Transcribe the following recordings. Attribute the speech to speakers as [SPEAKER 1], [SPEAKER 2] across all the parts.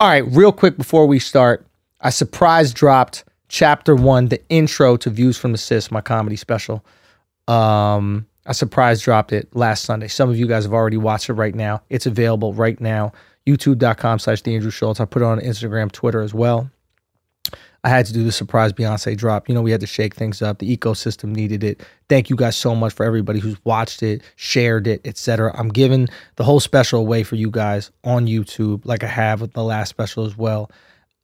[SPEAKER 1] All right, real quick before we start, I surprise dropped chapter one, the intro to Views from the Sis, my comedy special. Um, I surprise dropped it last Sunday. Some of you guys have already watched it right now. It's available right now. YouTube.com slash the Andrew Schultz. I put it on Instagram, Twitter as well. I had to do the surprise Beyonce drop. You know, we had to shake things up. The ecosystem needed it. Thank you guys so much for everybody who's watched it, shared it, etc. I'm giving the whole special away for you guys on YouTube, like I have with the last special as well.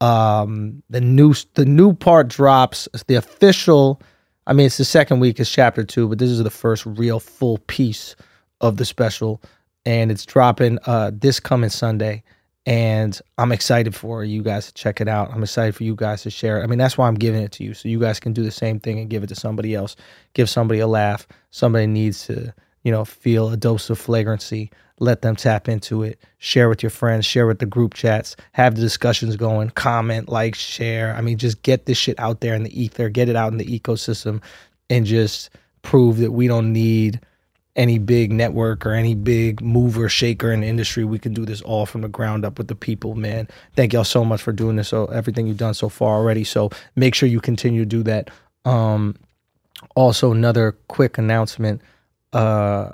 [SPEAKER 1] Um, the new the new part drops. It's the official. I mean, it's the second week. It's chapter two, but this is the first real full piece of the special, and it's dropping uh, this coming Sunday and I'm excited for you guys to check it out. I'm excited for you guys to share it. I mean, that's why I'm giving it to you, so you guys can do the same thing and give it to somebody else. Give somebody a laugh. Somebody needs to, you know, feel a dose of flagrancy. Let them tap into it. Share with your friends. Share with the group chats. Have the discussions going. Comment, like, share. I mean, just get this shit out there in the ether. Get it out in the ecosystem, and just prove that we don't need any big network or any big mover shaker in the industry we can do this all from the ground up with the people man thank y'all so much for doing this so everything you've done so far already so make sure you continue to do that um also another quick announcement uh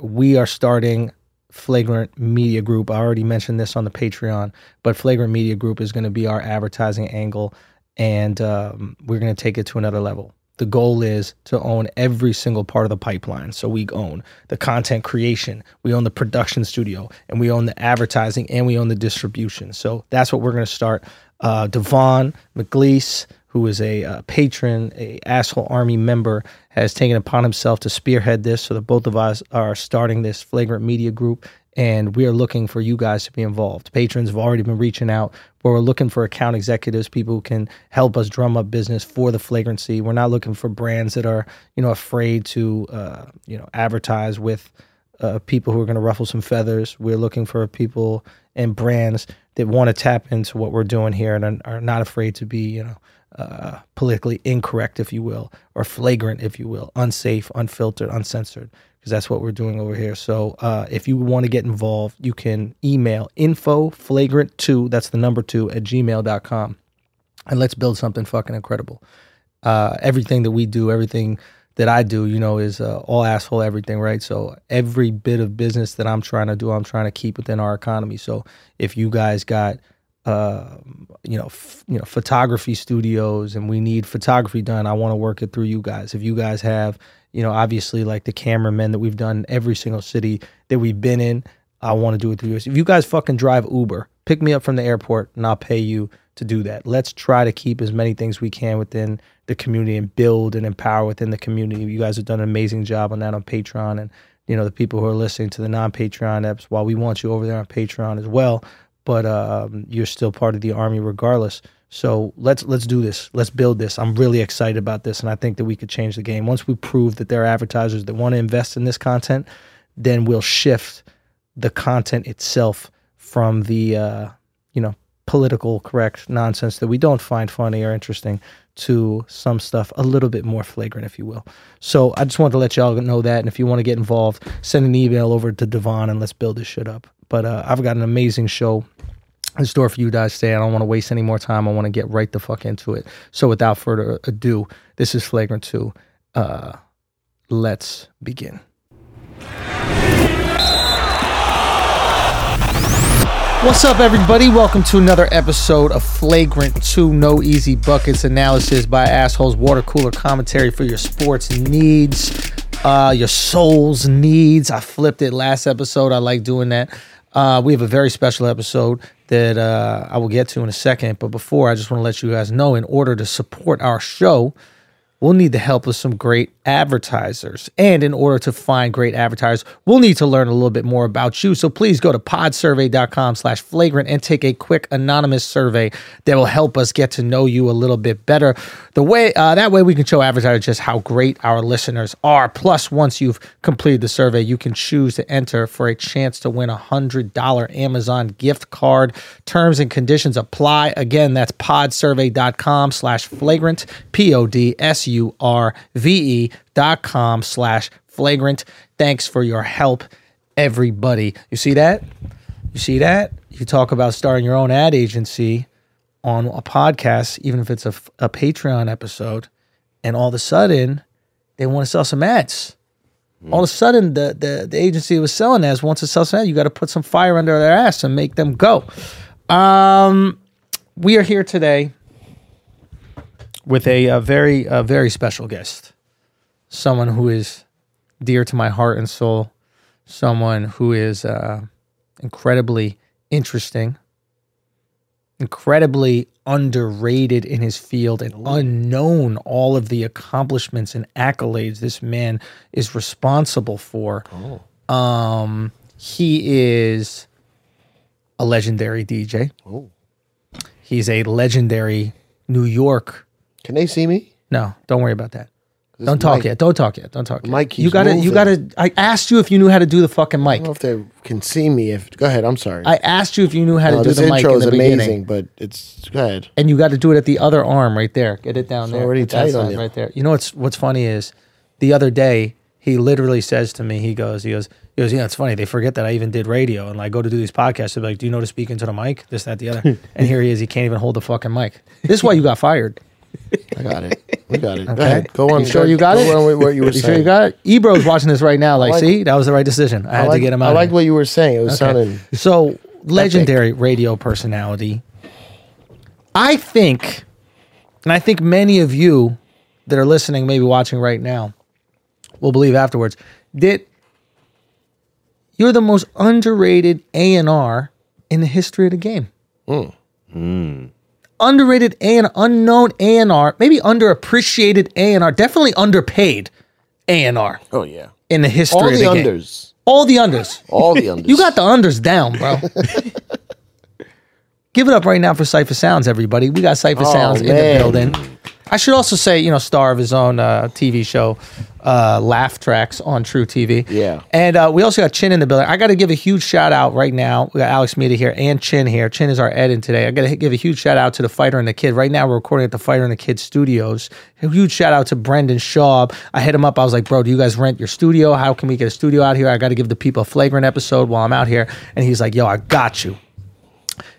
[SPEAKER 1] we are starting Flagrant Media Group. I already mentioned this on the Patreon, but Flagrant Media Group is going to be our advertising angle, and um, we're going to take it to another level the goal is to own every single part of the pipeline. So we own the content creation, we own the production studio, and we own the advertising, and we own the distribution. So that's what we're going to start. Uh, Devon McLeese, who is a uh, patron, a asshole army member, has taken upon himself to spearhead this. So that both of us are starting this flagrant media group and we are looking for you guys to be involved. Patrons have already been reaching out, but we're looking for account executives, people who can help us drum up business for the flagrancy. We're not looking for brands that are, you know, afraid to, uh, you know, advertise with uh, people who are going to ruffle some feathers. We're looking for people and brands that want to tap into what we're doing here and are, are not afraid to be, you know, uh, politically incorrect, if you will, or flagrant, if you will, unsafe, unfiltered, uncensored because that's what we're doing over here. So uh, if you want to get involved, you can email info flagrant2, that's the number two, at gmail.com. And let's build something fucking incredible. Uh, everything that we do, everything that I do, you know, is uh, all asshole everything, right? So every bit of business that I'm trying to do, I'm trying to keep within our economy. So if you guys got uh, you know, f- you know, photography studios, and we need photography done. I want to work it through you guys. If you guys have, you know, obviously like the cameramen that we've done in every single city that we've been in, I want to do it through you. If you guys fucking drive Uber, pick me up from the airport, and I'll pay you to do that. Let's try to keep as many things we can within the community and build and empower within the community. You guys have done an amazing job on that on Patreon, and you know the people who are listening to the non-Patreon apps. While we want you over there on Patreon as well, but um, you're still part of the army regardless. So let's let's do this. Let's build this. I'm really excited about this, and I think that we could change the game. Once we prove that there are advertisers that want to invest in this content, then we'll shift the content itself from the uh, you know political correct nonsense that we don't find funny or interesting to some stuff a little bit more flagrant, if you will. So I just wanted to let y'all know that, and if you want to get involved, send an email over to Devon and let's build this shit up. But uh, I've got an amazing show in store for you guys today. I don't want to waste any more time. I want to get right the fuck into it. So without further ado, this is Flagrant 2. Uh, let's begin. What's up, everybody? Welcome to another episode of Flagrant 2 No Easy Buckets Analysis by Assholes Water Cooler Commentary for your sports needs, uh, your soul's needs. I flipped it last episode. I like doing that. Uh, we have a very special episode that uh, I will get to in a second. But before, I just want to let you guys know in order to support our show, we'll need the help of some great advertisers. And in order to find great advertisers, we'll need to learn a little bit more about you. So please go to podsurvey.com slash flagrant and take a quick anonymous survey that will help us get to know you a little bit better. The way uh, that way we can show advertisers just how great our listeners are. Plus, once you've completed the survey, you can choose to enter for a chance to win a hundred dollar Amazon gift card. Terms and conditions apply. Again, that's podsurvey.com slash flagrant, P-O-D-S-U. U R V E dot com slash flagrant. Thanks for your help, everybody. You see that? You see that? You talk about starting your own ad agency on a podcast, even if it's a, f- a Patreon episode, and all of a sudden they want to sell some ads. All of a sudden, the, the the agency that was selling ads wants to sell some ads. You got to put some fire under their ass and make them go. Um, we are here today with a, uh very a very special guest, someone who is dear to my heart and soul, someone who is uh, incredibly interesting, incredibly underrated in his field, and unknown all of the accomplishments and accolades this man is responsible for.
[SPEAKER 2] Oh.
[SPEAKER 1] Um, he is a legendary DJ.
[SPEAKER 2] Oh.
[SPEAKER 1] He's a legendary New York.
[SPEAKER 2] Can they see me?
[SPEAKER 1] No, don't worry about that.
[SPEAKER 2] This
[SPEAKER 1] Don't talk
[SPEAKER 2] mic-
[SPEAKER 1] yet. Don't talk yet. Don't talk yet.
[SPEAKER 2] mic keeps
[SPEAKER 1] you gotta. You
[SPEAKER 2] moving.
[SPEAKER 1] gotta. I asked you if you knew how to do the fucking
[SPEAKER 2] I
[SPEAKER 1] mic.
[SPEAKER 2] don't know if they can see me. If go ahead, I'm sorry.
[SPEAKER 1] I asked you if you knew how to
[SPEAKER 2] No,
[SPEAKER 1] do
[SPEAKER 2] this
[SPEAKER 1] the mic
[SPEAKER 2] intro
[SPEAKER 1] in
[SPEAKER 2] is
[SPEAKER 1] the
[SPEAKER 2] amazing,
[SPEAKER 1] beginning,
[SPEAKER 2] but it's go ahead.
[SPEAKER 1] and you got to do it at the other arm right there. Get it down there.
[SPEAKER 2] already
[SPEAKER 1] at that
[SPEAKER 2] tight on
[SPEAKER 1] side
[SPEAKER 2] you.
[SPEAKER 1] right there. You know what's what's funny is the other day he literally says to me, he goes, he goes, he goes, yeah, it's funny. They forget that I even did radio and like go to do these podcasts. They're like, do you know to speak into the mic? This, that, the other. and here he is. He can't even hold the fucking mic. This is why you got fired.
[SPEAKER 2] I got it. We got it. Go
[SPEAKER 1] Okay.
[SPEAKER 2] ahead. Go on.
[SPEAKER 1] You sure you got
[SPEAKER 2] go
[SPEAKER 1] it?
[SPEAKER 2] On with what you were
[SPEAKER 1] You
[SPEAKER 2] saying.
[SPEAKER 1] sure you got it? Ebro's watching this right now. Like,
[SPEAKER 2] like-
[SPEAKER 1] see, that was the right decision. I,
[SPEAKER 2] I
[SPEAKER 1] had
[SPEAKER 2] like,
[SPEAKER 1] to get him out.
[SPEAKER 2] I
[SPEAKER 1] of
[SPEAKER 2] like
[SPEAKER 1] here."
[SPEAKER 2] what you were saying. It was sounding.
[SPEAKER 1] So legendary radio personality. I think, and I think many of you that are listening, maybe watching right now, will believe afterwards that you're the most underrated A and R in the history of the game.
[SPEAKER 2] Mm.
[SPEAKER 1] Underrated A and unknown A and R, maybe underappreciated A and R, definitely underpaid A and R
[SPEAKER 2] Oh yeah.
[SPEAKER 1] in the history
[SPEAKER 2] All
[SPEAKER 1] of
[SPEAKER 2] the
[SPEAKER 1] the game.
[SPEAKER 2] unders.
[SPEAKER 1] All the unders.
[SPEAKER 2] All the unders.
[SPEAKER 1] You got the unders down, bro. Give it up right now for Cypher Sounds, everybody. We got Cypher
[SPEAKER 2] Oh,
[SPEAKER 1] Sounds in the
[SPEAKER 2] man.
[SPEAKER 1] building. I should also say, you know, star of his own uh, TV show, uh, Laugh Tracks on True TV.
[SPEAKER 2] Yeah.
[SPEAKER 1] And uh, we also got Chin in the building. I got to give a huge shout out right now. We got Alex Mita here and Chin here. Chin is our Ed in today. I got to give a huge shout out to the Fighter and the Kid. Right now, we're recording at the Fighter and the Kid studios. A huge shout out to Brendan Shaw. I hit him up. I was like, bro, do you guys rent your studio? How can we get a studio out here? I got to give the people a flagrant episode while I'm out here. And he's like, yo, I got you.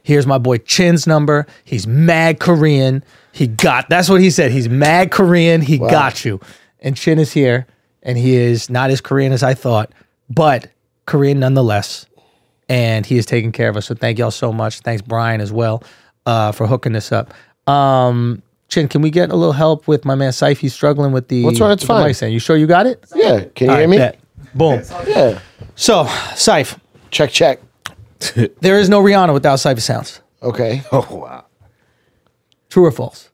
[SPEAKER 1] Here's my boy Chin's number. He's mad Korean. He got that's what he said. He's mad Korean. He got you. And Chin is here, and he is not as Korean as I thought, but Korean nonetheless. And he is taking care of us. So thank y'all so much. Thanks Brian as well uh, for hooking this up. Um, Chin, can we get a little help with my man Saif? He's struggling with the.
[SPEAKER 2] That's all right, it's
[SPEAKER 1] with the
[SPEAKER 2] fine.
[SPEAKER 1] mic stand. You sure you got it?
[SPEAKER 2] Yeah. Can you
[SPEAKER 1] All
[SPEAKER 2] hear
[SPEAKER 1] right,
[SPEAKER 2] me?
[SPEAKER 1] bet. Boom.
[SPEAKER 2] Yeah.
[SPEAKER 1] So Saif,
[SPEAKER 2] Check. Check.
[SPEAKER 1] there is no Rihanna without Saif Sounds.
[SPEAKER 2] Okay.
[SPEAKER 3] Oh wow.
[SPEAKER 1] True or false?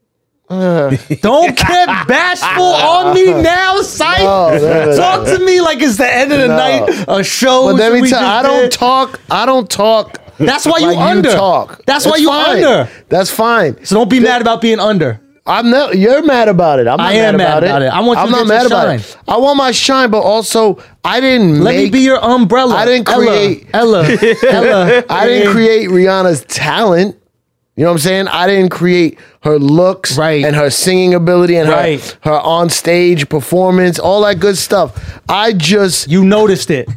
[SPEAKER 1] Don't get bashful on me now, Sight.
[SPEAKER 2] No, no, no,
[SPEAKER 1] Talk to me like it's the end of the night, a show.
[SPEAKER 2] But let
[SPEAKER 1] that
[SPEAKER 2] me
[SPEAKER 1] we
[SPEAKER 2] tell.
[SPEAKER 1] just
[SPEAKER 2] I
[SPEAKER 1] did.
[SPEAKER 2] don't talk. I don't talk.
[SPEAKER 1] That's why you
[SPEAKER 2] like
[SPEAKER 1] under.
[SPEAKER 2] You talk.
[SPEAKER 1] That's
[SPEAKER 2] It's
[SPEAKER 1] why you
[SPEAKER 2] fine.
[SPEAKER 1] under.
[SPEAKER 2] That's fine.
[SPEAKER 1] So don't be mad about being under.
[SPEAKER 2] I'm not. You're mad about it. I'm not
[SPEAKER 1] I am
[SPEAKER 2] mad about, it.
[SPEAKER 1] I want you
[SPEAKER 2] I'm
[SPEAKER 1] to
[SPEAKER 2] not
[SPEAKER 1] get
[SPEAKER 2] mad
[SPEAKER 1] your
[SPEAKER 2] about it. I want my shine, but also I didn't
[SPEAKER 1] Let me
[SPEAKER 2] make.
[SPEAKER 1] be your umbrella.
[SPEAKER 2] I didn't
[SPEAKER 1] Ella,
[SPEAKER 2] create-
[SPEAKER 1] Ella. Ella.
[SPEAKER 2] I didn't create Rihanna's talent. You know what I'm saying? I didn't create her looks
[SPEAKER 1] Right.
[SPEAKER 2] and her singing ability and
[SPEAKER 1] Right.
[SPEAKER 2] her her on stage performance, all that good stuff. I just
[SPEAKER 1] You noticed it.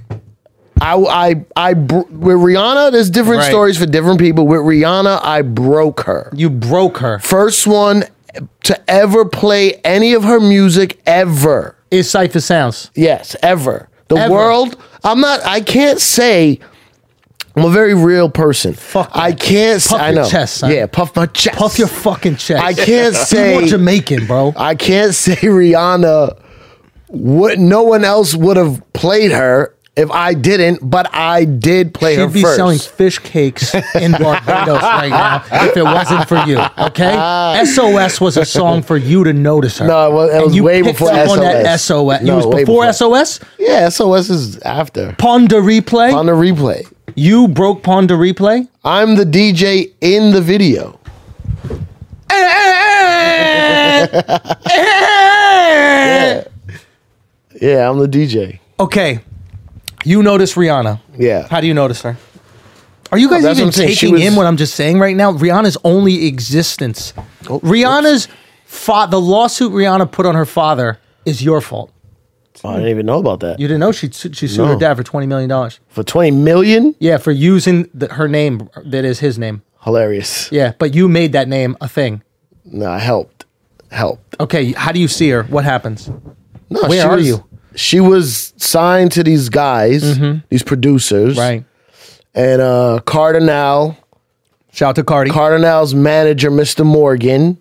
[SPEAKER 2] I I I br- with Rihanna. There's different
[SPEAKER 1] Right.
[SPEAKER 2] stories for different people. With Rihanna, I broke her.
[SPEAKER 1] You broke her.
[SPEAKER 2] First one to ever play any of her music ever.
[SPEAKER 1] Is Cypher Sounds.
[SPEAKER 2] Yes, ever. The
[SPEAKER 1] Ever.
[SPEAKER 2] world. I'm not. I can't say. I'm a very real person.
[SPEAKER 1] Fuck
[SPEAKER 2] I
[SPEAKER 1] that.
[SPEAKER 2] can't. say
[SPEAKER 1] Puff
[SPEAKER 2] I
[SPEAKER 1] your
[SPEAKER 2] know.
[SPEAKER 1] chest, son.
[SPEAKER 2] Yeah, puff my chest.
[SPEAKER 1] Puff your fucking chest.
[SPEAKER 2] I can't
[SPEAKER 1] You
[SPEAKER 2] say.
[SPEAKER 1] more Jamaican, bro.
[SPEAKER 2] I can't say Rihanna. What? No one else would have played her if I didn't. But I did play her
[SPEAKER 1] She'd be
[SPEAKER 2] first.
[SPEAKER 1] selling fish cakes in Barbados right now if it wasn't for you. Okay, SOS was a song for you to notice her.
[SPEAKER 2] Ah. No, it was- it
[SPEAKER 1] And
[SPEAKER 2] was
[SPEAKER 1] you
[SPEAKER 2] way
[SPEAKER 1] picked
[SPEAKER 2] before
[SPEAKER 1] up On that
[SPEAKER 2] SOS.
[SPEAKER 1] SOS,
[SPEAKER 2] No,
[SPEAKER 1] you was
[SPEAKER 2] way
[SPEAKER 1] before,
[SPEAKER 2] before.
[SPEAKER 1] SOS.
[SPEAKER 2] yeah. SOS is after
[SPEAKER 1] Pond to replay.
[SPEAKER 2] on the replay.
[SPEAKER 1] you broke Pond to replay.
[SPEAKER 2] I'm the DJ in the video. Yeah. Yeah, I'm the DJ.
[SPEAKER 1] okay, you notice Rihanna.
[SPEAKER 2] Yeah.
[SPEAKER 1] How do you notice her? Are you guys
[SPEAKER 2] that's
[SPEAKER 1] even
[SPEAKER 2] what I'm saying. She
[SPEAKER 1] taking in
[SPEAKER 2] was-
[SPEAKER 1] what I'm just saying right now? Rihanna's only existence.
[SPEAKER 2] Oh,
[SPEAKER 1] Rihanna's fa- the lawsuit Rihanna put on her father is your fault.
[SPEAKER 2] Oh, I didn't even know about that.
[SPEAKER 1] You didn't know she su- she sued her
[SPEAKER 2] No.
[SPEAKER 1] dad for twenty million dollars.
[SPEAKER 2] For 20 million?
[SPEAKER 1] Yeah, for using the, her name that is his name.
[SPEAKER 2] Hilarious.
[SPEAKER 1] Yeah, but you made that name a thing.
[SPEAKER 2] No, I helped. Helped.
[SPEAKER 1] Okay, how do you see her? What happens?
[SPEAKER 2] No,
[SPEAKER 1] Where
[SPEAKER 2] she
[SPEAKER 1] are
[SPEAKER 2] was-
[SPEAKER 1] you? Mm-hmm.
[SPEAKER 2] She was signed to these guys, these producers.
[SPEAKER 1] Right.
[SPEAKER 2] And uh Cardinal,
[SPEAKER 1] Shout out to Cardi.
[SPEAKER 2] Cardinal's manager, Mr. Morgan,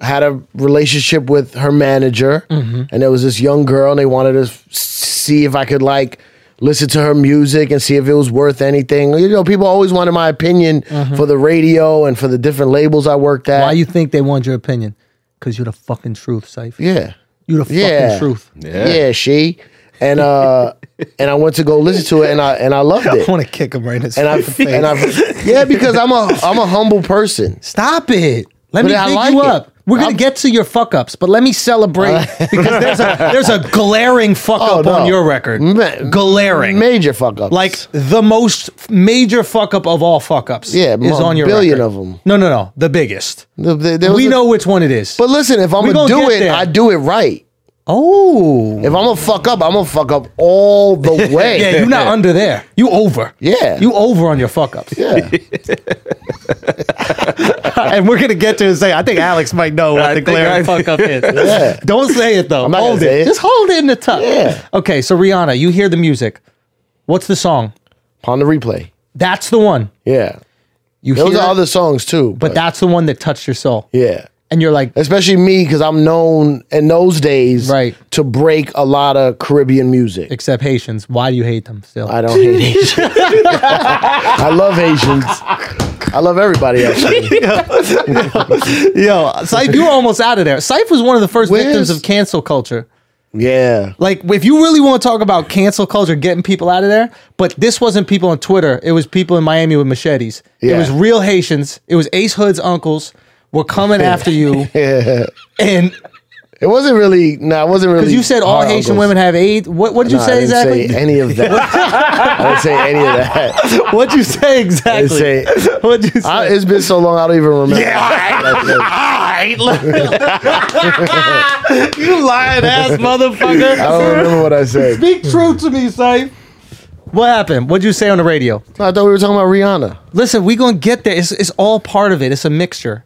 [SPEAKER 2] had a relationship with her manager,
[SPEAKER 1] Mm-hmm.
[SPEAKER 2] and there was this young girl, and they wanted to f- see if I could like listen to her music and see if it was worth anything. You know, people always wanted my opinion for the radio and for the different labels I worked at.
[SPEAKER 1] Mm-hmm. Why you think they want your opinion? Because you're the fucking truth, Saif.
[SPEAKER 2] yeah.
[SPEAKER 1] You're the
[SPEAKER 2] Yeah.
[SPEAKER 1] fucking truth.
[SPEAKER 2] yeah, she, and uh, and I went to go listen to it, and I and I loved it,
[SPEAKER 1] want to kick him right in his
[SPEAKER 2] and I and I yeah, because I'm a I'm a humble person.
[SPEAKER 1] Stop it. Let
[SPEAKER 2] But
[SPEAKER 1] me
[SPEAKER 2] I
[SPEAKER 1] pick
[SPEAKER 2] like
[SPEAKER 1] you
[SPEAKER 2] it.
[SPEAKER 1] up. We're gonna
[SPEAKER 2] I'm- Uh,
[SPEAKER 1] get to your fuck ups, but let me celebrate because there's a there's a glaring fuck
[SPEAKER 2] Oh,
[SPEAKER 1] up
[SPEAKER 2] no.
[SPEAKER 1] on your record.
[SPEAKER 2] Ma-
[SPEAKER 1] glaring.
[SPEAKER 2] Major fuck up,
[SPEAKER 1] like the most major fuck up of all fuck ups
[SPEAKER 2] Yeah,
[SPEAKER 1] is
[SPEAKER 2] mo-
[SPEAKER 1] on your
[SPEAKER 2] billion
[SPEAKER 1] record.
[SPEAKER 2] of 'em.
[SPEAKER 1] No, no, no. The biggest.
[SPEAKER 2] Th- th- there was
[SPEAKER 1] we
[SPEAKER 2] a-
[SPEAKER 1] know which one it is.
[SPEAKER 2] But listen, if I'm
[SPEAKER 1] We
[SPEAKER 2] gonna
[SPEAKER 1] gonna
[SPEAKER 2] do
[SPEAKER 1] get
[SPEAKER 2] it,
[SPEAKER 1] there.
[SPEAKER 2] I do it right.
[SPEAKER 1] oh.
[SPEAKER 2] If I'm gonna fuck up, I'm gonna fuck up all the way.
[SPEAKER 1] Yeah, you're not under there. You over.
[SPEAKER 2] Yeah.
[SPEAKER 1] You over on your fuck ups.
[SPEAKER 2] Yeah.
[SPEAKER 1] and we're gonna get to and say, I think Alex might know what the
[SPEAKER 3] think
[SPEAKER 1] glaring
[SPEAKER 3] I-
[SPEAKER 1] fuck up is.
[SPEAKER 2] Yeah.
[SPEAKER 1] Don't say it though.
[SPEAKER 2] not
[SPEAKER 1] hold
[SPEAKER 2] gonna
[SPEAKER 1] it.
[SPEAKER 2] say it.
[SPEAKER 1] Just hold it in the tuck.
[SPEAKER 2] Yeah.
[SPEAKER 1] Okay, so Rihanna, you hear the music. What's the song?
[SPEAKER 2] Upon the replay.
[SPEAKER 1] That's the one.
[SPEAKER 2] Yeah.
[SPEAKER 1] You
[SPEAKER 2] Those
[SPEAKER 1] hear
[SPEAKER 2] are
[SPEAKER 1] it,
[SPEAKER 2] other songs too.
[SPEAKER 1] but that's the one that touched your soul.
[SPEAKER 2] yeah.
[SPEAKER 1] And you're like,
[SPEAKER 2] Especially me, because I'm known in those days
[SPEAKER 1] Right.
[SPEAKER 2] to break a lot of Caribbean music.
[SPEAKER 1] except Haitians. Why do you hate them still?
[SPEAKER 2] I don't hate Haitians. I love Haitians. I love everybody actually.
[SPEAKER 1] Yo, Syfe, you were almost out of there. Syfe was one of the first
[SPEAKER 2] Where's-
[SPEAKER 1] victims of cancel culture.
[SPEAKER 2] Yeah.
[SPEAKER 1] Like, if you really want to talk about cancel culture, getting people out of there, but this wasn't people on Twitter. It was people in Miami with machetes. It
[SPEAKER 2] Yeah.
[SPEAKER 1] was real Haitians. It was Ace Hood's uncles were coming after you. And
[SPEAKER 2] It wasn't really no, it wasn't really
[SPEAKER 1] because you said all
[SPEAKER 2] hard
[SPEAKER 1] Haitian
[SPEAKER 2] uncles.
[SPEAKER 1] women have AIDS. What what did you
[SPEAKER 2] No,
[SPEAKER 1] say
[SPEAKER 2] I didn't
[SPEAKER 1] exactly?
[SPEAKER 2] Say any of that. I didn't say any of that.
[SPEAKER 1] What'd you say exactly?
[SPEAKER 2] say-
[SPEAKER 1] What'd you say?
[SPEAKER 2] I, it's been so long, I don't even remember. Yeah,
[SPEAKER 1] you lying ass motherfucker.
[SPEAKER 2] I don't remember what I said.
[SPEAKER 1] Speak truth to me, Syfe. What happened? What'd you say on the radio?
[SPEAKER 2] I thought we were talking about Rihanna.
[SPEAKER 1] Listen, we gonna get there. It's, it's all part of it. It's a mixture.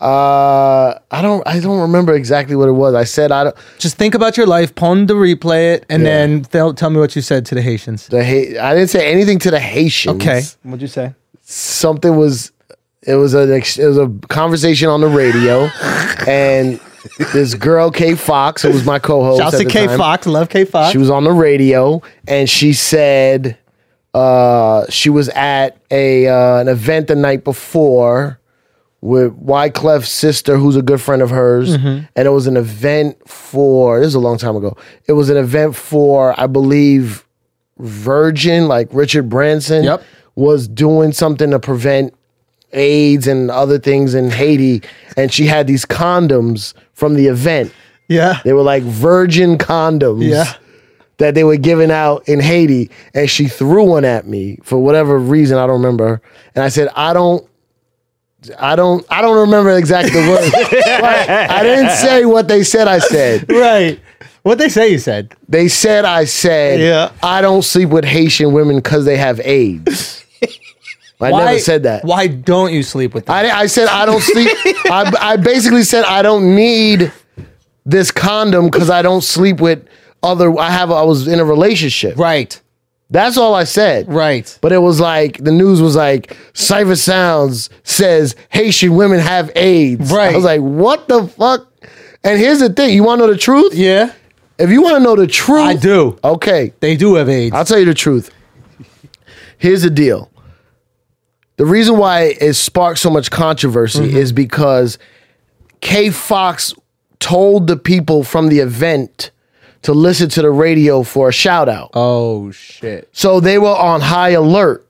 [SPEAKER 2] Uh, I don't, I don't remember exactly what it was. I said I don't.
[SPEAKER 1] Just think about your life, pon to replay it, and
[SPEAKER 2] Yeah.
[SPEAKER 1] then tell, tell me what you said to the Haitians.
[SPEAKER 2] The ha- I didn't say anything to the Haitians.
[SPEAKER 1] Okay. What'd you say?
[SPEAKER 2] something was. It was a it was a conversation on the radio, and this girl K Fox, who was my co-host,
[SPEAKER 1] Shout
[SPEAKER 2] at
[SPEAKER 1] to
[SPEAKER 2] the
[SPEAKER 1] K
[SPEAKER 2] time,
[SPEAKER 1] Fox. Love K Fox.
[SPEAKER 2] She was on the radio, and she said uh, she was at a uh, an event the night before with Wyclef's sister, who's a good friend of hers, and it was an event for this is a long time ago. It was an event for I believe Virgin, like Richard Branson,
[SPEAKER 1] Yep.
[SPEAKER 2] was doing something to prevent AIDS and other things in Haiti, and she had these condoms from the event.
[SPEAKER 1] yeah.
[SPEAKER 2] They were like virgin condoms
[SPEAKER 1] Yeah.
[SPEAKER 2] that they were giving out in Haiti. And she threw one at me for whatever reason, I don't remember. And I said, I don't. I don't. I don't remember exactly the words. Like, I didn't say what they said. I said
[SPEAKER 1] Right. What they say you said.
[SPEAKER 2] they said. I said.
[SPEAKER 1] Yeah.
[SPEAKER 2] I don't sleep with Haitian women because they have AIDS. I never said that.
[SPEAKER 1] Why don't you sleep with them?
[SPEAKER 2] I, di- I said I don't sleep. I, I basically said I don't need this condom because I don't sleep with other. I have. I was in a relationship.
[SPEAKER 1] right.
[SPEAKER 2] That's all I said.
[SPEAKER 1] Right.
[SPEAKER 2] But it was like the news was like Cypher Sounds says Haitian women have AIDS.
[SPEAKER 1] Right.
[SPEAKER 2] I was like, what the fuck? And here's the thing. You want to know the truth?
[SPEAKER 1] Yeah.
[SPEAKER 2] If you want to know the truth,
[SPEAKER 1] I do.
[SPEAKER 2] Okay.
[SPEAKER 1] They do have AIDS.
[SPEAKER 2] I'll tell you the truth. Here's the deal. The reason why it sparked so much controversy is because K Fox told the people from the event to listen to the radio for a shout out.
[SPEAKER 1] oh shit.
[SPEAKER 2] So they were on high alert.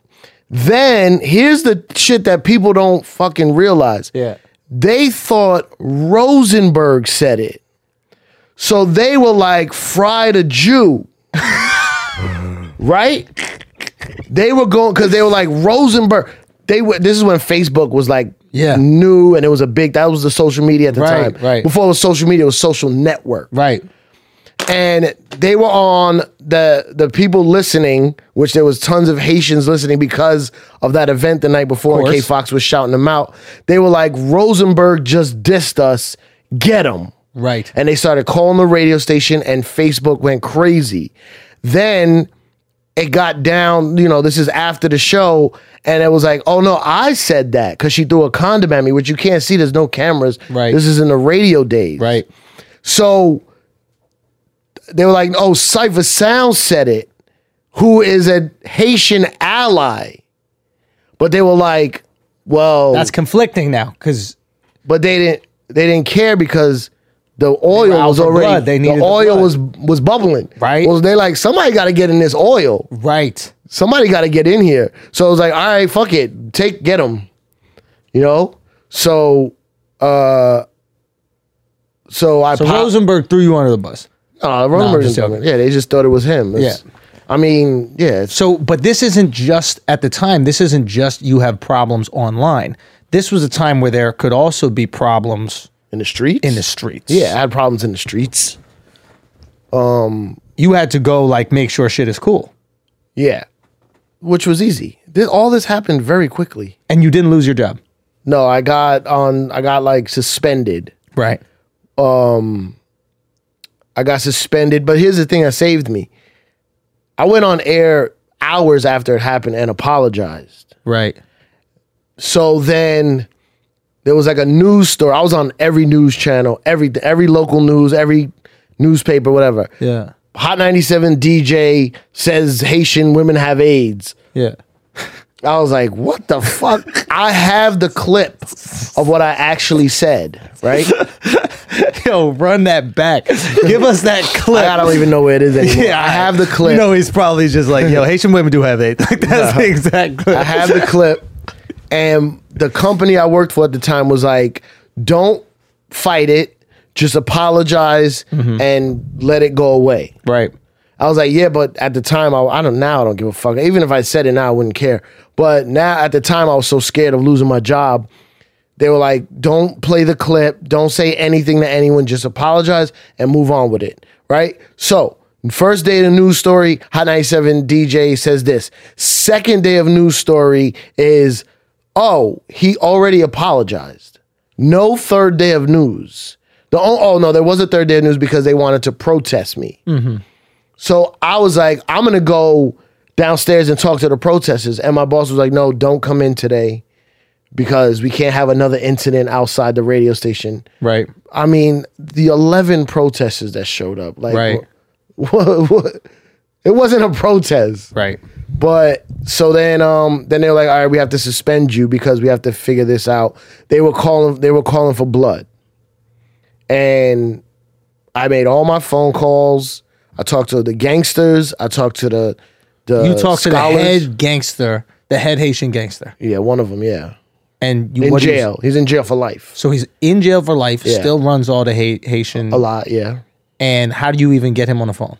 [SPEAKER 2] Then here's the shit that people don't fucking realize.
[SPEAKER 1] Yeah.
[SPEAKER 2] They thought Rosenberg said it. So they were like, fry the Jew. right? They were going because they were like Rosenberg. They were this is when Facebook was like
[SPEAKER 1] Yeah.
[SPEAKER 2] new and it was a big that was the social media at the
[SPEAKER 1] Right,
[SPEAKER 2] time.
[SPEAKER 1] right.
[SPEAKER 2] Before it was social media, it was social network.
[SPEAKER 1] Right.
[SPEAKER 2] and they were on the the people listening, which there was tons of Haitians listening because of that event the night before, and
[SPEAKER 1] course.
[SPEAKER 2] K Fox was shouting them out. They were like, Rosenberg just dissed us, get him.
[SPEAKER 1] Right.
[SPEAKER 2] And they started calling the radio station, and Facebook went crazy. Then it got down, you know, this is after the show, and it was like, oh no, I said that because she threw a condom at me, which you can't see, there's no cameras.
[SPEAKER 1] Right.
[SPEAKER 2] This is in the radio days.
[SPEAKER 1] Right.
[SPEAKER 2] So they were like, oh, Cypher Sound said it, who is a Haitian ally. But they were like, well,
[SPEAKER 1] That's conflicting now because
[SPEAKER 2] but they didn't they didn't care because the oil
[SPEAKER 1] out
[SPEAKER 2] was
[SPEAKER 1] for
[SPEAKER 2] already
[SPEAKER 1] blood. They needed
[SPEAKER 2] the
[SPEAKER 1] the
[SPEAKER 2] oil
[SPEAKER 1] blood.
[SPEAKER 2] was was bubbling.
[SPEAKER 1] Right.
[SPEAKER 2] Well, they like somebody got to get in this oil.
[SPEAKER 1] right.
[SPEAKER 2] Somebody got to get in here. So it was like, all right, fuck it, take get them. You know. So, uh, so I
[SPEAKER 1] So
[SPEAKER 2] pop-
[SPEAKER 1] Rosenberg threw you under the bus.
[SPEAKER 2] Nah, Rosenberg
[SPEAKER 1] just
[SPEAKER 2] didn't do
[SPEAKER 1] joking.
[SPEAKER 2] it. Yeah, they just thought it was him. It's-
[SPEAKER 1] Yeah.
[SPEAKER 2] I mean, yeah. it's-
[SPEAKER 1] So, but this isn't just at the time. This isn't just you have problems online. This was a time where there could also be problems
[SPEAKER 2] in the streets.
[SPEAKER 1] in the streets.
[SPEAKER 2] yeah, I had problems in the streets.
[SPEAKER 1] you had to go like make sure shit is cool,
[SPEAKER 2] Yeah, which was easy. This, all this happened very quickly.
[SPEAKER 1] and you didn't lose your job.
[SPEAKER 2] No, I got on. I got like suspended.
[SPEAKER 1] Right.
[SPEAKER 2] I got suspended. But here's the thing that saved me. I went on air hours after it happened and apologized.
[SPEAKER 1] Right.
[SPEAKER 2] So then there was like a news story. I was on every news channel, every every local news, every newspaper, whatever.
[SPEAKER 1] Yeah.
[SPEAKER 2] Hot 97 DJ says Haitian women have AIDS.
[SPEAKER 1] Yeah.
[SPEAKER 2] I was like, what the fuck? I have the clip of what I actually said, right?
[SPEAKER 1] Yo, run that back. Give us that clip.
[SPEAKER 2] I don't even know where it is anymore. I have the clip.
[SPEAKER 1] You know, he's probably just like, yo, Haitian women do have it. Like, that's the exact clip.
[SPEAKER 2] I have the clip, and the company I worked for at the time was like, "Don't fight it, just apologize
[SPEAKER 1] Mm-hmm.
[SPEAKER 2] and let it go away."
[SPEAKER 1] right.
[SPEAKER 2] I was like, "Yeah," but at the time, I, I don't. Now I don't give a fuck. Even if I said it now, I wouldn't care. But now, at the time, I was so scared of losing my job. They were like, "Don't play the clip. Don't say anything to anyone. Just apologize and move on with it." Right. So. First day of the news story, Hot 97 DJ says this. Second day of news story is, oh, he already apologized. No third day of news. The o- oh no, there was a third day of news because they wanted to protest me. So I was like, I'm gonna go downstairs and talk to the protesters. And my boss was like, No, don't come in today because we can't have another incident outside the radio station.
[SPEAKER 1] Right.
[SPEAKER 2] I mean, the 11 protesters that showed up, like,
[SPEAKER 1] Right.
[SPEAKER 2] wha- wha- it wasn't a protest,
[SPEAKER 1] Right.
[SPEAKER 2] but so then, um, then they were like, All right, we have to suspend you because we have to figure this out. They were calling, they were calling for blood, and I made all my phone calls. I talked to the gangsters. I talked to the the
[SPEAKER 1] You talk to the
[SPEAKER 2] scholars.
[SPEAKER 1] head gangster, the head Haitian gangster,
[SPEAKER 2] Yeah, one of them. Yeah,
[SPEAKER 1] and you
[SPEAKER 2] in
[SPEAKER 1] what do you-
[SPEAKER 2] jail. He's in jail for life.
[SPEAKER 1] so he's in jail for life.
[SPEAKER 2] Yeah.
[SPEAKER 1] Still runs all the ha- Haitian.
[SPEAKER 2] A lot. Yeah,
[SPEAKER 1] And how do you even get him on the phone?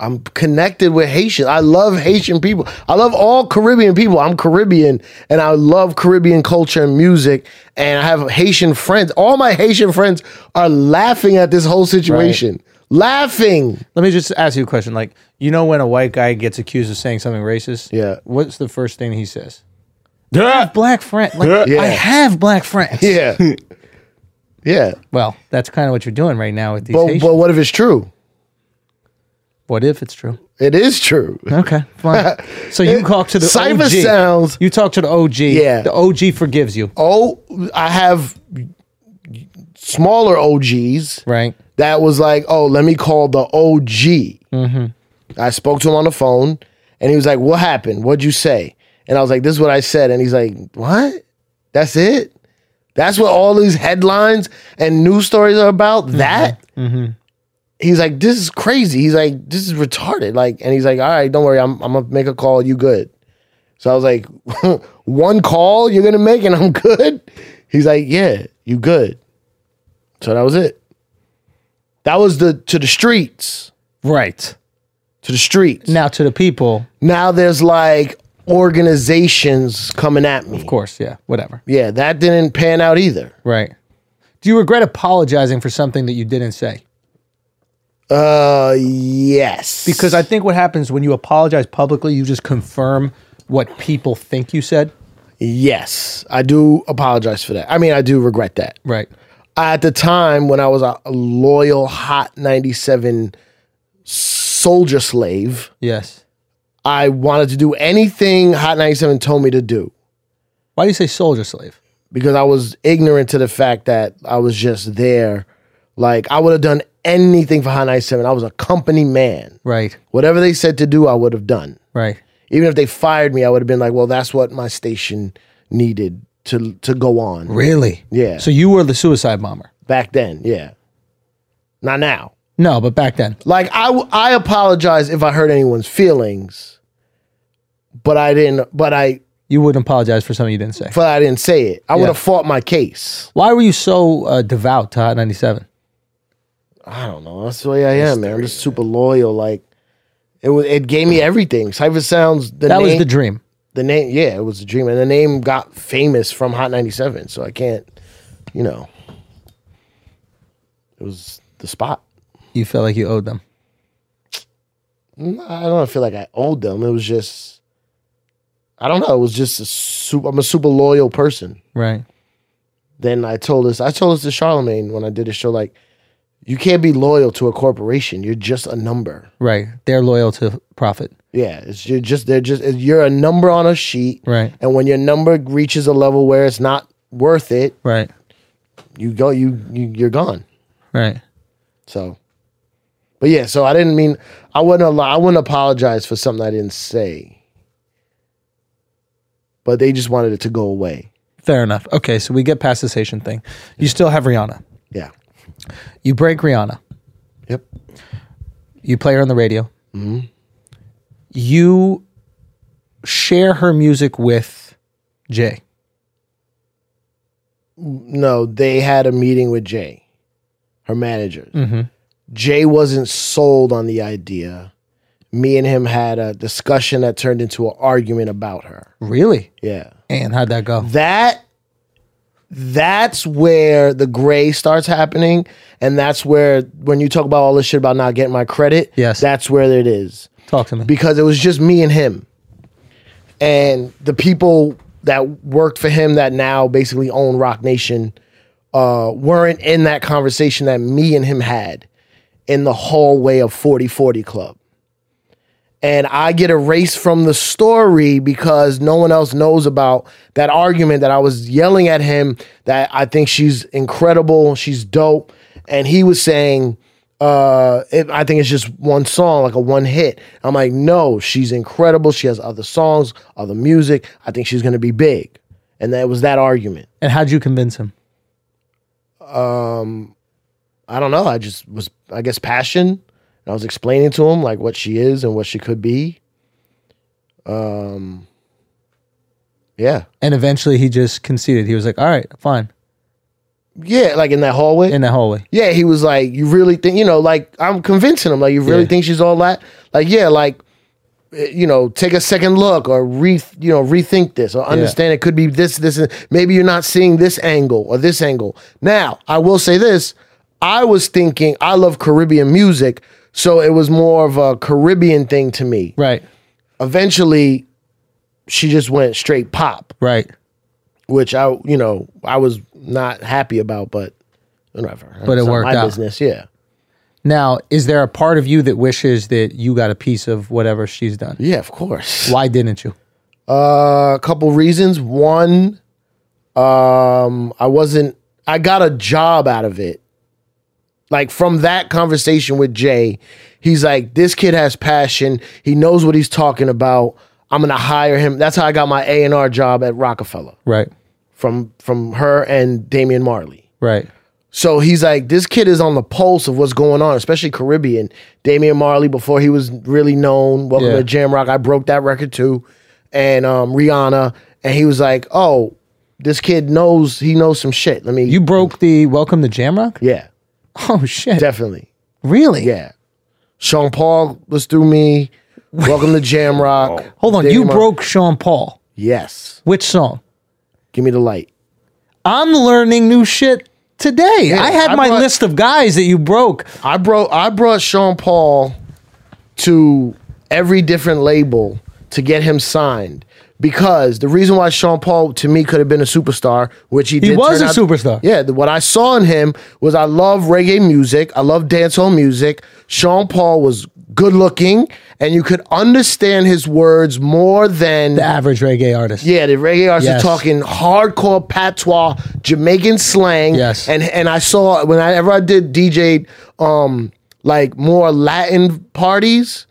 [SPEAKER 2] I'm connected with Haitian. I love Haitian people. I love all Caribbean people. I'm Caribbean, and I love Caribbean culture and music. And I have Haitian friends. All my Haitian friends are laughing at this whole situation. Laughing.
[SPEAKER 1] Let me just ask you a question. Like, you know, when a white guy gets accused of saying something racist,
[SPEAKER 2] Yeah.
[SPEAKER 1] what's the first thing he says? I have black friends. Like,
[SPEAKER 2] Yeah.
[SPEAKER 1] I have black friends.
[SPEAKER 2] Yeah. yeah.
[SPEAKER 1] Well, that's kind of what you're doing right now with these.
[SPEAKER 2] But,
[SPEAKER 1] Haitians.
[SPEAKER 2] but what if it's true?
[SPEAKER 1] what if it's true?
[SPEAKER 2] It is true.
[SPEAKER 1] Okay, fine. so you talk to the
[SPEAKER 2] Cyber
[SPEAKER 1] OG.
[SPEAKER 2] sounds-
[SPEAKER 1] You talk to the OG.
[SPEAKER 2] Yeah.
[SPEAKER 1] the OG forgives you,
[SPEAKER 2] Oh, I have smaller OGs.
[SPEAKER 1] right?
[SPEAKER 2] that was like, oh, let me call the OG. I spoke to him on the phone, and he was like, "What happened? What'd you say?" And I was like, "This is what I said." And he's like, "What? That's it? That's what all these headlines and news stories are about? That?" He's like, "This is crazy." He's like, "This is retarded." Like, and he's like, "All right, don't worry, I'm, I'm gonna make a call. You good?" So I was like, "One call you're gonna make, and I'm good." He's like, "Yeah, you good." So that was it. That was the to the streets,
[SPEAKER 1] Right
[SPEAKER 2] to the streets.
[SPEAKER 1] now to the people,
[SPEAKER 2] Now there's like organizations coming at me.
[SPEAKER 1] of course. Yeah, whatever.
[SPEAKER 2] Yeah, that didn't pan out either.
[SPEAKER 1] Right. Do you regret apologizing for something that you didn't say?
[SPEAKER 2] Uh, yes.
[SPEAKER 1] Because I think what happens when you apologize publicly, you just confirm what people think you said.
[SPEAKER 2] yes, I do apologize for that. I mean, I do regret that.
[SPEAKER 1] Right.
[SPEAKER 2] At the time when I was a loyal hot 97 soldier slave,
[SPEAKER 1] Yes.
[SPEAKER 2] I wanted to do anything Hot 97 told me to do
[SPEAKER 1] Why do you say soldier slave?
[SPEAKER 2] because I was ignorant to the fact that I was just there. Like, I would have done anything for Hot 97. I was a company man.
[SPEAKER 1] Right.
[SPEAKER 2] Whatever they said to do, I would have done.
[SPEAKER 1] Right.
[SPEAKER 2] Even if they fired me, I would have been like, well, that's what my station needed to, to go on.
[SPEAKER 1] Really?
[SPEAKER 2] Yeah.
[SPEAKER 1] So you were the suicide bomber.
[SPEAKER 2] Back then, yeah. Not now.
[SPEAKER 1] No, but back then.
[SPEAKER 2] Like I, w- I apologize if I hurt anyone's feelings, but I didn't. But I,
[SPEAKER 1] You wouldn't apologize for something you didn't say.
[SPEAKER 2] but I didn't say it. I would
[SPEAKER 1] Yeah.
[SPEAKER 2] have fought my case.
[SPEAKER 1] Why were you so uh, devout to Hot 97?
[SPEAKER 2] I don't know. That's the way I am, man. I'm just super loyal. Like it, was, it gave me everything. Cypher sounds. The
[SPEAKER 1] That
[SPEAKER 2] name,
[SPEAKER 1] was the dream.
[SPEAKER 2] the name. Yeah, it was the dream, and the name got famous from Hot 97. So I can't, you know, it was the spot.
[SPEAKER 1] You felt like you owed them.
[SPEAKER 2] Mm, I don't feel like I owed them. It was just, I don't know. It was just a super. I'm a super loyal person.
[SPEAKER 1] Right.
[SPEAKER 2] Then I told this. I told this to Charlemagne when I did a show. Like, you can't be loyal to a corporation. You're just a number.
[SPEAKER 1] Right. They're loyal to profit.
[SPEAKER 2] Yeah, it's you're just they're just you're a number on a sheet.
[SPEAKER 1] Right.
[SPEAKER 2] And when your number reaches a level where it's not worth it,
[SPEAKER 1] Right.
[SPEAKER 2] you go you, you you're gone.
[SPEAKER 1] Right.
[SPEAKER 2] So, but yeah, so I didn't mean I wouldn't allow, I wouldn't apologize for something I didn't say. But they just wanted it to go away.
[SPEAKER 1] Fair enough. Okay, so we get past this Haitian thing. You still have Rihanna.
[SPEAKER 2] Yeah.
[SPEAKER 1] You break Rihanna.
[SPEAKER 2] Yep.
[SPEAKER 1] You play her on the radio.
[SPEAKER 2] Mm-hmm.
[SPEAKER 1] You share her music with Jay.
[SPEAKER 2] No, they had a meeting with Jay, her manager. Jay wasn't sold on the idea. Me and him had a discussion that turned into an argument about her.
[SPEAKER 1] Really?
[SPEAKER 2] Yeah.
[SPEAKER 1] And how'd that go?
[SPEAKER 2] that that's where the gray starts happening and that's where when you talk about all this shit about not getting my credit
[SPEAKER 1] Yes.
[SPEAKER 2] that's where it is
[SPEAKER 1] Talk to me.
[SPEAKER 2] because it was just me and him and the people that worked for him that now basically own rock nation uh, weren't in that conversation that me and him had in the hallway of 4040 club and i get erased from the story because no one else knows about that argument that i was yelling at him that i think she's incredible she's dope and he was saying uh, it, I think it's just one song, like a one hit. I'm like, no, she's incredible. She has other songs, other music. I think she's gonna be big. And that was that argument.
[SPEAKER 1] and how'd you convince him?
[SPEAKER 2] I don't know. I just was, I guess, passion. And I was explaining to him like what she is and what she could be. Um, yeah,
[SPEAKER 1] And eventually he just conceded. He was like, all right, fine.
[SPEAKER 2] yeah, like in that hallway.
[SPEAKER 1] In the hallway.
[SPEAKER 2] yeah, he was like, you really think, you know, like I'm convincing him, like you really
[SPEAKER 1] Yeah.
[SPEAKER 2] think she's all that? Like, yeah, like eh, you know, take a second look or re, you know, rethink this or understand it could be this, this, and maybe you're not seeing this angle or this angle. Now, I will say this: I was thinking I love Caribbean music, so it was more of a Caribbean thing to me.
[SPEAKER 1] Right.
[SPEAKER 2] Eventually, she just went straight pop,
[SPEAKER 1] Right.
[SPEAKER 2] which I, you know, I was not happy about, but whatever.
[SPEAKER 1] But it
[SPEAKER 2] It's not
[SPEAKER 1] worked
[SPEAKER 2] my
[SPEAKER 1] out.
[SPEAKER 2] Business, yeah.
[SPEAKER 1] Now, is there a part of you that wishes that you got a piece of whatever she's done?
[SPEAKER 2] Yeah, of course.
[SPEAKER 1] Why didn't you?
[SPEAKER 2] Uh, a couple reasons. One, um, I wasn't. I got a job out of it. Like from that conversation with Jay, he's like, "This kid has passion. He knows what he's talking about. I'm gonna hire him." That's how I got my A and R job at Rockefeller
[SPEAKER 1] Right.
[SPEAKER 2] from from her and Damian Marley.
[SPEAKER 1] Right.
[SPEAKER 2] So he's like, this kid is on the pulse of what's going on, especially Caribbean. Damian Marley, before he was really known, Welcome
[SPEAKER 1] Yeah.
[SPEAKER 2] to Jam Rock. I broke that record too. And um, Rihanna. And he was like, oh, this kid knows, he knows some shit. Let me,
[SPEAKER 1] You broke the welcome to Jamrock?
[SPEAKER 2] yeah,
[SPEAKER 1] Oh, shit.
[SPEAKER 2] definitely.
[SPEAKER 1] really?
[SPEAKER 2] Yeah. Sean Paul was through me. Welcome to Jam Rock.
[SPEAKER 1] Hold on.
[SPEAKER 2] Damian
[SPEAKER 1] you
[SPEAKER 2] Mar-
[SPEAKER 1] broke Sean Paul.
[SPEAKER 2] Yes.
[SPEAKER 1] Which song?
[SPEAKER 2] Give me the light.
[SPEAKER 1] I'm learning new shit today. I had
[SPEAKER 2] I
[SPEAKER 1] my
[SPEAKER 2] brought-
[SPEAKER 1] list of guys that you broke.
[SPEAKER 2] I brought I brought Sean Paul to every different label to get him signed because the reason why Sean Paul to me could have been a superstar, which he, did
[SPEAKER 1] was
[SPEAKER 2] turn
[SPEAKER 1] a
[SPEAKER 2] out-
[SPEAKER 1] superstar.
[SPEAKER 2] Yeah, the- what I saw in him was I love reggae music, I love dancehall music. Sean Paul was good looking, and you could understand his words more than
[SPEAKER 1] The average reggae artist.
[SPEAKER 2] yeah, the reggae artists
[SPEAKER 1] Yes.
[SPEAKER 2] are talking hardcore patois, Jamaican slang.
[SPEAKER 1] Yes.
[SPEAKER 2] And and I saw whenever I did DJ um like more Latin parties,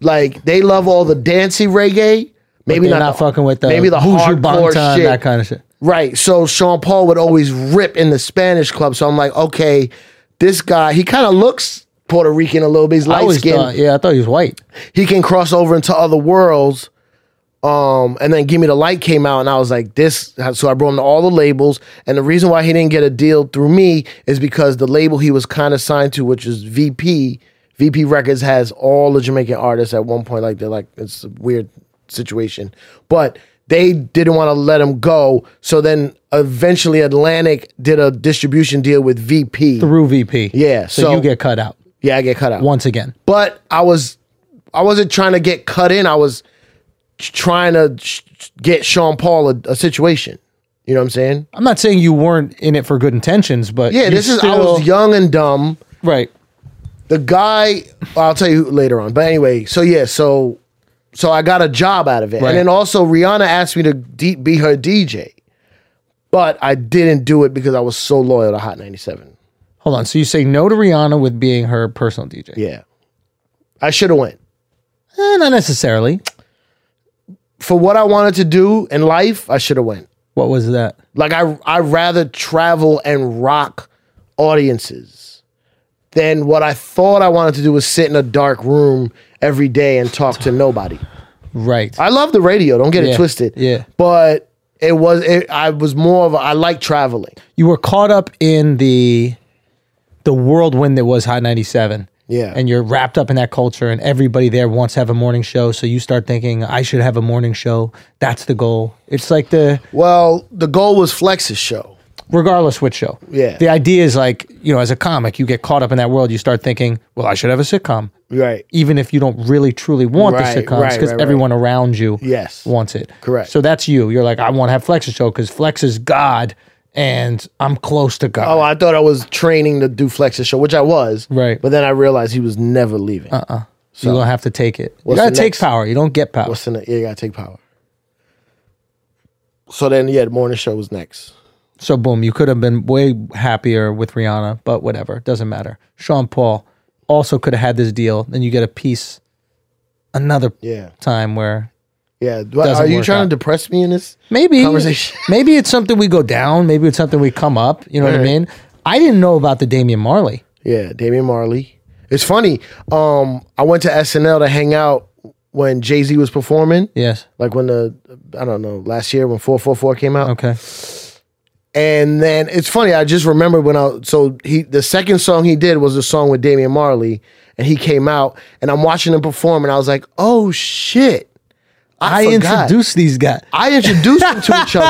[SPEAKER 2] like they love all the dancey reggae. Maybe
[SPEAKER 1] They're
[SPEAKER 2] not,
[SPEAKER 1] not,
[SPEAKER 2] the-
[SPEAKER 1] fucking with the
[SPEAKER 2] maybe the
[SPEAKER 1] Hoosier
[SPEAKER 2] hardcore
[SPEAKER 1] Bonton,
[SPEAKER 2] shit.
[SPEAKER 1] that kind of shit.
[SPEAKER 2] Right. So Sean Paul would always rip in the Spanish club. So I'm like, okay, this guy, he kind of looks Puerto Rican a little bit. He's
[SPEAKER 1] I
[SPEAKER 2] light
[SPEAKER 1] always
[SPEAKER 2] skinned
[SPEAKER 1] thought, yeah, I thought he was white.
[SPEAKER 2] he can cross over into other worlds. Um, and then Give Me the Light came out, and I was like, this. So I brought him to all the labels. And the reason why he didn't get a deal through me is because the label he was kind of signed to, which is VP, VP Records has all the Jamaican artists at one point. Like, they're like, it's a weird situation. But they didn't want to let him go. So then eventually Atlantic did a distribution deal with VP.
[SPEAKER 1] Through VP.
[SPEAKER 2] Yeah,
[SPEAKER 1] So,
[SPEAKER 2] so-
[SPEAKER 1] you get cut out
[SPEAKER 2] Yeah, I get cut out.
[SPEAKER 1] once again.
[SPEAKER 2] but I was I wasn't trying to get cut in. I was ch- trying to sh- get Sean Paul a, a situation. You know what I'm saying?
[SPEAKER 1] I'm not saying you weren't in it for good intentions, but
[SPEAKER 2] Yeah,
[SPEAKER 1] you
[SPEAKER 2] this is I
[SPEAKER 1] still-
[SPEAKER 2] was young and dumb.
[SPEAKER 1] Right.
[SPEAKER 2] The guy, I'll tell you later on. But anyway, so yeah, so so I got a job out of it,
[SPEAKER 1] Right.
[SPEAKER 2] and then also Rihanna asked me to d- be her DJ, but I didn't do it because I was so loyal to Hot 97.
[SPEAKER 1] Hold on. So you say no to Rihanna with being her personal DJ?
[SPEAKER 2] Yeah, I should have went.
[SPEAKER 1] Eh, not necessarily.
[SPEAKER 2] For what I wanted to do in life, I should have went.
[SPEAKER 1] What was that?
[SPEAKER 2] Like I I rather travel and rock audiences than what I thought I wanted to do was sit in a dark room every day and talk to nobody.
[SPEAKER 1] Right.
[SPEAKER 2] I love the radio, don't get
[SPEAKER 1] Yeah,
[SPEAKER 2] it twisted.
[SPEAKER 1] yeah.
[SPEAKER 2] But it was it, I was more of a, I like traveling.
[SPEAKER 1] you were caught up in the the whirlwind that was Hot 97.
[SPEAKER 2] Yeah.
[SPEAKER 1] And you're wrapped up in that culture and everybody there wants to have a morning show, so you start thinking I should have a morning show. That's the goal. It's like the
[SPEAKER 2] Well, the goal was Flex's show.
[SPEAKER 1] regardless which show.
[SPEAKER 2] Yeah.
[SPEAKER 1] The idea is like, you know, as a comic, you get caught up in that world, you start thinking, well, I should have a sitcom.
[SPEAKER 2] Right.
[SPEAKER 1] Even if you don't really truly want
[SPEAKER 2] Right,
[SPEAKER 1] the sitcoms,
[SPEAKER 2] right,
[SPEAKER 1] because
[SPEAKER 2] right,
[SPEAKER 1] everyone around you
[SPEAKER 2] Yes.
[SPEAKER 1] wants it.
[SPEAKER 2] Correct.
[SPEAKER 1] So that's you. You're like, I want to have Flex's show because Flex is God and I'm close to God.
[SPEAKER 2] Oh, I thought I was training to do Flex's show, which I was.
[SPEAKER 1] Right.
[SPEAKER 2] But then I realized he was never leaving. Uh-uh.
[SPEAKER 1] So you're gonna have to take it. You
[SPEAKER 2] What's
[SPEAKER 1] gotta
[SPEAKER 2] the
[SPEAKER 1] take
[SPEAKER 2] next-
[SPEAKER 1] power. You don't get power.
[SPEAKER 2] What's in it? Yeah, you gotta take power. So then yeah, the morning show was next.
[SPEAKER 1] so boom, you could have been way happier with Rihanna, but whatever, doesn't matter. Sean Paul also could have had this deal. Then you get a piece, another
[SPEAKER 2] Yeah.
[SPEAKER 1] time where
[SPEAKER 2] Yeah. Do-
[SPEAKER 1] Doesn't
[SPEAKER 2] are you
[SPEAKER 1] work
[SPEAKER 2] trying
[SPEAKER 1] out.
[SPEAKER 2] to depress me in this?
[SPEAKER 1] maybe
[SPEAKER 2] Conversation.
[SPEAKER 1] maybe it's something we go down. Maybe it's something we come up. You know what I
[SPEAKER 2] Right.
[SPEAKER 1] mean? I didn't know about the Damian Marley.
[SPEAKER 2] Yeah, Damian Marley. It's funny. Um, I went to SNL to hang out when Jay Z was performing.
[SPEAKER 1] Yes.
[SPEAKER 2] Like when the I don't know last year when four four four came out,
[SPEAKER 1] Okay.
[SPEAKER 2] and then it's funny. I just remembered when I so he the second song he did was a song with Damian Marley, and he came out, and I'm watching him perform, and I was like, oh shit,
[SPEAKER 1] I,
[SPEAKER 2] forgot.
[SPEAKER 1] introduced these guys.
[SPEAKER 2] I introduced them to each other.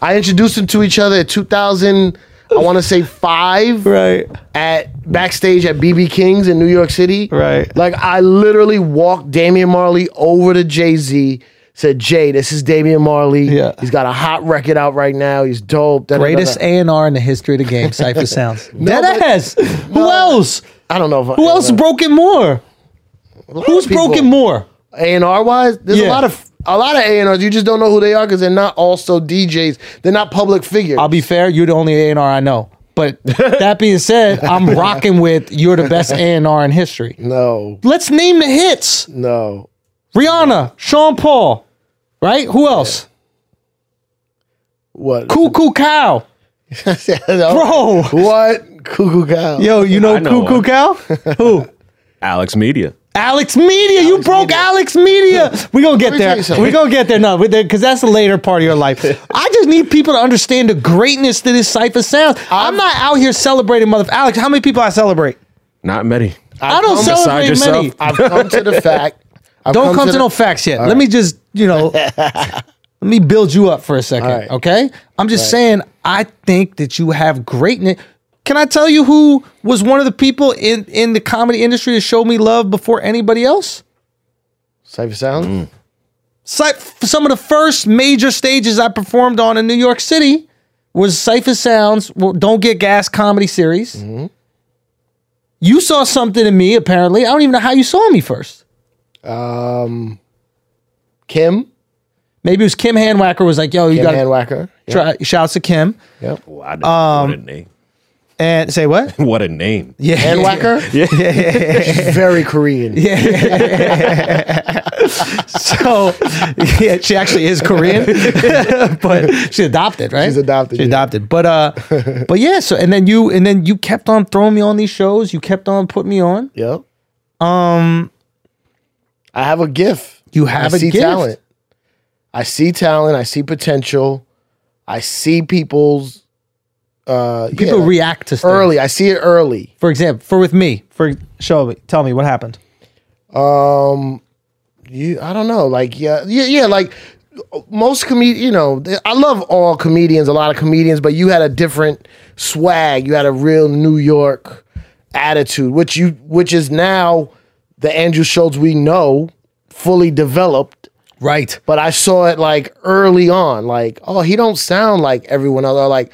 [SPEAKER 2] I introduced them to each other in 2000. I want to say five.
[SPEAKER 1] Right.
[SPEAKER 2] at backstage at BB King's in New York City.
[SPEAKER 1] Right.
[SPEAKER 2] Like I literally walked Damian Marley over to Jay Z. Said Jay, this is Damian Marley.
[SPEAKER 1] Yeah.
[SPEAKER 2] he's got a hot record out right now. He's dope. Da, da, da, da."
[SPEAKER 1] Greatest A and R in the history of the game. Cipher Sounds. Dead
[SPEAKER 2] but-
[SPEAKER 1] ass. Who else?
[SPEAKER 2] I don't know if
[SPEAKER 1] Who else broke it more? Who's broken more?
[SPEAKER 2] A and R wise, there's
[SPEAKER 1] Yeah.
[SPEAKER 2] a lot of a lot of A and R's. You just don't know who they are because they're not also DJs. They're not public figures.
[SPEAKER 1] I'll be fair. You're the only A and R I know. But that being said, I'm rocking with you're the best A and R in history.
[SPEAKER 2] no,
[SPEAKER 1] Let's name the hits:
[SPEAKER 2] no.
[SPEAKER 1] Rihanna, Sean Paul, right? Who else?
[SPEAKER 2] What?
[SPEAKER 1] Cuckoo Cow, bro.
[SPEAKER 2] What? Cuckoo cow.
[SPEAKER 1] Yo, you know
[SPEAKER 3] I know
[SPEAKER 1] Cuckoo
[SPEAKER 3] one.
[SPEAKER 1] Cow? Who?
[SPEAKER 3] Alex Media.
[SPEAKER 1] Alex Media, you broke Alex Media. We gonna get
[SPEAKER 2] me tell
[SPEAKER 1] there.
[SPEAKER 2] you something.
[SPEAKER 1] We gonna get there. No, because that's the later part of your life. I just need people to understand the greatness that this cipher sounds. I'm not out here celebrating, mother. Alex, how many people I celebrate?
[SPEAKER 3] Not many.
[SPEAKER 1] I, don't
[SPEAKER 2] come-
[SPEAKER 3] Beside
[SPEAKER 1] celebrate
[SPEAKER 3] yourself.
[SPEAKER 1] many.
[SPEAKER 2] I've come to the fact. I've
[SPEAKER 1] Don't come, to,
[SPEAKER 2] the-
[SPEAKER 1] no facts yet. Let me just, you know, Let me build you up for a second,
[SPEAKER 2] All right.
[SPEAKER 1] okay? I'm just saying, I think that you have greatness. Can I tell you who was one of the people in, in the comedy industry to show me love before anybody else?
[SPEAKER 2] Cypher Sound?
[SPEAKER 1] Cyph- some of the first major stages I performed on in New York City was Cypher Sounds, well, Don't Get Gas comedy series.
[SPEAKER 2] Mm-hmm.
[SPEAKER 1] You saw something in me, apparently. I don't even know how you saw me first.
[SPEAKER 2] Um, Kim?
[SPEAKER 1] Maybe it was Kim Hanwacker was like, yo, you
[SPEAKER 2] Kim
[SPEAKER 1] got to
[SPEAKER 2] Handwacker? Yeah.
[SPEAKER 1] try. Shouts to Kim.
[SPEAKER 3] Wow, what a name.
[SPEAKER 1] And say what?
[SPEAKER 3] What a name.
[SPEAKER 1] Yeah.
[SPEAKER 2] Handwacker? Yeah. She's very Korean. Yeah.
[SPEAKER 1] So, yeah, she actually is Korean, but she adopted, right?
[SPEAKER 2] She's adopted,
[SPEAKER 1] She
[SPEAKER 2] yeah.
[SPEAKER 1] adopted, but uh, but yeah. So and then you and then you kept on throwing me on these shows. You kept on putting me on.
[SPEAKER 2] Yep. Um, I have a gift.
[SPEAKER 1] Um, You have
[SPEAKER 2] I
[SPEAKER 1] a
[SPEAKER 2] see
[SPEAKER 1] gift.
[SPEAKER 2] talent. I see talent. I see potential. I see people's uh,
[SPEAKER 1] People
[SPEAKER 2] yeah,
[SPEAKER 1] react to stuff.
[SPEAKER 2] early. I see it early.
[SPEAKER 1] For example, for with me, for show me, tell me what happened.
[SPEAKER 2] Um, you, I don't know. Like, yeah, yeah, yeah. Like most comedians, you know, th- I love all comedians, a lot of comedians, but you had a different swag. You had a real New York attitude, which you, which is now the Andrew Schultz we know, fully developed.
[SPEAKER 1] Right.
[SPEAKER 2] But I saw it like early on, like, oh, he don't sound like everyone else. Or like,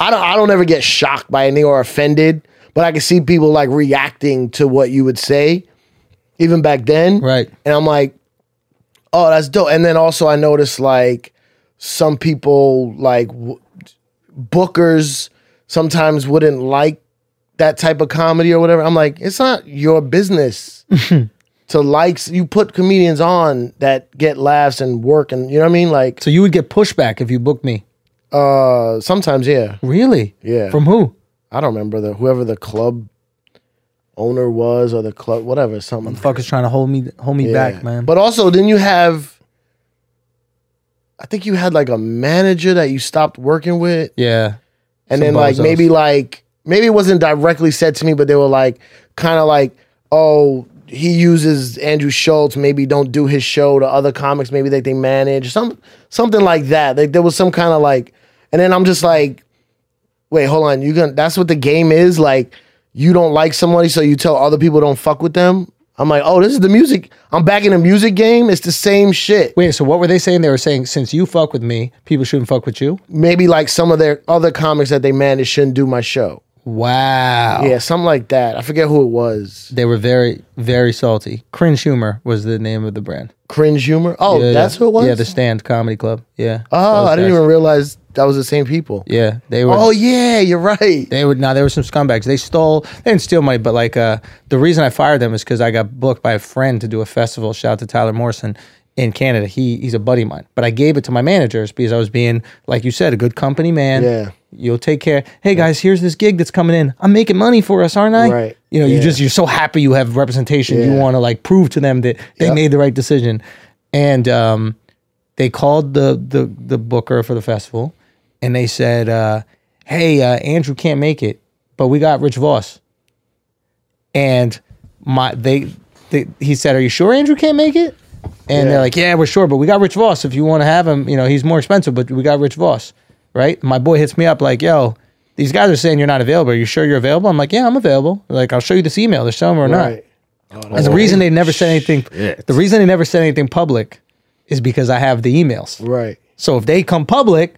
[SPEAKER 2] I don't, I don't ever get shocked by anything or offended, but I can see people like reacting to what you would say, even back then.
[SPEAKER 1] Right.
[SPEAKER 2] And I'm like, oh, that's dope. And then also I noticed like some people like w- bookers sometimes wouldn't like that type of comedy or whatever. I'm like, it's not your business to likes. You put comedians on that get laughs and work, and you know what I mean. Like
[SPEAKER 1] So you would get pushback if you booked me.
[SPEAKER 2] uh, sometimes, yeah,
[SPEAKER 1] Really?
[SPEAKER 2] Yeah.
[SPEAKER 1] From who?
[SPEAKER 2] I don't remember the whoever the club owner was or the club whatever something.
[SPEAKER 1] Fuckers trying to hold me hold me
[SPEAKER 2] Yeah.
[SPEAKER 1] back, man.
[SPEAKER 2] But also, then you have. I think you had like a manager that you stopped working with.
[SPEAKER 1] yeah.
[SPEAKER 2] And
[SPEAKER 1] Some
[SPEAKER 2] then like
[SPEAKER 1] bozos.
[SPEAKER 2] maybe like maybe it wasn't directly said to me, but they were like kind of like, oh, he uses Andrew Schultz. Maybe don't do his show to other comics. Maybe that they manage some something like that. Like there was some kind of like, and then I'm just like, wait, hold on, you gonna? That's what the game is. Like you don't like somebody, so you tell other people don't fuck with them. I'm like, oh, this is the music. I'm back in the music game. It's the same shit.
[SPEAKER 1] Wait, so what were they saying? They were saying since you fuck with me, people shouldn't fuck with you.
[SPEAKER 2] Maybe like some of their other comics that they manage shouldn't do my show.
[SPEAKER 1] Wow.
[SPEAKER 2] Yeah, something like that. I forget who it was.
[SPEAKER 1] They were very, very salty. Cringe Humor was the name of the brand.
[SPEAKER 2] Cringe humor. Oh,
[SPEAKER 1] Yeah,
[SPEAKER 2] that's
[SPEAKER 1] yeah.
[SPEAKER 2] who it was.
[SPEAKER 1] Yeah, the Stand Comedy Club. Yeah.
[SPEAKER 2] oh,
[SPEAKER 1] Those
[SPEAKER 2] I didn't
[SPEAKER 1] guys.
[SPEAKER 2] even realize that was the same people.
[SPEAKER 1] Yeah, they were.
[SPEAKER 2] Oh yeah, you're right.
[SPEAKER 1] They were now. there were some scumbags. They stole. They didn't steal money, but like uh, the reason I fired them is because I got booked by a friend to do a festival. Shout out to Tyler Morrison in Canada. He he's a buddy of mine. But I gave it to my managers because I was being, like you said, a good company man.
[SPEAKER 2] Yeah.
[SPEAKER 1] You'll take care. Hey guys, here's this gig that's coming in. I'm making money for us, aren't I?
[SPEAKER 2] Right.
[SPEAKER 1] You know, you
[SPEAKER 2] Yeah.
[SPEAKER 1] just you're so happy you have representation. You
[SPEAKER 2] Yeah.
[SPEAKER 1] want to like prove to them that they
[SPEAKER 2] Yep.
[SPEAKER 1] made the right decision. And um, they called the the the booker for the festival, and they said, uh, "Hey, uh, Andrew can't make it, but we got Rich Voss." And my they, they he said, "Are you sure Andrew can't make it?" And
[SPEAKER 2] Yeah.
[SPEAKER 1] they're like, "Yeah, we're sure, but we got Rich Voss. If you want to have him, you know he's more expensive, but we got Rich Voss, right?" My boy hits me up like, "Yo." These guys are saying you're not available. Are you sure you're available? I'm like, yeah, I'm available. They're like, I'll show you this email. There's some or not.
[SPEAKER 2] Right.
[SPEAKER 1] That's the reason they never said anything.
[SPEAKER 3] Shit.
[SPEAKER 1] The reason they never said anything public is because I have the emails.
[SPEAKER 2] Right.
[SPEAKER 1] So if they come public,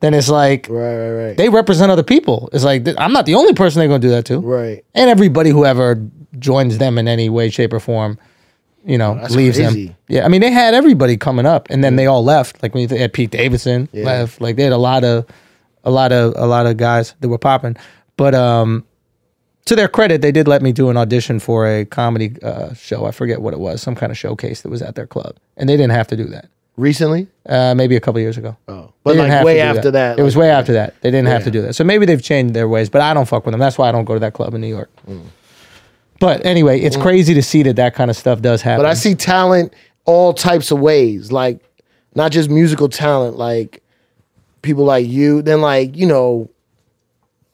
[SPEAKER 1] then it's like
[SPEAKER 2] Right. Right. Right.
[SPEAKER 1] they represent other people. It's like th- I'm not the only person they're going to do that to,
[SPEAKER 2] right.
[SPEAKER 1] and everybody who ever joins them in any way, shape, or form, you know, leaves
[SPEAKER 2] Oh, crazy.
[SPEAKER 1] them. Yeah, I mean they had everybody coming up, and then they all left. Like when you th- had Pete Davidson left, like they had a lot of, a lot of, a lot of guys that were popping. But um, to their credit, they did let me do an audition for a comedy uh, show. I forget what it was, some kind of showcase that was at their club, and they didn't have to do that.
[SPEAKER 2] Recently.
[SPEAKER 1] Uh, maybe a couple years ago.
[SPEAKER 2] Oh.
[SPEAKER 1] They
[SPEAKER 2] But
[SPEAKER 1] didn't have
[SPEAKER 2] like
[SPEAKER 1] to
[SPEAKER 2] way
[SPEAKER 1] do
[SPEAKER 2] after that.
[SPEAKER 1] It was
[SPEAKER 2] like-
[SPEAKER 1] way after that. They didn't have to do that. So maybe they've changed their ways, but I don't fuck with them. That's why I don't go to that club in New York.
[SPEAKER 2] Mm.
[SPEAKER 1] But anyway, it's crazy to see that that kind of stuff does happen.
[SPEAKER 2] But I see talent all types of ways, like not just musical talent, like people like you. Then like you know,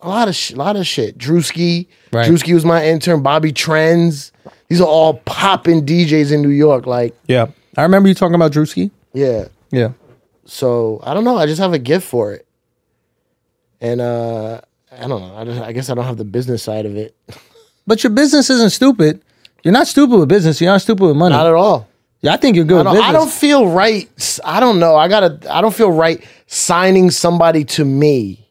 [SPEAKER 2] a lot of sh- lot of shit. Drewski,
[SPEAKER 1] Right.
[SPEAKER 2] Drewski was my intern. Bobby Trends. These are all popping DJs in New York. Like
[SPEAKER 1] yeah. I remember you talking about Drewski.
[SPEAKER 2] yeah,
[SPEAKER 1] Yeah.
[SPEAKER 2] So I don't know. I just have a gift for it, and uh, I don't know. I, just, I guess I don't have the business side of it.
[SPEAKER 1] But your business isn't stupid. You're not stupid with business. You're not stupid with money.
[SPEAKER 2] Not at all.
[SPEAKER 1] yeah, I think you're good
[SPEAKER 2] I
[SPEAKER 1] with business.
[SPEAKER 2] don't, I don't feel right. s- I don't know. I gotta. I don't feel right signing somebody to me,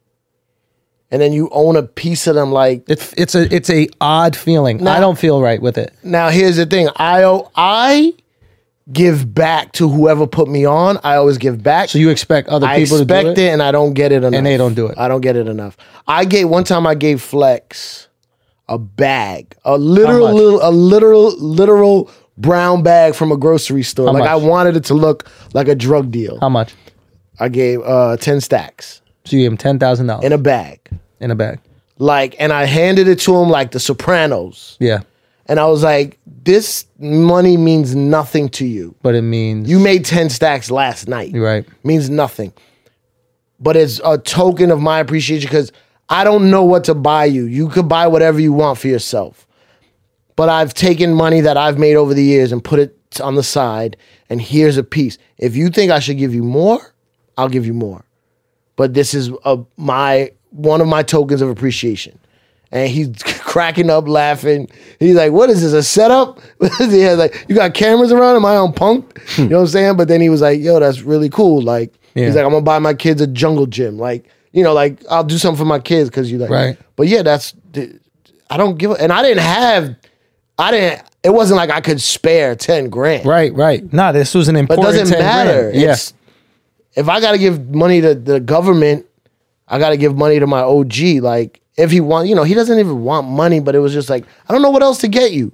[SPEAKER 2] and then you own a piece of them. Like
[SPEAKER 1] it's it's a it's a odd feeling. I don't feel right with it.
[SPEAKER 2] now, here's the thing. I owe- I give back to whoever put me on. I always give back.
[SPEAKER 1] So you expect other
[SPEAKER 2] I
[SPEAKER 1] people
[SPEAKER 2] expect
[SPEAKER 1] to
[SPEAKER 2] it?
[SPEAKER 1] do it?
[SPEAKER 2] and I don't get it enough.
[SPEAKER 1] they don't do it.
[SPEAKER 2] I don't get it enough. I gave one time I gave Flex a bag, a literal,
[SPEAKER 1] much?
[SPEAKER 2] little, a literal, literal brown bag from a grocery store. like
[SPEAKER 1] much?
[SPEAKER 2] I wanted it to look like a drug deal.
[SPEAKER 1] How much?
[SPEAKER 2] I gave uh, ten stacks
[SPEAKER 1] So you give him ten thousand dollars
[SPEAKER 2] in a bag,
[SPEAKER 1] in a bag.
[SPEAKER 2] like, and I handed it to him like The Sopranos,
[SPEAKER 1] Yeah,
[SPEAKER 2] and I was like, "This money means nothing to you.
[SPEAKER 1] but it means
[SPEAKER 2] You made ten stacks last night.
[SPEAKER 1] you're right.
[SPEAKER 2] means nothing. But it's a token of my appreciation because I don't know what to buy you. You could buy whatever you want for yourself. But I've taken money that I've made over the years and put it on the side, and here's a piece. If you think I should give you more, I'll give you more. But this is a, my one of my tokens of appreciation. And he's cracking up, laughing. He's like, "What is this? A setup?" yeah, like you got cameras around. Am I on punk? You know what I'm saying? But then he was like, "Yo, that's really cool." Like
[SPEAKER 1] Hmm. Yeah.
[SPEAKER 2] he's like, "I'm gonna buy my kids a jungle gym." Like you know, like I'll do something for my kids because you like.
[SPEAKER 1] Right.
[SPEAKER 2] But yeah, that's I don't give. a- And I didn't have. I didn't. It wasn't like I could spare ten grand.
[SPEAKER 1] Right, right. Nah, this was an
[SPEAKER 2] But it
[SPEAKER 1] important.
[SPEAKER 2] doesn't
[SPEAKER 1] 10 grand.
[SPEAKER 2] matter.
[SPEAKER 1] Yeah.
[SPEAKER 2] It's- if I got to give money to the government, I got to give money to my OG. Like, if he want, you know, he doesn't even want money, but it was just like, I don't know what else to get you.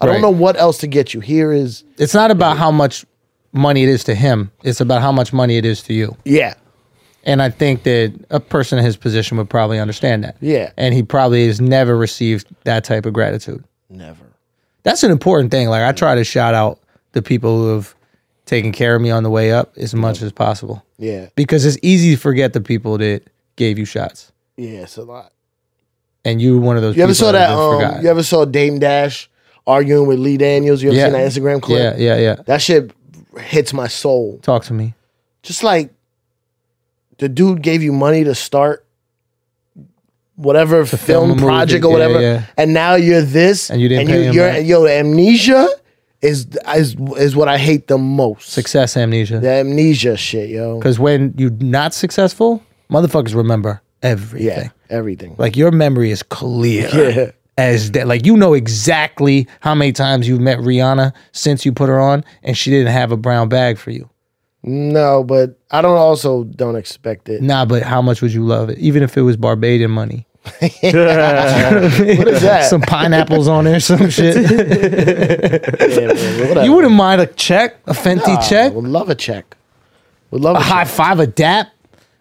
[SPEAKER 2] I
[SPEAKER 1] Right.
[SPEAKER 2] don't know what else to get you. Here is,
[SPEAKER 1] It's not about how much money it is to him. It's about how much money it is to you.
[SPEAKER 2] yeah,
[SPEAKER 1] And I think that a person in his position would probably understand that.
[SPEAKER 2] Yeah.
[SPEAKER 1] And he probably has never received that type of gratitude.
[SPEAKER 2] never.
[SPEAKER 1] That's an important thing. Like I try to shout out the people who have taken care of me on the way up as much as possible.
[SPEAKER 2] Yeah,
[SPEAKER 1] Because it's easy to forget the people that gave you shots.
[SPEAKER 2] yeah, it's a lot.
[SPEAKER 1] And you were one of those
[SPEAKER 2] You
[SPEAKER 1] people
[SPEAKER 2] ever saw that?
[SPEAKER 1] that,
[SPEAKER 2] Um,
[SPEAKER 1] forgot.
[SPEAKER 2] you ever saw Dame Dash arguing with Lee Daniels? You ever
[SPEAKER 1] Yeah.
[SPEAKER 2] seen that Instagram clip?
[SPEAKER 1] yeah, yeah, yeah.
[SPEAKER 2] That shit hits my soul.
[SPEAKER 1] Talk to me.
[SPEAKER 2] just like the dude gave you money to start whatever
[SPEAKER 1] film a
[SPEAKER 2] film
[SPEAKER 1] movie,
[SPEAKER 2] project or
[SPEAKER 1] yeah,
[SPEAKER 2] whatever,
[SPEAKER 1] yeah.
[SPEAKER 2] and now you're this,
[SPEAKER 1] And you didn't pay him
[SPEAKER 2] you're,
[SPEAKER 1] back.
[SPEAKER 2] yo amnesia is is is what I hate the most.
[SPEAKER 1] Success amnesia.
[SPEAKER 2] The amnesia shit, yo.
[SPEAKER 1] Because when you're not successful, motherfuckers remember everything.
[SPEAKER 2] Yeah, everything.
[SPEAKER 1] Like your memory is clear.
[SPEAKER 2] Yeah.
[SPEAKER 1] As that, like you know exactly how many times you've met Rihanna since you put her on, and she didn't have a brown bag for you.
[SPEAKER 2] No, but I don't also don't expect it.
[SPEAKER 1] Nah, but how much would you love it? Even if it was Barbadian money,
[SPEAKER 2] What is that?
[SPEAKER 1] some pineapples on there, some shit.
[SPEAKER 2] Yeah, man, whatever.
[SPEAKER 1] You wouldn't mind a check, a Fenty
[SPEAKER 2] Ah,
[SPEAKER 1] check,
[SPEAKER 2] Would love a check. Would love a,
[SPEAKER 1] a high five, a dap,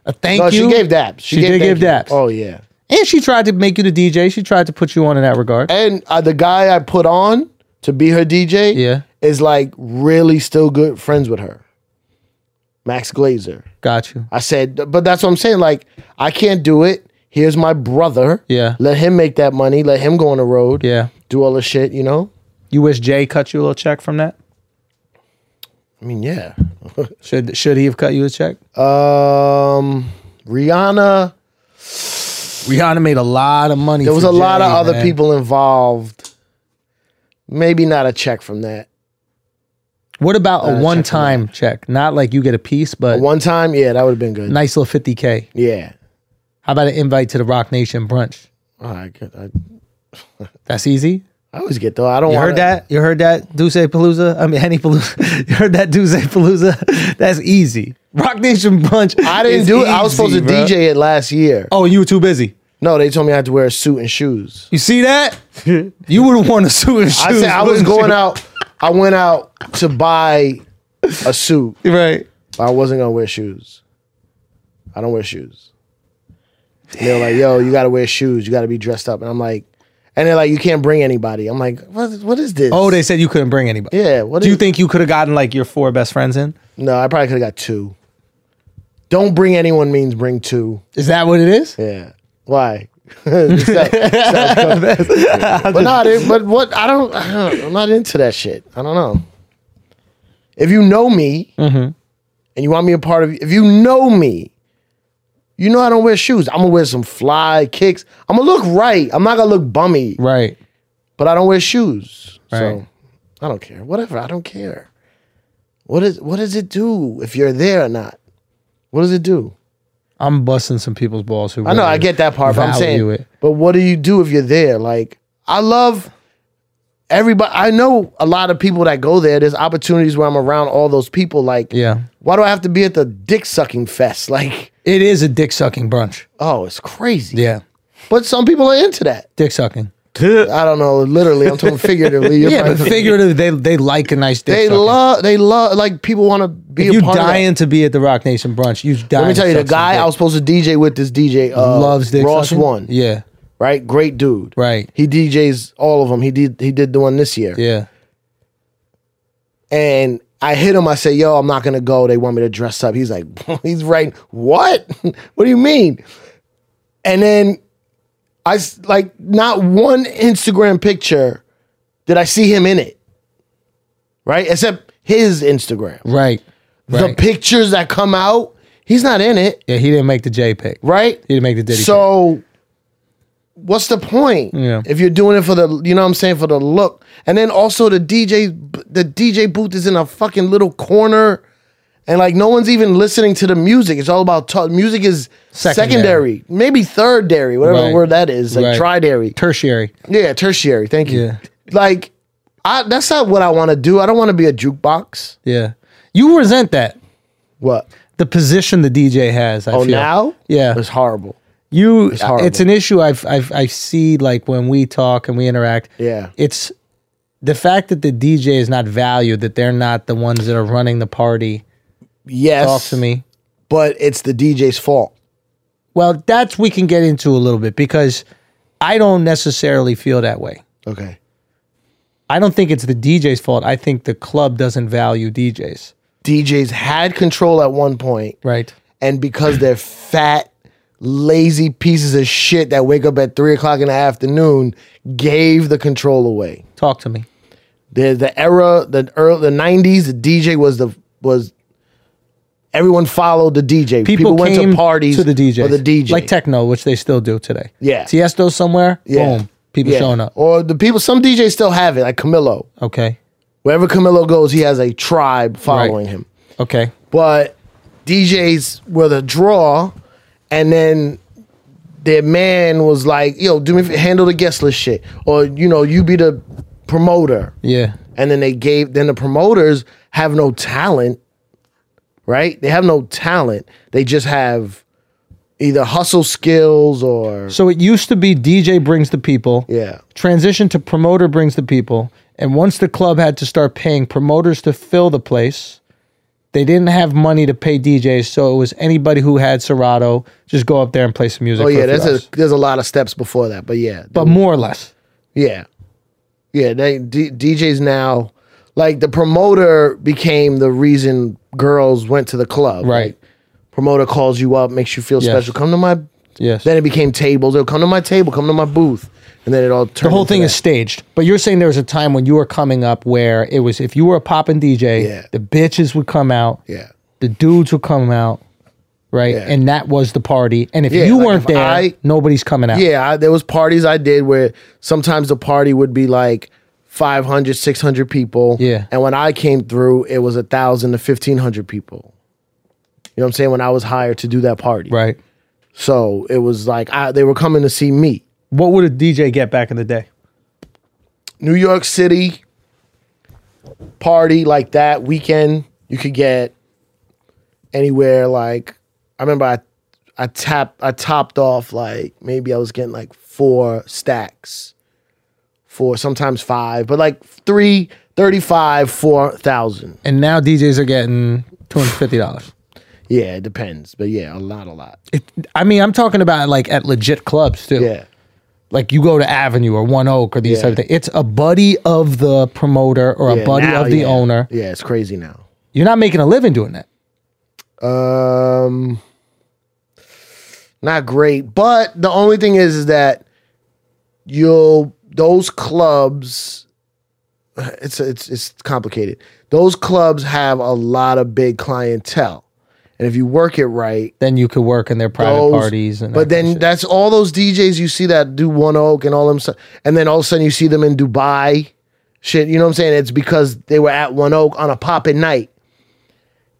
[SPEAKER 1] a thank
[SPEAKER 2] No,
[SPEAKER 1] you.
[SPEAKER 2] she gave daps. She,
[SPEAKER 1] She
[SPEAKER 2] gave
[SPEAKER 1] did give
[SPEAKER 2] thank you.
[SPEAKER 1] daps.
[SPEAKER 2] Oh yeah.
[SPEAKER 1] and she tried to make you the DJ. She tried to put you on in that regard.
[SPEAKER 2] and uh, the guy I put on to be her DJ
[SPEAKER 1] Yeah.
[SPEAKER 2] is like really still good friends with her. Max Glazer.
[SPEAKER 1] Got you.
[SPEAKER 2] I said, but that's what I'm saying. Like, I can't do it. Here's my brother.
[SPEAKER 1] Yeah.
[SPEAKER 2] Let him make that money. Let him go on the road.
[SPEAKER 1] Yeah.
[SPEAKER 2] Do all the shit, you know?
[SPEAKER 1] You wish Jay cut you a little check from that.
[SPEAKER 2] I mean, yeah.
[SPEAKER 1] Should should he have cut you a check?
[SPEAKER 2] Um Rihanna.
[SPEAKER 1] Rihanna made a lot of money.
[SPEAKER 2] There was
[SPEAKER 1] for
[SPEAKER 2] a lot
[SPEAKER 1] Jay,
[SPEAKER 2] of other
[SPEAKER 1] man.
[SPEAKER 2] people involved. Maybe not a check from that.
[SPEAKER 1] What about
[SPEAKER 2] check
[SPEAKER 1] a
[SPEAKER 2] them
[SPEAKER 1] one time check? Not like you get a piece, but
[SPEAKER 2] One time, yeah, that would have been good.
[SPEAKER 1] nice little fifty k.
[SPEAKER 2] Yeah.
[SPEAKER 1] How about an invite to the Rock Nation brunch?
[SPEAKER 2] All right, good. I,
[SPEAKER 1] That's easy.
[SPEAKER 2] I always get though. I don't
[SPEAKER 1] You
[SPEAKER 2] want
[SPEAKER 1] heard that? You heard that Duce Palooza? I mean, Henny Palooza. You heard that Duce Palooza? That's easy. Rock Nation brunch.
[SPEAKER 2] I didn't
[SPEAKER 1] is
[SPEAKER 2] do it. I was
[SPEAKER 1] easy,
[SPEAKER 2] supposed to
[SPEAKER 1] bruh.
[SPEAKER 2] DJ it last year.
[SPEAKER 1] Oh, you were too busy.
[SPEAKER 2] No, they told me I had to wear a suit and shoes.
[SPEAKER 1] You see that? you would have worn a suit and shoes.
[SPEAKER 2] I said I was
[SPEAKER 1] wouldn't
[SPEAKER 2] going
[SPEAKER 1] you?
[SPEAKER 2] out. I went out to buy a suit.
[SPEAKER 1] right.
[SPEAKER 2] I wasn't gonna wear shoes. I don't wear shoes. And They're like, yo, you gotta wear shoes. You gotta be dressed up. And I'm like, and they're like, you can't bring anybody. I'm like, what? What is this?
[SPEAKER 1] Oh, they said you couldn't bring anybody.
[SPEAKER 2] yeah. What
[SPEAKER 1] Do you
[SPEAKER 2] is-
[SPEAKER 1] think you could have gotten like your four best friends in?
[SPEAKER 2] No, I probably could have got two. Don't bring anyone means bring two.
[SPEAKER 1] Is that what it is?
[SPEAKER 2] Yeah. Why? It's not- it's not- but not it, but what I don't, I don't I'm not into that shit. I don't know. If you know me and you want me a part of if you know me, you know I don't wear shoes. I'm gonna wear some fly kicks. I'm gonna look right. I'm not gonna look bummy,
[SPEAKER 1] Right.
[SPEAKER 2] but I don't wear shoes.
[SPEAKER 1] Right.
[SPEAKER 2] So I don't care. Whatever, I don't care. What is what does it do if you're there or not? What does it do?
[SPEAKER 1] I'm busting some people's balls who
[SPEAKER 2] I know I get that part, but I'm saying,
[SPEAKER 1] value it.
[SPEAKER 2] but what do you do if you're there? Like, I love everybody. I know a lot of people that go there. There's opportunities where I'm around all those people. Like,
[SPEAKER 1] Yeah.
[SPEAKER 2] why do I have to be at the dick sucking fest? Like,
[SPEAKER 1] It is a dick sucking brunch.
[SPEAKER 2] oh, it's crazy.
[SPEAKER 1] Yeah.
[SPEAKER 2] But some people are into that.
[SPEAKER 1] Dick sucking.
[SPEAKER 2] I don't know. Literally, I'm talking figuratively. You're
[SPEAKER 1] Yeah,
[SPEAKER 2] probably-
[SPEAKER 1] but figuratively, they they like a nice dick.
[SPEAKER 2] they
[SPEAKER 1] sucking.
[SPEAKER 2] love. They love. Like, people want to be
[SPEAKER 1] If
[SPEAKER 2] a
[SPEAKER 1] you
[SPEAKER 2] part of that.
[SPEAKER 1] dying to be at the Rock Nation brunch. You dying.
[SPEAKER 2] Let me tell you,
[SPEAKER 1] to
[SPEAKER 2] the
[SPEAKER 1] suck some
[SPEAKER 2] guy I
[SPEAKER 1] dick.
[SPEAKER 2] was supposed to DJ with this DJ uh,
[SPEAKER 1] loves dick
[SPEAKER 2] Ross
[SPEAKER 1] sucking.
[SPEAKER 2] One.
[SPEAKER 1] Yeah.
[SPEAKER 2] right? Great dude.
[SPEAKER 1] Right.
[SPEAKER 2] He DJs all of them. He did he did the one this year.
[SPEAKER 1] Yeah.
[SPEAKER 2] And I hit him. I said, "Yo, I'm not gonna go. They want me to dress up." He's like, "He's right. What? what do you mean?" And then I s- like not one Instagram picture did I see him in it, right? Except his Instagram.
[SPEAKER 1] Right.
[SPEAKER 2] The
[SPEAKER 1] Right.
[SPEAKER 2] pictures that come out, he's not in it,
[SPEAKER 1] yeah. He didn't make the J pick.
[SPEAKER 2] right?
[SPEAKER 1] He didn't make the Diddy. pick.
[SPEAKER 2] So what's the point?
[SPEAKER 1] Yeah.
[SPEAKER 2] If you're doing it for the you know what I'm saying for the look. And then also the DJ b- the DJ booth is in a fucking little corner and like no one's even listening to the music. It's all about talk. music is secondary.
[SPEAKER 1] Secondary.
[SPEAKER 2] maybe thirdary, whatever
[SPEAKER 1] Right.
[SPEAKER 2] word that is, like
[SPEAKER 1] Right.
[SPEAKER 2] tridary.
[SPEAKER 1] tertiary.
[SPEAKER 2] Yeah, tertiary. Thank you.
[SPEAKER 1] Yeah.
[SPEAKER 2] Like I that's not what I want to do. I don't want to be a jukebox.
[SPEAKER 1] Yeah. You resent that
[SPEAKER 2] What?
[SPEAKER 1] the position the DJ has. I
[SPEAKER 2] Oh,
[SPEAKER 1] feel.
[SPEAKER 2] now?
[SPEAKER 1] Yeah.
[SPEAKER 2] It's horrible.
[SPEAKER 1] You, uh, it's,
[SPEAKER 2] horrible.
[SPEAKER 1] an issue I've, I've, I see like when we talk and we interact.
[SPEAKER 2] Yeah.
[SPEAKER 1] It's the fact that the DJ is not valued, that they're not the ones that are running the party.
[SPEAKER 2] Yes.
[SPEAKER 1] Talk to me.
[SPEAKER 2] But it's the DJ's fault.
[SPEAKER 1] Well, that's we can get into a little bit because I don't necessarily feel that way.
[SPEAKER 2] Okay.
[SPEAKER 1] I don't think it's the DJ's fault. I think the club doesn't value DJs.
[SPEAKER 2] DJs had control at one point,
[SPEAKER 1] Right.
[SPEAKER 2] and because they're fat, lazy pieces of shit that wake up at three o'clock in the afternoon, gave the control away.
[SPEAKER 1] Talk to me.
[SPEAKER 2] The the era, the early the nineties, the DJ was the was everyone followed the DJ.
[SPEAKER 1] People,
[SPEAKER 2] went
[SPEAKER 1] came
[SPEAKER 2] to parties
[SPEAKER 1] to the DJ.
[SPEAKER 2] or the DJ,
[SPEAKER 1] Like techno, which they still do today.
[SPEAKER 2] Yeah.
[SPEAKER 1] Tiesto somewhere.
[SPEAKER 2] Yeah.
[SPEAKER 1] Boom. People
[SPEAKER 2] Yeah.
[SPEAKER 1] showing up.
[SPEAKER 2] or the people. Some DJs still have it, like Camilo.
[SPEAKER 1] Okay.
[SPEAKER 2] Wherever Camilo goes, he has a tribe following him.
[SPEAKER 1] Okay.
[SPEAKER 2] but DJs were the draw, and then their man was like, "Yo, do me handle the guest list shit," or you know, you be the promoter,
[SPEAKER 1] Yeah.
[SPEAKER 2] and then they gave then the promoters have no talent, right? They have no talent. They just have either hustle skills or
[SPEAKER 1] So it used to be DJ brings the people.
[SPEAKER 2] yeah,
[SPEAKER 1] Transition to promoter brings the people. And once the club had to start paying promoters to fill the place, they didn't have money to pay DJs, so it was anybody who had Serato just go up there and play some music.
[SPEAKER 2] oh
[SPEAKER 1] for a
[SPEAKER 2] yeah.
[SPEAKER 1] few
[SPEAKER 2] There's
[SPEAKER 1] hours.
[SPEAKER 2] a there's a lot of steps before that, but yeah,
[SPEAKER 1] but more or less.
[SPEAKER 2] Yeah. Yeah, they D, DJs now like the promoter became the reason girls went to the club.
[SPEAKER 1] Right.
[SPEAKER 2] Like, promoter calls you up, makes you feel
[SPEAKER 1] Yes.
[SPEAKER 2] special. Come to my
[SPEAKER 1] Yes.
[SPEAKER 2] then it became tables. They'll come to my table, come to my booth. And then it all turned
[SPEAKER 1] the whole
[SPEAKER 2] into
[SPEAKER 1] thing
[SPEAKER 2] that.
[SPEAKER 1] is staged. But you're saying there was a time when you were coming up where it was if you were a poppin' DJ,
[SPEAKER 2] Yeah.
[SPEAKER 1] the bitches would come out,
[SPEAKER 2] Yeah.
[SPEAKER 1] the dudes would come out, right?
[SPEAKER 2] Yeah.
[SPEAKER 1] And that was the party. And if
[SPEAKER 2] Yeah,
[SPEAKER 1] you
[SPEAKER 2] like,
[SPEAKER 1] weren't
[SPEAKER 2] if
[SPEAKER 1] there,
[SPEAKER 2] I-
[SPEAKER 1] nobody's coming out.
[SPEAKER 2] Yeah, I, there was parties I did where sometimes the party would be like 500, 600 people.
[SPEAKER 1] Yeah.
[SPEAKER 2] And when I came through, it was a 1,000 to 1,500 people. You know what I'm saying? When I was hired to do that party.
[SPEAKER 1] Right.
[SPEAKER 2] So it was like I, they were coming to see me.
[SPEAKER 1] What would a DJ get back in the day?
[SPEAKER 2] New York City party like that weekend, you could get anywhere like I remember I I tapped I topped off like maybe I was getting like four stacks. Four, sometimes five, but like three, 35, 4,000.
[SPEAKER 1] And now DJs are getting two hundred fifty dollars.
[SPEAKER 2] Yeah, it depends. But yeah, a lot, a lot.
[SPEAKER 1] I mean, I'm talking about like at legit clubs too.
[SPEAKER 2] Yeah.
[SPEAKER 1] Like you go to Avenue or One Oak or these
[SPEAKER 2] Yeah.
[SPEAKER 1] type of things. It's a buddy of the promoter or
[SPEAKER 2] Yeah,
[SPEAKER 1] a buddy
[SPEAKER 2] now,
[SPEAKER 1] of the
[SPEAKER 2] yeah.
[SPEAKER 1] owner.
[SPEAKER 2] Yeah, it's crazy now.
[SPEAKER 1] You're not making a living doing that.
[SPEAKER 2] Um, not great. But the only thing is, is that you'll those clubs. It's it's it's complicated. Those clubs have a lot of big clientele, and if you work it right,
[SPEAKER 1] Then you could work in their private
[SPEAKER 2] those-
[SPEAKER 1] parties. And
[SPEAKER 2] but
[SPEAKER 1] that kind of
[SPEAKER 2] then
[SPEAKER 1] shit.
[SPEAKER 2] that's all those DJs you see that do One Oak and all them, stuff, and then all of a sudden you see them in Dubai, shit. You know what I'm saying? It's because they were at One Oak on a poppin' night.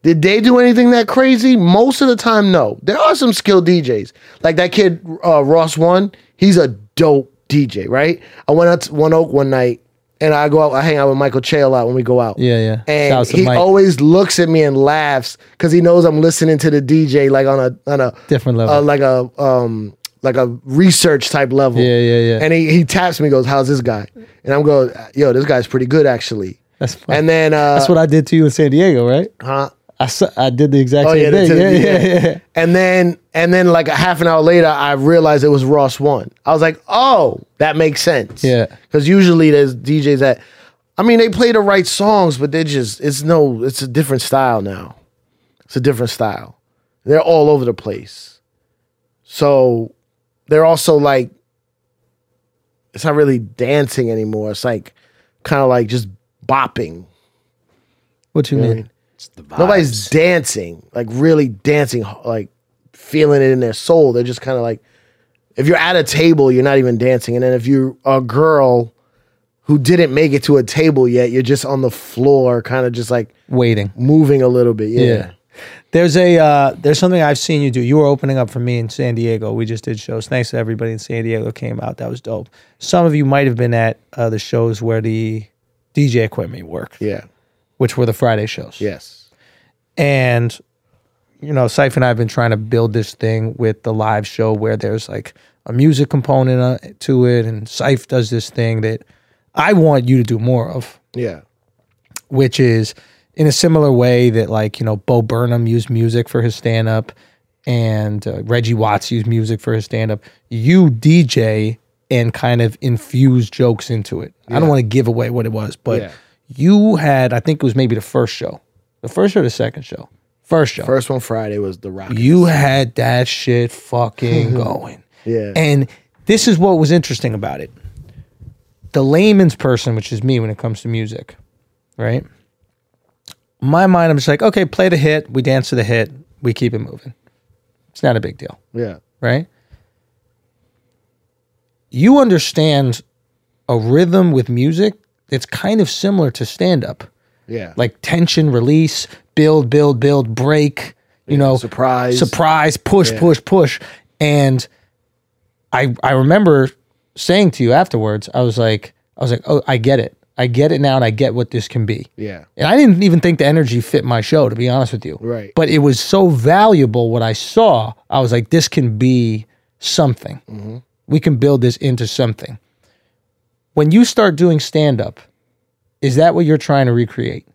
[SPEAKER 2] Did they do anything that crazy? Most of the time, no. There are some skilled DJs, like that kid uh, Ross One. He's a dope DJ, right? I went out to One Oak one night, and I go out. I hang out with Michael Che a lot when we go out.
[SPEAKER 1] Yeah, yeah.
[SPEAKER 2] And
[SPEAKER 1] Shouts to
[SPEAKER 2] he
[SPEAKER 1] Mike.
[SPEAKER 2] always looks at me and laughs because he knows I'm listening to the DJ like on a on a
[SPEAKER 1] Different level.
[SPEAKER 2] uh, like a um like a research type level.
[SPEAKER 1] Yeah, yeah, yeah.
[SPEAKER 2] And he, he taps me, goes, "How's this guy?" And I'm going, "Yo, this guy's pretty good actually."
[SPEAKER 1] that's fun.
[SPEAKER 2] And then uh,
[SPEAKER 1] that's what I did to you in San Diego, right?
[SPEAKER 2] huh?
[SPEAKER 1] I, su- I did the exact
[SPEAKER 2] Oh yeah,
[SPEAKER 1] same
[SPEAKER 2] the
[SPEAKER 1] thing.
[SPEAKER 2] tip,
[SPEAKER 1] Yeah,
[SPEAKER 2] yeah.
[SPEAKER 1] yeah, yeah.
[SPEAKER 2] And then and then like a half an hour later, I realized it was Ross One. I was like, "Oh, that makes sense."
[SPEAKER 1] Yeah.
[SPEAKER 2] Because usually there's DJs that, I mean, they play the right songs, but they just it's no, it's a different style now. It's a different style. They're all over the place. So they're also like, it's not really dancing anymore. It's like kind of like just bopping.
[SPEAKER 1] What you
[SPEAKER 2] I
[SPEAKER 1] mean?
[SPEAKER 2] mean, nobody's dancing, like really dancing, like feeling it in their soul. They're just kind of like, if you're at a table, you're not even dancing. And then if you're a girl who didn't make it to a table yet, you're just on the floor, kind of just like
[SPEAKER 1] Waiting.
[SPEAKER 2] moving a little bit. Yeah.
[SPEAKER 1] Yeah. There's a uh, there's something I've seen you do. You were opening up for me in San Diego. We just did shows. Thanks to everybody in San Diego that came out. That was dope. Some of you might have been at uh, the shows where the DJ equipment worked,
[SPEAKER 2] Yeah.
[SPEAKER 1] which were the Friday shows.
[SPEAKER 2] Yes.
[SPEAKER 1] And you know, Syph and I have been trying to build this thing with the live show where there's like a music component uh, to it, and Syph does this thing that I want you to do more of
[SPEAKER 2] Yeah.
[SPEAKER 1] which is in a similar way that like you know Bo Burnham used music for his stand up and uh, Reggie Watts used music for his stand up you DJ and kind of infuse jokes into it I don't want to give away what it was but
[SPEAKER 2] Yeah.
[SPEAKER 1] you had I think it was maybe the first show the first or the second show first show
[SPEAKER 2] First one Friday was the rock.
[SPEAKER 1] you had that shit fucking going
[SPEAKER 2] Yeah.
[SPEAKER 1] and this is what was interesting about it. The layman's person, which is me when it comes to music, right? My mind, I'm just like, okay, play the hit. We dance to the hit. We keep it moving. It's not a big deal,
[SPEAKER 2] yeah.
[SPEAKER 1] right? You understand a rhythm with music that's kind of similar to stand up,
[SPEAKER 2] Yeah.
[SPEAKER 1] like tension, release, build, build, build, break, you know,
[SPEAKER 2] surprise.
[SPEAKER 1] surprise, push, push, push. And I I remember saying to you afterwards, I was like, I was like, oh, I get it. I get it now and I get what this can be.
[SPEAKER 2] yeah.
[SPEAKER 1] And I didn't even think the energy fit my show, to be honest with you.
[SPEAKER 2] Right.
[SPEAKER 1] But it was so valuable what I saw. I was like, this can be something.
[SPEAKER 2] Mm-hmm.
[SPEAKER 1] We can build this into something. When you start doing stand up, is that what you're trying to recreate?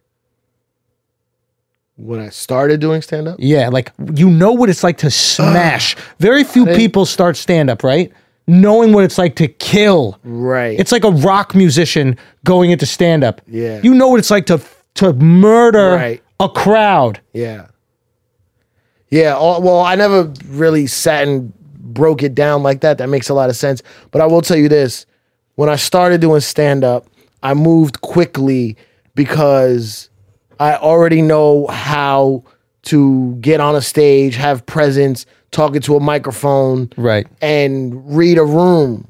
[SPEAKER 2] When I started doing stand up,
[SPEAKER 1] Yeah, like you know what it's like to smash. Very few people start stand up, right? Knowing what it's like to kill.
[SPEAKER 2] right.
[SPEAKER 1] It's like a rock musician going into stand up.
[SPEAKER 2] Yeah.
[SPEAKER 1] You know what it's like to to murder
[SPEAKER 2] Right.
[SPEAKER 1] a crowd.
[SPEAKER 2] Yeah. Yeah. All, well, I never really sat and broke it down like that. That makes a lot of sense. But I will tell you this when I started doing stand up, I moved quickly because I already know how to get on a stage, have presence, talk into a microphone,
[SPEAKER 1] Right.
[SPEAKER 2] and read a room.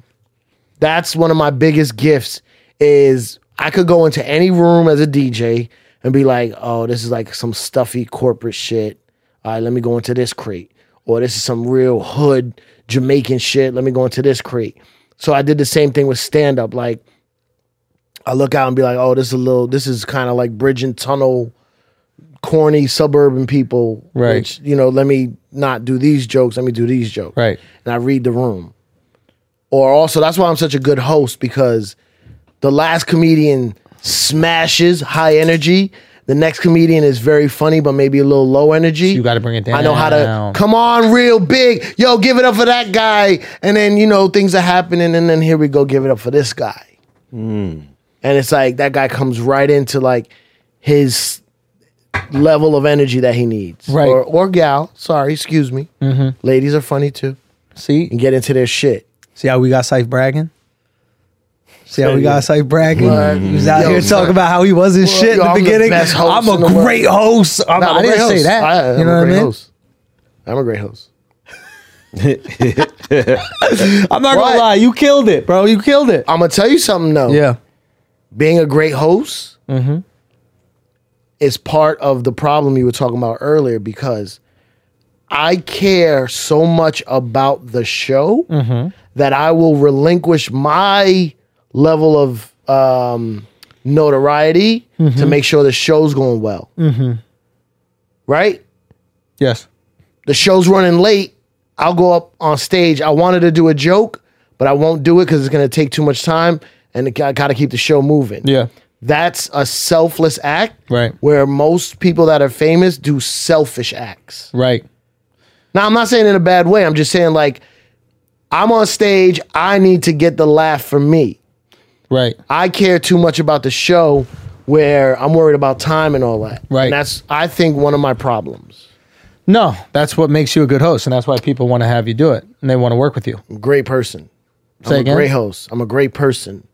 [SPEAKER 2] That's one of my biggest gifts is I could go into any room as a DJ and be like, "Oh, this is like some stuffy corporate shit. All right, let me go into this crate." Or this is some real hood Jamaican shit. Let me go into this crate. So I did the same thing with stand up like I look out and be like, "Oh, this is a little this is kind of like bridge and tunnel corny suburban people."
[SPEAKER 1] Right.
[SPEAKER 2] Which, you know, let me not do these jokes. Let me do these jokes
[SPEAKER 1] Right.
[SPEAKER 2] and I read the room. Or also, that's why I'm such a good host because the last comedian smashes high energy. The next comedian is very funny, but maybe a little low energy.
[SPEAKER 1] you gotta bring it
[SPEAKER 2] I know how to
[SPEAKER 1] down.
[SPEAKER 2] come on real big. Yo, give it up for that guy. And then, you know, things are happening. And then here we go, give it up for this guy. And it's like that guy comes right into like his level of energy that he needs.
[SPEAKER 1] Right. Mm-hmm.
[SPEAKER 2] Or, or gal. Sorry, excuse me. Ladies are funny too
[SPEAKER 1] See?
[SPEAKER 2] and get into their shit.
[SPEAKER 1] See how we got Syfe bragging? See how we got us like bragging? He was out
[SPEAKER 2] Yo,
[SPEAKER 1] here talking
[SPEAKER 2] son.
[SPEAKER 1] about how he wasn't shit in the
[SPEAKER 2] yo, I'm the
[SPEAKER 1] beginning.
[SPEAKER 2] best host
[SPEAKER 1] I'm
[SPEAKER 2] in the
[SPEAKER 1] a
[SPEAKER 2] world.
[SPEAKER 1] great host. I'm,
[SPEAKER 2] Nah, I'm
[SPEAKER 1] I
[SPEAKER 2] a
[SPEAKER 1] did
[SPEAKER 2] great
[SPEAKER 1] not say
[SPEAKER 2] host.
[SPEAKER 1] that.
[SPEAKER 2] I, I'm
[SPEAKER 1] you know
[SPEAKER 2] a
[SPEAKER 1] what I
[SPEAKER 2] great
[SPEAKER 1] mean?
[SPEAKER 2] host. I'm a great host.
[SPEAKER 1] I'm not
[SPEAKER 2] What?
[SPEAKER 1] gonna lie. You killed it, bro. You killed it.
[SPEAKER 2] I'm gonna tell you something though.
[SPEAKER 1] yeah.
[SPEAKER 2] being a great host is part of the problem you were talking about earlier because I care so much about the show that I will relinquish my level of um, notoriety to make sure the show's going well. Right?
[SPEAKER 1] Yes.
[SPEAKER 2] the show's running late. I'll go up on stage. I wanted to do a joke, but I won't do it because it's going to take too much time and I got to keep the show moving.
[SPEAKER 1] Yeah.
[SPEAKER 2] That's a selfless act
[SPEAKER 1] Right.
[SPEAKER 2] where most people that are famous do selfish acts.
[SPEAKER 1] Right.
[SPEAKER 2] Now, I'm not saying in a bad way. I'm just saying, like, I'm on stage. I need to get the laugh from me.
[SPEAKER 1] Right.
[SPEAKER 2] I care too much about the show where I'm worried about time and all that.
[SPEAKER 1] Right.
[SPEAKER 2] And that's, I think, one of my problems.
[SPEAKER 1] No, that's what makes you a good host, and that's why people want to have you do it, and they want to work with you.
[SPEAKER 2] great person.
[SPEAKER 1] Say
[SPEAKER 2] I'm
[SPEAKER 1] again?
[SPEAKER 2] a great host. I'm a great person,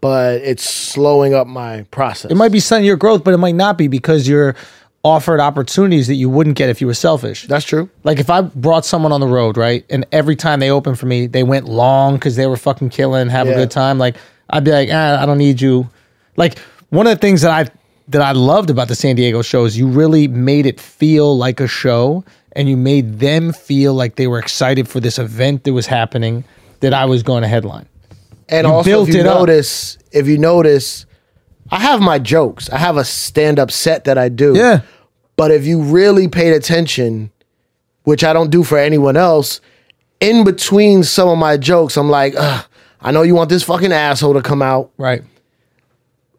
[SPEAKER 2] but it's slowing up my process.
[SPEAKER 1] It might be some of your growth, but it might not be because you're offered opportunities that you wouldn't get if you were selfish.
[SPEAKER 2] That's true.
[SPEAKER 1] Like if I brought someone on the road, right, and every time they opened for me, they went long because they were fucking killing, have a
[SPEAKER 2] Yeah.
[SPEAKER 1] good time. Like I'd be like, ah, I don't need you. Like one of the things that I that I loved about the San Diego show is you really made it feel like a show, and you made them feel like they were excited for this event that was happening that I was going to headline.
[SPEAKER 2] And
[SPEAKER 1] You
[SPEAKER 2] also,
[SPEAKER 1] built
[SPEAKER 2] if you
[SPEAKER 1] it up.
[SPEAKER 2] notice, if you notice, I have my jokes. I have a stand-up set that I do. But if you really paid attention, which I don't do for anyone else, in between some of my jokes, I'm like, Ugh, I know you want this fucking asshole to come out.
[SPEAKER 1] right.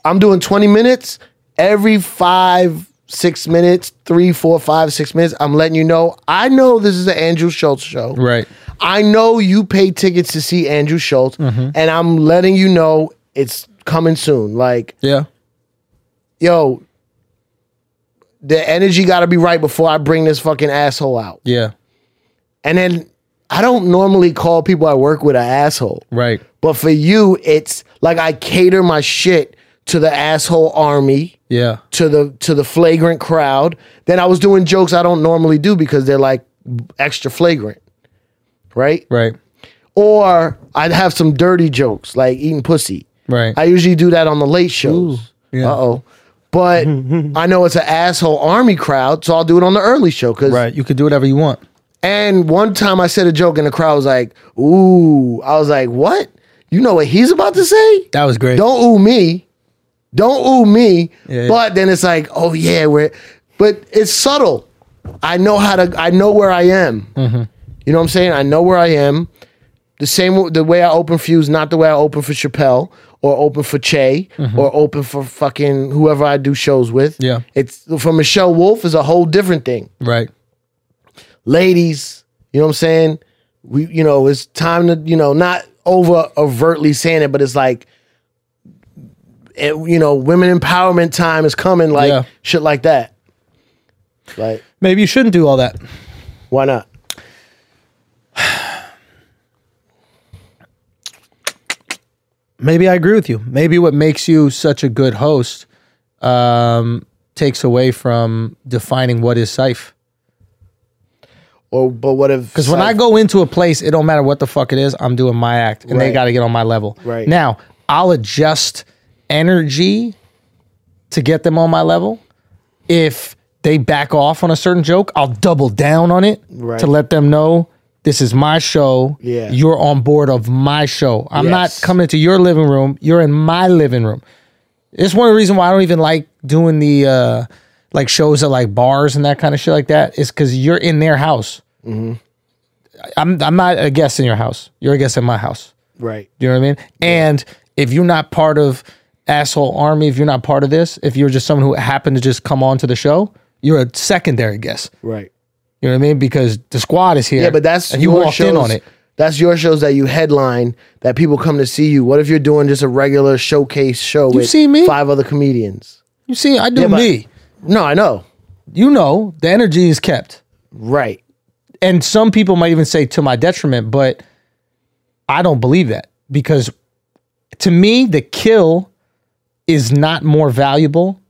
[SPEAKER 2] I'm doing 20 minutes every five, six minutes, three, four, five, six minutes. I'm letting you know. I know this is an Andrew Schultz show.
[SPEAKER 1] Right.
[SPEAKER 2] I know you pay tickets to see Andrew Schultz, and I'm letting you know it's coming soon. Like,
[SPEAKER 1] Yeah.
[SPEAKER 2] yo, the energy got to be right before I bring this fucking asshole out.
[SPEAKER 1] Yeah.
[SPEAKER 2] And then I don't normally call people I work with an asshole.
[SPEAKER 1] Right.
[SPEAKER 2] But for you, it's like I cater my shit to the asshole army.
[SPEAKER 1] Yeah.
[SPEAKER 2] to the to the flagrant crowd. Then I was doing jokes I don't normally do because they're like extra flagrant, right?
[SPEAKER 1] Right.
[SPEAKER 2] Or I'd have some dirty jokes like eating pussy.
[SPEAKER 1] Right.
[SPEAKER 2] I usually do that on the late shows.
[SPEAKER 1] yeah.
[SPEAKER 2] Uh oh. But I know it's an asshole army crowd, so I'll do it on the early show. Cause
[SPEAKER 1] right. You could do whatever you want.
[SPEAKER 2] and one time I said a joke and the crowd was like, "Ooh!" I was like, "What? You know what he's about to say?"
[SPEAKER 1] That was great.
[SPEAKER 2] don't ooh me, don't ooh me.
[SPEAKER 1] Yeah.
[SPEAKER 2] But then it's like, oh yeah, we're, but it's subtle. I know how to. I know where I am.
[SPEAKER 1] Mm-hmm.
[SPEAKER 2] You know what I'm saying? I know where I am. The same w- the way I open for you is not the way I open for Chappelle or open for Che or open for fucking whoever I do shows with.
[SPEAKER 1] Mm-hmm. Yeah.
[SPEAKER 2] it's for Michelle Wolf is a whole different thing.
[SPEAKER 1] Right.
[SPEAKER 2] Ladies, you know what I'm saying? We, you know, it's time to, you know, not over overtly saying it, but it's like it, you know, women empowerment time is coming, like
[SPEAKER 1] Yeah.
[SPEAKER 2] shit like that. Like,
[SPEAKER 1] Maybe you shouldn't do all that.
[SPEAKER 2] why not?
[SPEAKER 1] Maybe I agree with you. Maybe what makes you such a good host um, takes away from defining what is safe.
[SPEAKER 2] Or but what if
[SPEAKER 1] Because when I go into a place, it don't matter what the fuck it is. I'm doing my act, and they
[SPEAKER 2] Right.
[SPEAKER 1] got to get on my level.
[SPEAKER 2] Right.
[SPEAKER 1] now, I'll adjust energy to get them on my level. If they back off on a certain joke, I'll double down on it
[SPEAKER 2] Right.
[SPEAKER 1] to let them know this is my show.
[SPEAKER 2] Yeah.
[SPEAKER 1] you're on board of my show. I'm
[SPEAKER 2] Yes.
[SPEAKER 1] not coming into your living room. You're in my living room. It's one of the reasons why I don't even like doing the uh, like shows at like bars and that kind of shit like that. Is because you're in their house.
[SPEAKER 2] Mm-hmm.
[SPEAKER 1] I'm I'm not a guest in your house. You're a guest in my house.
[SPEAKER 2] right,
[SPEAKER 1] You know what I mean? And if you're not part of asshole army, if you're not part of this, if you're just someone who happened to just come on to the show, you're a secondary guest.
[SPEAKER 2] right.
[SPEAKER 1] You know what I mean? Because the squad is here.
[SPEAKER 2] Yeah, but that's
[SPEAKER 1] and you
[SPEAKER 2] your
[SPEAKER 1] walked
[SPEAKER 2] shows,
[SPEAKER 1] in on it.
[SPEAKER 2] That's your shows that you headline that people come to see you. What if you're doing just a regular showcase show with
[SPEAKER 1] see me?
[SPEAKER 2] five other comedians?
[SPEAKER 1] You see, I do
[SPEAKER 2] Yeah, but-
[SPEAKER 1] me.
[SPEAKER 2] No, I know.
[SPEAKER 1] You know, the energy is kept.
[SPEAKER 2] Right.
[SPEAKER 1] and some people might even say to my detriment, but I don't believe that because to me, the kill is not more valuable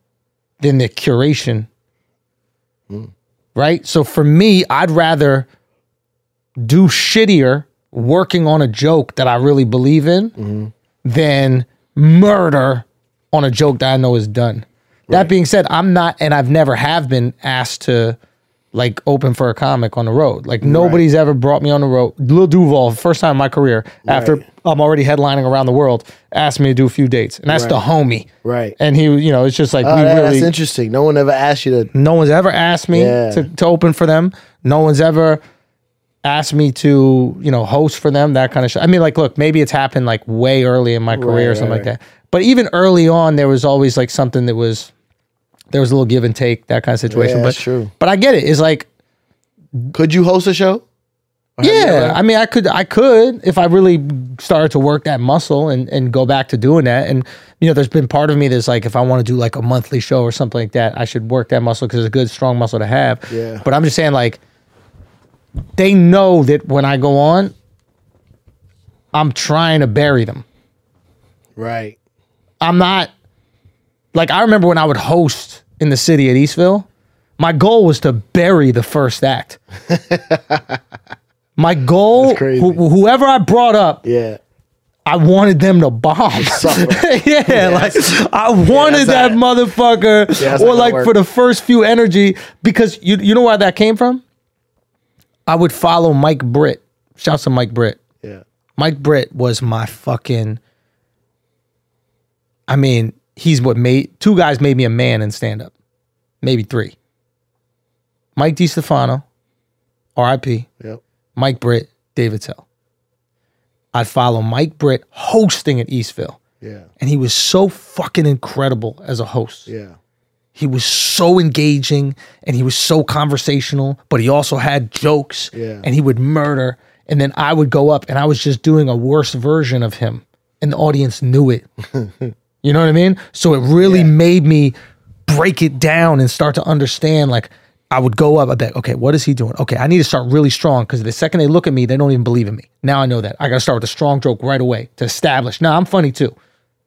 [SPEAKER 1] than the curation. Right? So for me, I'd rather do shittier working on a joke that I really believe in than murder on a joke that I know is done. That being said, I'm not, and I've never have been asked to like open for a comic on the road. Like nobody's ever brought me on the road. Lil Duval, first time in my career, after I'm already headlining around the world, asked me to do a few dates, and that's the homie.
[SPEAKER 2] Right.
[SPEAKER 1] And he, you know, it's just like we
[SPEAKER 2] Oh, that-
[SPEAKER 1] really.
[SPEAKER 2] That's interesting. No one ever asked you to.
[SPEAKER 1] No one's ever asked me
[SPEAKER 2] Yeah.
[SPEAKER 1] to, to open for them. No one's ever asked me to, you know, host for them, that kind of shit. I mean, like, look, maybe it's happened like way early in my career or
[SPEAKER 2] right,
[SPEAKER 1] something like that. But even early on, there was always like something that was, there was a little give and take, that kind of situation.
[SPEAKER 2] Yeah,
[SPEAKER 1] but
[SPEAKER 2] true.
[SPEAKER 1] But I get it. It's like,
[SPEAKER 2] Could you host a show?
[SPEAKER 1] yeah, I mean, I could, I could, if I really started to work that muscle and and go back to doing that. And you know, there's been part of me that's like, if I want to do like a monthly show or something like that, I should work that muscle because it's a good, strong muscle to have.
[SPEAKER 2] Yeah.
[SPEAKER 1] But I'm just saying, like, they know that when I go on, I'm trying to bury them.
[SPEAKER 2] Right.
[SPEAKER 1] I'm not like I remember when I would host in the city at Eastville, my goal was to bury the first act. my goal,
[SPEAKER 2] crazy.
[SPEAKER 1] who- whoever I brought up,
[SPEAKER 2] Yeah.
[SPEAKER 1] I wanted them to bomb. yeah, like I wanted that
[SPEAKER 2] how-
[SPEAKER 1] motherfucker,
[SPEAKER 2] that's how
[SPEAKER 1] or
[SPEAKER 2] it
[SPEAKER 1] like for
[SPEAKER 2] works.
[SPEAKER 1] the first few energy, because you you know where that came from. I would follow Mike Britt. Shouts to Mike Britt.
[SPEAKER 2] Yeah.
[SPEAKER 1] Mike Britt was my fucking. I mean, he's what made two guys made me a man in stand up, maybe three. Mike DiStefano, R.I.P.
[SPEAKER 2] Yep.
[SPEAKER 1] Mike Britt, David Tell. I'd follow Mike Britt hosting at Eastville,
[SPEAKER 2] Yeah.
[SPEAKER 1] and he was so fucking incredible as a host
[SPEAKER 2] Yeah.
[SPEAKER 1] he was so engaging and he was so conversational, but he also had jokes
[SPEAKER 2] Yeah.
[SPEAKER 1] and he would murder. And then I would go up and I was just doing a worse version of him, and the audience knew it. you know what I mean? So it really made me break it down and start to understand. Like, I would go up, I'd be like, okay, what is he doing? Okay, I need to start really strong because the second they look at me, they don't even believe in me. Now I know that. I got to start with a strong joke right away to establish. Now I'm funny too.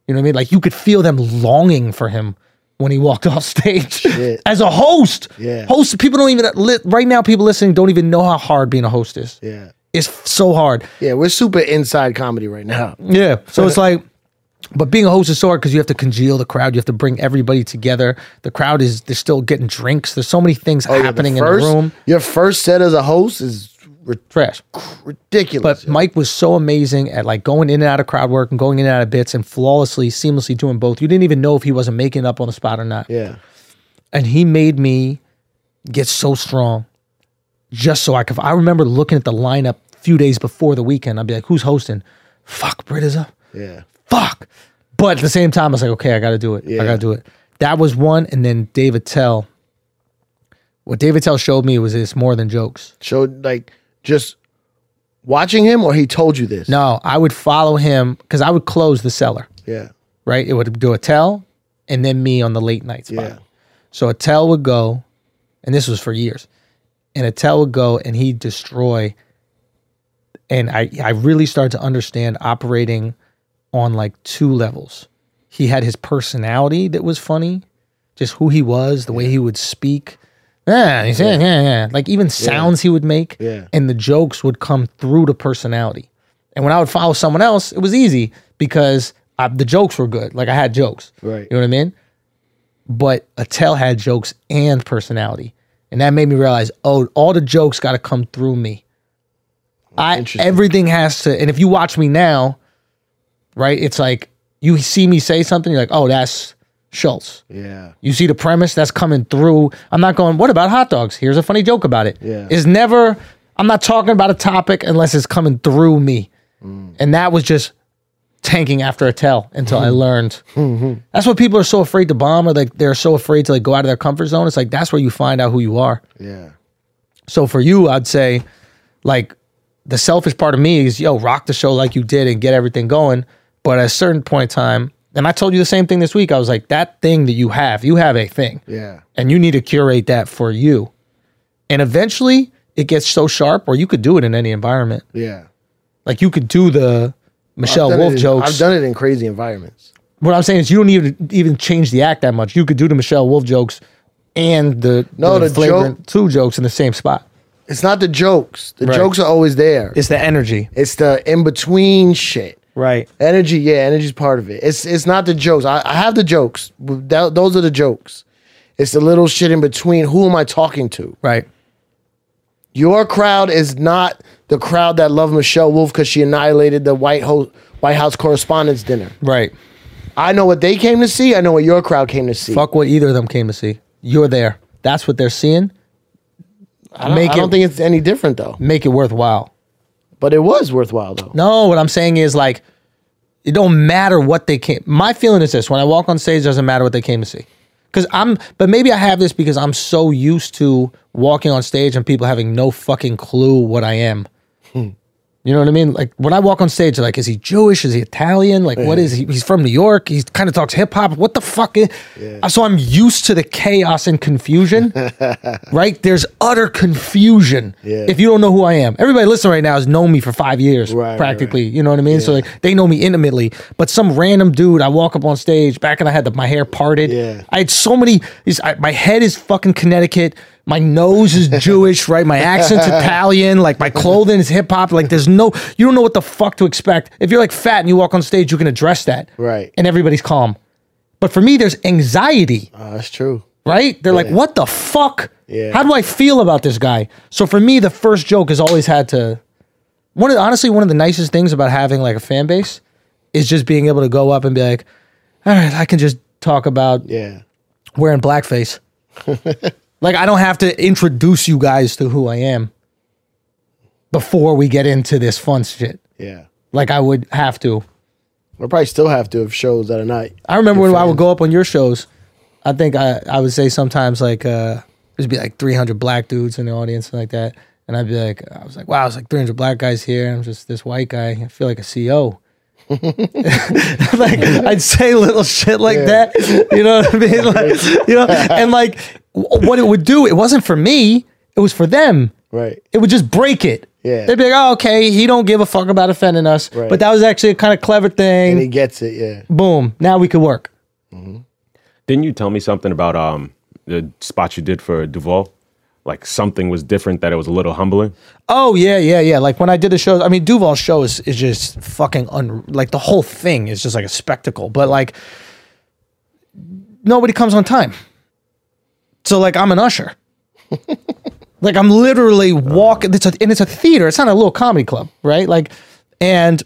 [SPEAKER 1] You know what I mean? Like you could feel them longing for him when he walked off stage as a host.
[SPEAKER 2] Yeah.
[SPEAKER 1] Host people don't even li- right now people listening don't even know how hard being a host is.
[SPEAKER 2] Yeah.
[SPEAKER 1] It's f- so hard.
[SPEAKER 2] Yeah. We're super inside comedy right now.
[SPEAKER 1] Yeah. So it's like, but being a host is so hard because you have to congeal the crowd. You have to bring everybody together. The crowd is they're still getting drinks. There's so many things
[SPEAKER 2] Oh, yeah, the
[SPEAKER 1] happening
[SPEAKER 2] first-
[SPEAKER 1] in the room.
[SPEAKER 2] Your first set as a host is ri-
[SPEAKER 1] Trash.
[SPEAKER 2] ridiculous.
[SPEAKER 1] But Mike was so amazing at like going in and out of crowd work and going in and out of bits and flawlessly, seamlessly doing both. You didn't even know if he wasn't making up on the spot or not.
[SPEAKER 2] yeah.
[SPEAKER 1] and he made me get so strong just so I could. I remember looking at the lineup a few days before the weekend. I'd be like, who's hosting? Fuck, Britt is up.
[SPEAKER 2] Yeah.
[SPEAKER 1] Fuck. But at the same time, I was like, okay, I got to do it. I got to do it. That was one. And then David Tell. What David Tell showed me was it's more than jokes.
[SPEAKER 2] Showed like just watching him, or he told you this.
[SPEAKER 1] No, I would follow him because I would close the cellar.
[SPEAKER 2] Yeah.
[SPEAKER 1] right? It would do a tell and then me on the late night spot.
[SPEAKER 2] Yeah.
[SPEAKER 1] So a tell would go, and this was for years, and a tell would go and he'd destroy. And I, I really started to understand operating on like two levels. He had his personality that was funny, just who he was, the way he would speak. Yeah, he's, yeah, yeah, yeah. Like even sounds he would make,
[SPEAKER 2] Yeah.
[SPEAKER 1] and the jokes would come through the personality. And when I would follow someone else, it was easy because I, the jokes were good. Like I had jokes,
[SPEAKER 2] Right.
[SPEAKER 1] You know what I mean? But Attell had jokes and personality, and that made me realize, oh, all the jokes got to come through me. I
[SPEAKER 2] Interesting.
[SPEAKER 1] everything has to. And if you watch me now, right, it's like you see me say something, you're like, oh, that's Schultz.
[SPEAKER 2] Yeah.
[SPEAKER 1] You see the premise that's coming through. I'm not going, what about hot dogs? Here's a funny joke about it.
[SPEAKER 2] Yeah.
[SPEAKER 1] It's never, I'm not talking about a topic unless it's coming through me.
[SPEAKER 2] Mm.
[SPEAKER 1] And that was just tanking after a tell until I learned. That's what people are so afraid to bomb or like they're so afraid to like go out of their comfort zone. It's like that's where you find out who you are.
[SPEAKER 2] Yeah.
[SPEAKER 1] So for you, I'd say like the selfish part of me is yo, rock the show like you did and get everything going. But at a certain point in time, and I told you the same thing this week, I was like, that thing that you have, you have a thing
[SPEAKER 2] Yeah.
[SPEAKER 1] and you need to curate that for you. And eventually it gets so sharp or you could do it in any environment.
[SPEAKER 2] Yeah.
[SPEAKER 1] Like you could do the Michelle
[SPEAKER 2] done it
[SPEAKER 1] Wolf
[SPEAKER 2] in-
[SPEAKER 1] jokes.
[SPEAKER 2] I've done it in crazy environments.
[SPEAKER 1] what I'm saying is you don't even even change the act that much. You could do the Michelle Wolf jokes and the
[SPEAKER 2] No, the
[SPEAKER 1] flagrant two jokes in the same spot.
[SPEAKER 2] It's not the jokes. The
[SPEAKER 1] Right.
[SPEAKER 2] jokes are always there. It's,
[SPEAKER 1] It's the energy,
[SPEAKER 2] the in between shit.
[SPEAKER 1] right?
[SPEAKER 2] Energy, yeah, energy's part of it. It's it's not the jokes. I, I have the jokes. That, those are the jokes. It's the little shit in between. Who am I talking to?
[SPEAKER 1] Right.
[SPEAKER 2] Your crowd is not the crowd that loved Michelle Wolf because she annihilated the White House White House Correspondents' Dinner.
[SPEAKER 1] Right.
[SPEAKER 2] I know what they came to see. I know what your crowd came to see.
[SPEAKER 1] Fuck what either of them came to see. You're there. That's what they're seeing.
[SPEAKER 2] I don't,
[SPEAKER 1] make
[SPEAKER 2] I don't
[SPEAKER 1] it-
[SPEAKER 2] think it's any different though.
[SPEAKER 1] Make it worthwhile.
[SPEAKER 2] But it was worthwhile though.
[SPEAKER 1] No, what I'm saying is like, it don't matter what they came. My feeling is this: when I walk on stage, it doesn't matter what they came to see. Because I'm, but maybe I have this because I'm so used to walking on stage and people having no fucking clue what I am. You know what I mean? Like when I walk on stage, they're like, is he Jewish? Is he Italian? Like, what is he? He's from New York. He kind of talks hip hop. What the fuck? Is, So I'm used to the chaos and confusion, right? There's utter confusion.
[SPEAKER 2] Yeah.
[SPEAKER 1] If you don't know who I am, everybody listening right now has known me for five years,
[SPEAKER 2] Right,
[SPEAKER 1] practically. You know what I mean? So like they know me intimately. But some random dude, I walk up on stage. Back and I had the, my hair parted.
[SPEAKER 2] Yeah.
[SPEAKER 1] I had so many. Is I, my head is fucking Connecticut. My nose is Jewish, right? My accent's Italian. Like my clothing is hip hop. Like there's no, you don't know what the fuck to expect. If you're like fat and you walk on stage, you can address that,
[SPEAKER 2] Right.
[SPEAKER 1] And everybody's calm. But for me, there's anxiety
[SPEAKER 2] Uh, that's true.
[SPEAKER 1] right? They're like, what the fuck?
[SPEAKER 2] Yeah.
[SPEAKER 1] How do I feel about this guy? So for me, the first joke has always had to. One of, honestly, one of the nicest things about having like a fan base is just being able to go up and be like, all right, I can just talk about
[SPEAKER 2] Yeah.
[SPEAKER 1] wearing blackface. like I don't have to introduce you guys to who I am before we get into this fun shit.
[SPEAKER 2] Yeah.
[SPEAKER 1] Like I would have to.
[SPEAKER 2] We'll probably still have to have shows that are not.
[SPEAKER 1] I remember when I
[SPEAKER 2] fan.
[SPEAKER 1] would go up on your shows. I think I, I would say sometimes like uh there'd be like 300 black dudes in the audience and like that, and I'd be like I was like wow it's like 300 black guys here. and I'm just this white guy. I feel like a CEO. like I'd say little shit like that. You know what I mean? Like, you know, and like w- what it would do. It wasn't for me. It was for them.
[SPEAKER 2] Right.
[SPEAKER 1] It would just break it.
[SPEAKER 2] Yeah.
[SPEAKER 1] They'd be like, oh, okay, he don't give a fuck about offending us.
[SPEAKER 2] Right.
[SPEAKER 1] But that was actually a kind of clever thing.
[SPEAKER 2] And he gets it. Yeah.
[SPEAKER 1] Boom. Now we could work.
[SPEAKER 3] Didn't you tell me something about um the spot you did for Duvall? Like something was different that it was a little humbling.
[SPEAKER 1] Oh yeah, yeah, yeah. Like when I did the show, I mean Duval's show is, is just fucking un like the whole thing is just like a spectacle. But like nobody comes on time. So like I'm an usher. like I'm literally walking it's a, and it's a theater. It's not a little comedy club, right? Like and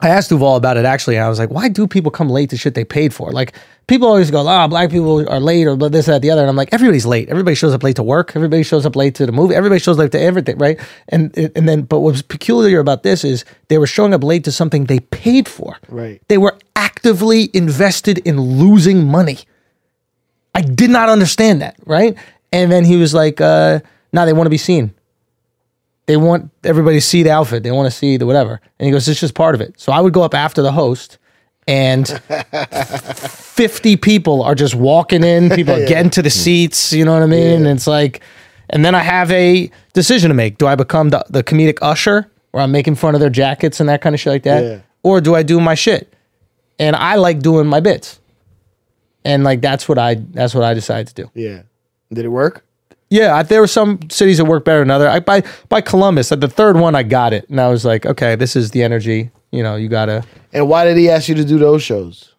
[SPEAKER 1] I asked Duval about it actually, and I was like, why do people come late to shit they paid for? Like, people always go, ah, black people are late or blah, this, that, the other. And I'm like, everybody's late. Everybody shows up late to work. Everybody shows up late to the movie. Everybody shows up late to everything, right? And and then, but what's peculiar about this is they were showing up late to something they paid for.
[SPEAKER 2] Right.
[SPEAKER 1] They were actively invested in losing money. I did not understand that, right? And then he was like, uh, nah, they want to be seen they want everybody to see the outfit. They want to see the whatever. And he goes, it's just part of it. So I would go up after the host and 50 people are just walking in. People are getting to the seats. You know what I mean? And it's like, and then I have a decision to make. Do I become the, the comedic usher where I'm making fun of their jackets and that kind of shit like that?
[SPEAKER 2] Yeah.
[SPEAKER 1] Or do I do my shit? And I like doing my bits. And like, that's what I, that's what I decided to do.
[SPEAKER 2] Yeah. Did it work?
[SPEAKER 1] Yeah, I, there were some cities that worked better than other. I by by Columbus at the third one, I got it, and I was like, okay, this is the energy. You know, you gotta.
[SPEAKER 2] And why did he ask you to do those shows?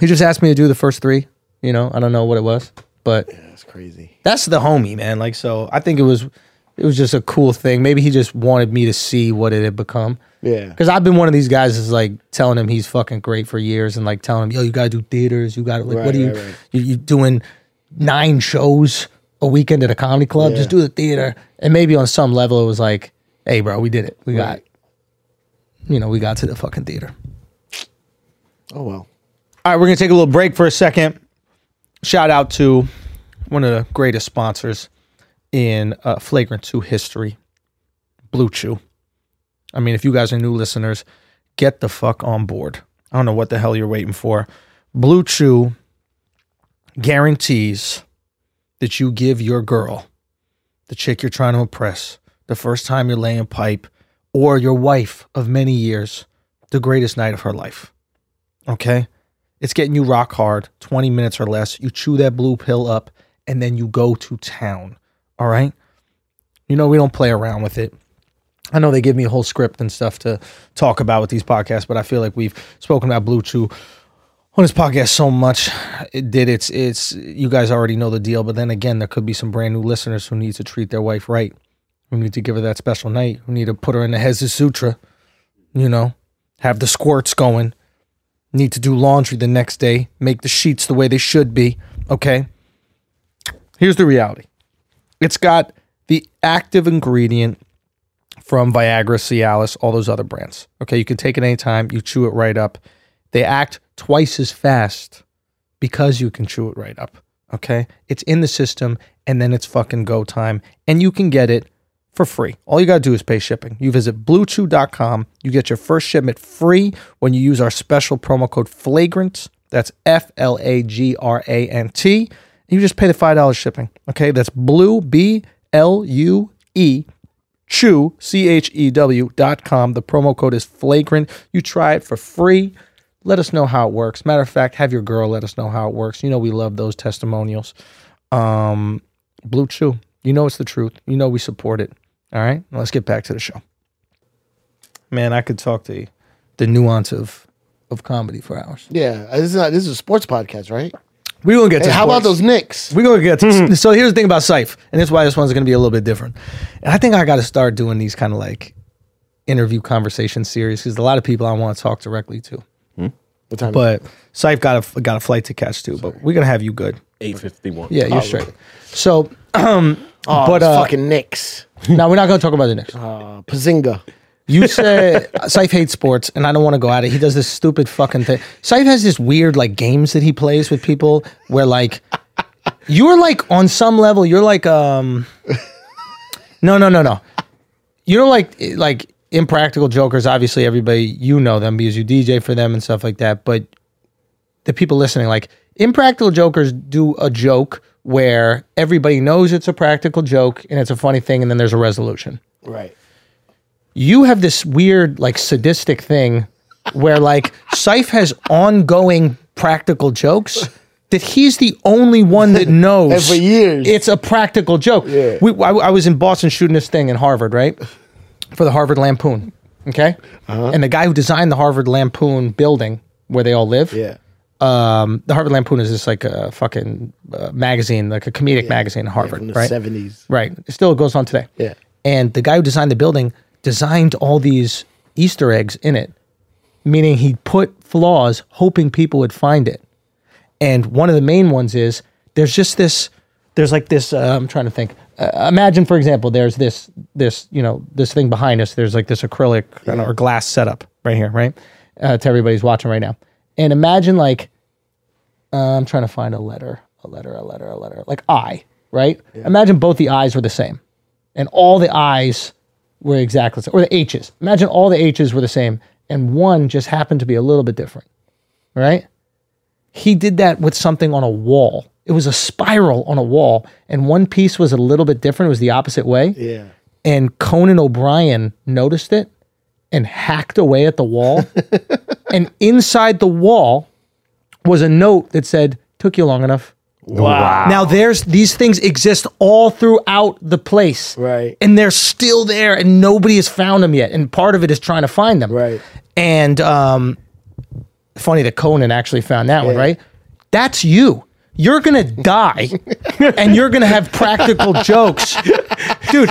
[SPEAKER 1] He just asked me to do the first three. You know, I don't know what it was, but
[SPEAKER 2] That's crazy.
[SPEAKER 1] that's the homie, man. Like, so I think it was it was just a cool thing. Maybe he just wanted me to see what it had become.
[SPEAKER 2] Yeah.
[SPEAKER 1] Because I've been one of these guys that's like telling him he's fucking great for years and like telling him, yo, you gotta do theaters. You gotta, like,
[SPEAKER 2] Right,
[SPEAKER 1] what are you,
[SPEAKER 2] right, right.
[SPEAKER 1] you, you doing nine shows a weekend at a comedy club? Just
[SPEAKER 2] Yeah.
[SPEAKER 1] do the theater. And maybe on some level it was like, hey, bro, we did it. We got,
[SPEAKER 2] Right.
[SPEAKER 1] you know, we got to the fucking theater.
[SPEAKER 2] Oh well.
[SPEAKER 1] All right, we're gonna take a little break for a second. Shout out to one of the greatest sponsors in uh, Flagrant Two history, Blue Chew. I mean, if you guys are new listeners, get the fuck on board. I don't know what the hell you're waiting for. Blue Chew guarantees that you give your girl, the chick you're trying to impress, the first time you're laying pipe, or your wife of many years the greatest night of her life. Okay? It's getting you rock hard, 20 minutes or less. You chew that blue pill up and then you go to town. All right? You know, we don't play around with it. I know they give me a whole script and stuff to talk about with these podcasts, but I feel like we've spoken about Blue Chew on this podcast so much. It did it's it's you guys already know the deal, but then again, there could be some brand new listeners who need to treat their wife right. We need to give her that special night. We need to put her in the Hezu Sutra, you know, have the squirts going. Need to do laundry the next day, make the sheets the way they should be, okay? Here's the reality. It's got the active ingredient from Viagra, Cialis, all those other brands. Okay, you can take it anytime, you chew it right up. They act twice as fast because you can chew it right up. Okay, it's in the system and then it's fucking go time, and you can get it for free. All you gotta do is pay shipping. You visit bluechew.com, you get your first shipment free when you use our special promo code FLAGRANT. That's F L A G R A N T. You just pay the $5 shipping. Okay, that's blue, B L U E chew c-h-e-w dot com the promo code is flagrant you try it for free let us know how it works matter of fact have your girl let us know how it works you know we love those testimonials um blue chew you know it's the truth you know we support it all right Now let's get back to the show man i could talk the the nuance of of comedy for hours
[SPEAKER 2] Yeah, this is not, this is a sports podcast, right?
[SPEAKER 1] we gonna get to
[SPEAKER 2] Hey, how about
[SPEAKER 1] sports.
[SPEAKER 2] those Knicks?
[SPEAKER 1] We're gonna get so here's the thing about Sife, and that's why this one's gonna be a little bit different. And I think I gotta start doing these kind of like interview conversation series because a lot of people I want to talk directly to.
[SPEAKER 2] What time?
[SPEAKER 1] But Sife got a got a flight to catch too. But we're gonna have you good.
[SPEAKER 3] Eight fifty one.
[SPEAKER 1] Yeah, you're straight. So
[SPEAKER 2] oh,
[SPEAKER 1] but,
[SPEAKER 2] it's
[SPEAKER 1] uh,
[SPEAKER 2] fucking Knicks.
[SPEAKER 1] now we're not gonna talk about the Knicks.
[SPEAKER 2] Uh, Pazinga.
[SPEAKER 1] You said Sife hates sports, and I don't want to go at it. He does this stupid fucking thing. Sife has this weird like games that he plays with people where like you're like on some level you're like um no no no no you know like like impractical jokers. Obviously, everybody you know them because you DJ for them and stuff like that. But the people listening, like impractical jokers, do a joke where everybody knows it's a practical joke and it's a funny thing, and then there's a resolution
[SPEAKER 2] Right.
[SPEAKER 1] you have this weird like sadistic thing where like Sife has ongoing practical jokes that he's the only one that knows
[SPEAKER 2] And for years.
[SPEAKER 1] it's a practical joke
[SPEAKER 2] Yeah.
[SPEAKER 1] we, I, I was in boston shooting this thing in harvard right for the harvard lampoon okay
[SPEAKER 2] Uh-huh.
[SPEAKER 1] and the guy who designed the harvard lampoon building where they all live
[SPEAKER 2] Yeah.
[SPEAKER 1] um, the harvard lampoon is just like a fucking uh, magazine like a comedic magazine in harvard
[SPEAKER 2] From the
[SPEAKER 1] right
[SPEAKER 2] seventies.
[SPEAKER 1] Right. It still goes on today.
[SPEAKER 2] Yeah.
[SPEAKER 1] And the guy who designed the building designed all these Easter eggs in it, meaning he put flaws hoping people would find it. And one of the main ones is there's just this, there's like this, uh, I'm trying to think. Uh, imagine, for example, there's this, this, you know, this thing behind us. There's like this acrylic uh, or glass setup right here, right? Uh, to everybody's watching right now. And imagine like, I'm trying to find a letter, a letter, a letter, a letter, like I, right? Imagine both the I's were the same, and all the I's were exactly the same, or the H's. Imagine all the H's were the same, and one just happened to be a little bit different, right? He did that with something on a wall. It was a spiral on a wall, and one piece was a little bit different. It was the opposite way
[SPEAKER 2] Yeah.
[SPEAKER 1] and Conan O'Brien noticed it and hacked away at the wall. and inside the wall was a note that said, "Took you long enough."
[SPEAKER 2] Wow.
[SPEAKER 1] Now there's these things exist all throughout the place.
[SPEAKER 2] Right.
[SPEAKER 1] And they're still there and nobody has found them yet. And part of it is trying to find them.
[SPEAKER 2] Right.
[SPEAKER 1] And um funny that Conan actually found that one, right? That's you. You're gonna die and you're gonna have practical jokes. Dude,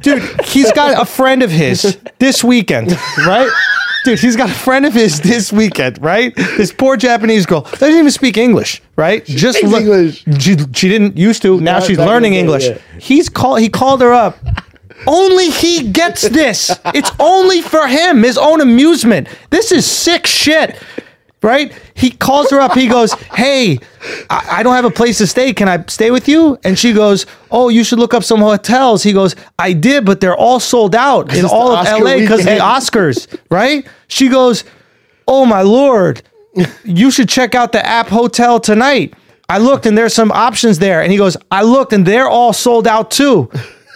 [SPEAKER 1] dude, he's got a friend of his this weekend, right? Dude, he's got a friend of his this weekend, right? This poor Japanese girl doesn't even speak English, right? Just
[SPEAKER 2] speaks
[SPEAKER 1] lo-
[SPEAKER 2] English.
[SPEAKER 1] She, she didn't used to. Now
[SPEAKER 2] Not
[SPEAKER 1] she's
[SPEAKER 2] back in
[SPEAKER 1] learning
[SPEAKER 2] the day,
[SPEAKER 1] English.
[SPEAKER 2] yeah.
[SPEAKER 1] He's call he called her up. Only he gets this. It's only for him, his own amusement. This is sick shit. Right? He calls her up. He goes, Hey, I, I don't have a place to stay. Can I stay with you? And she goes, Oh, you should look up some hotels. He goes, I did, but they're all sold out in
[SPEAKER 2] it's
[SPEAKER 1] all
[SPEAKER 2] the
[SPEAKER 1] of
[SPEAKER 2] Oscar
[SPEAKER 1] LA because the
[SPEAKER 2] weekend."
[SPEAKER 1] Oscars, right? She goes, Oh my lord, you should check out the app hotel tonight. I looked and there's some options there. And he goes, I looked and they're all sold out too.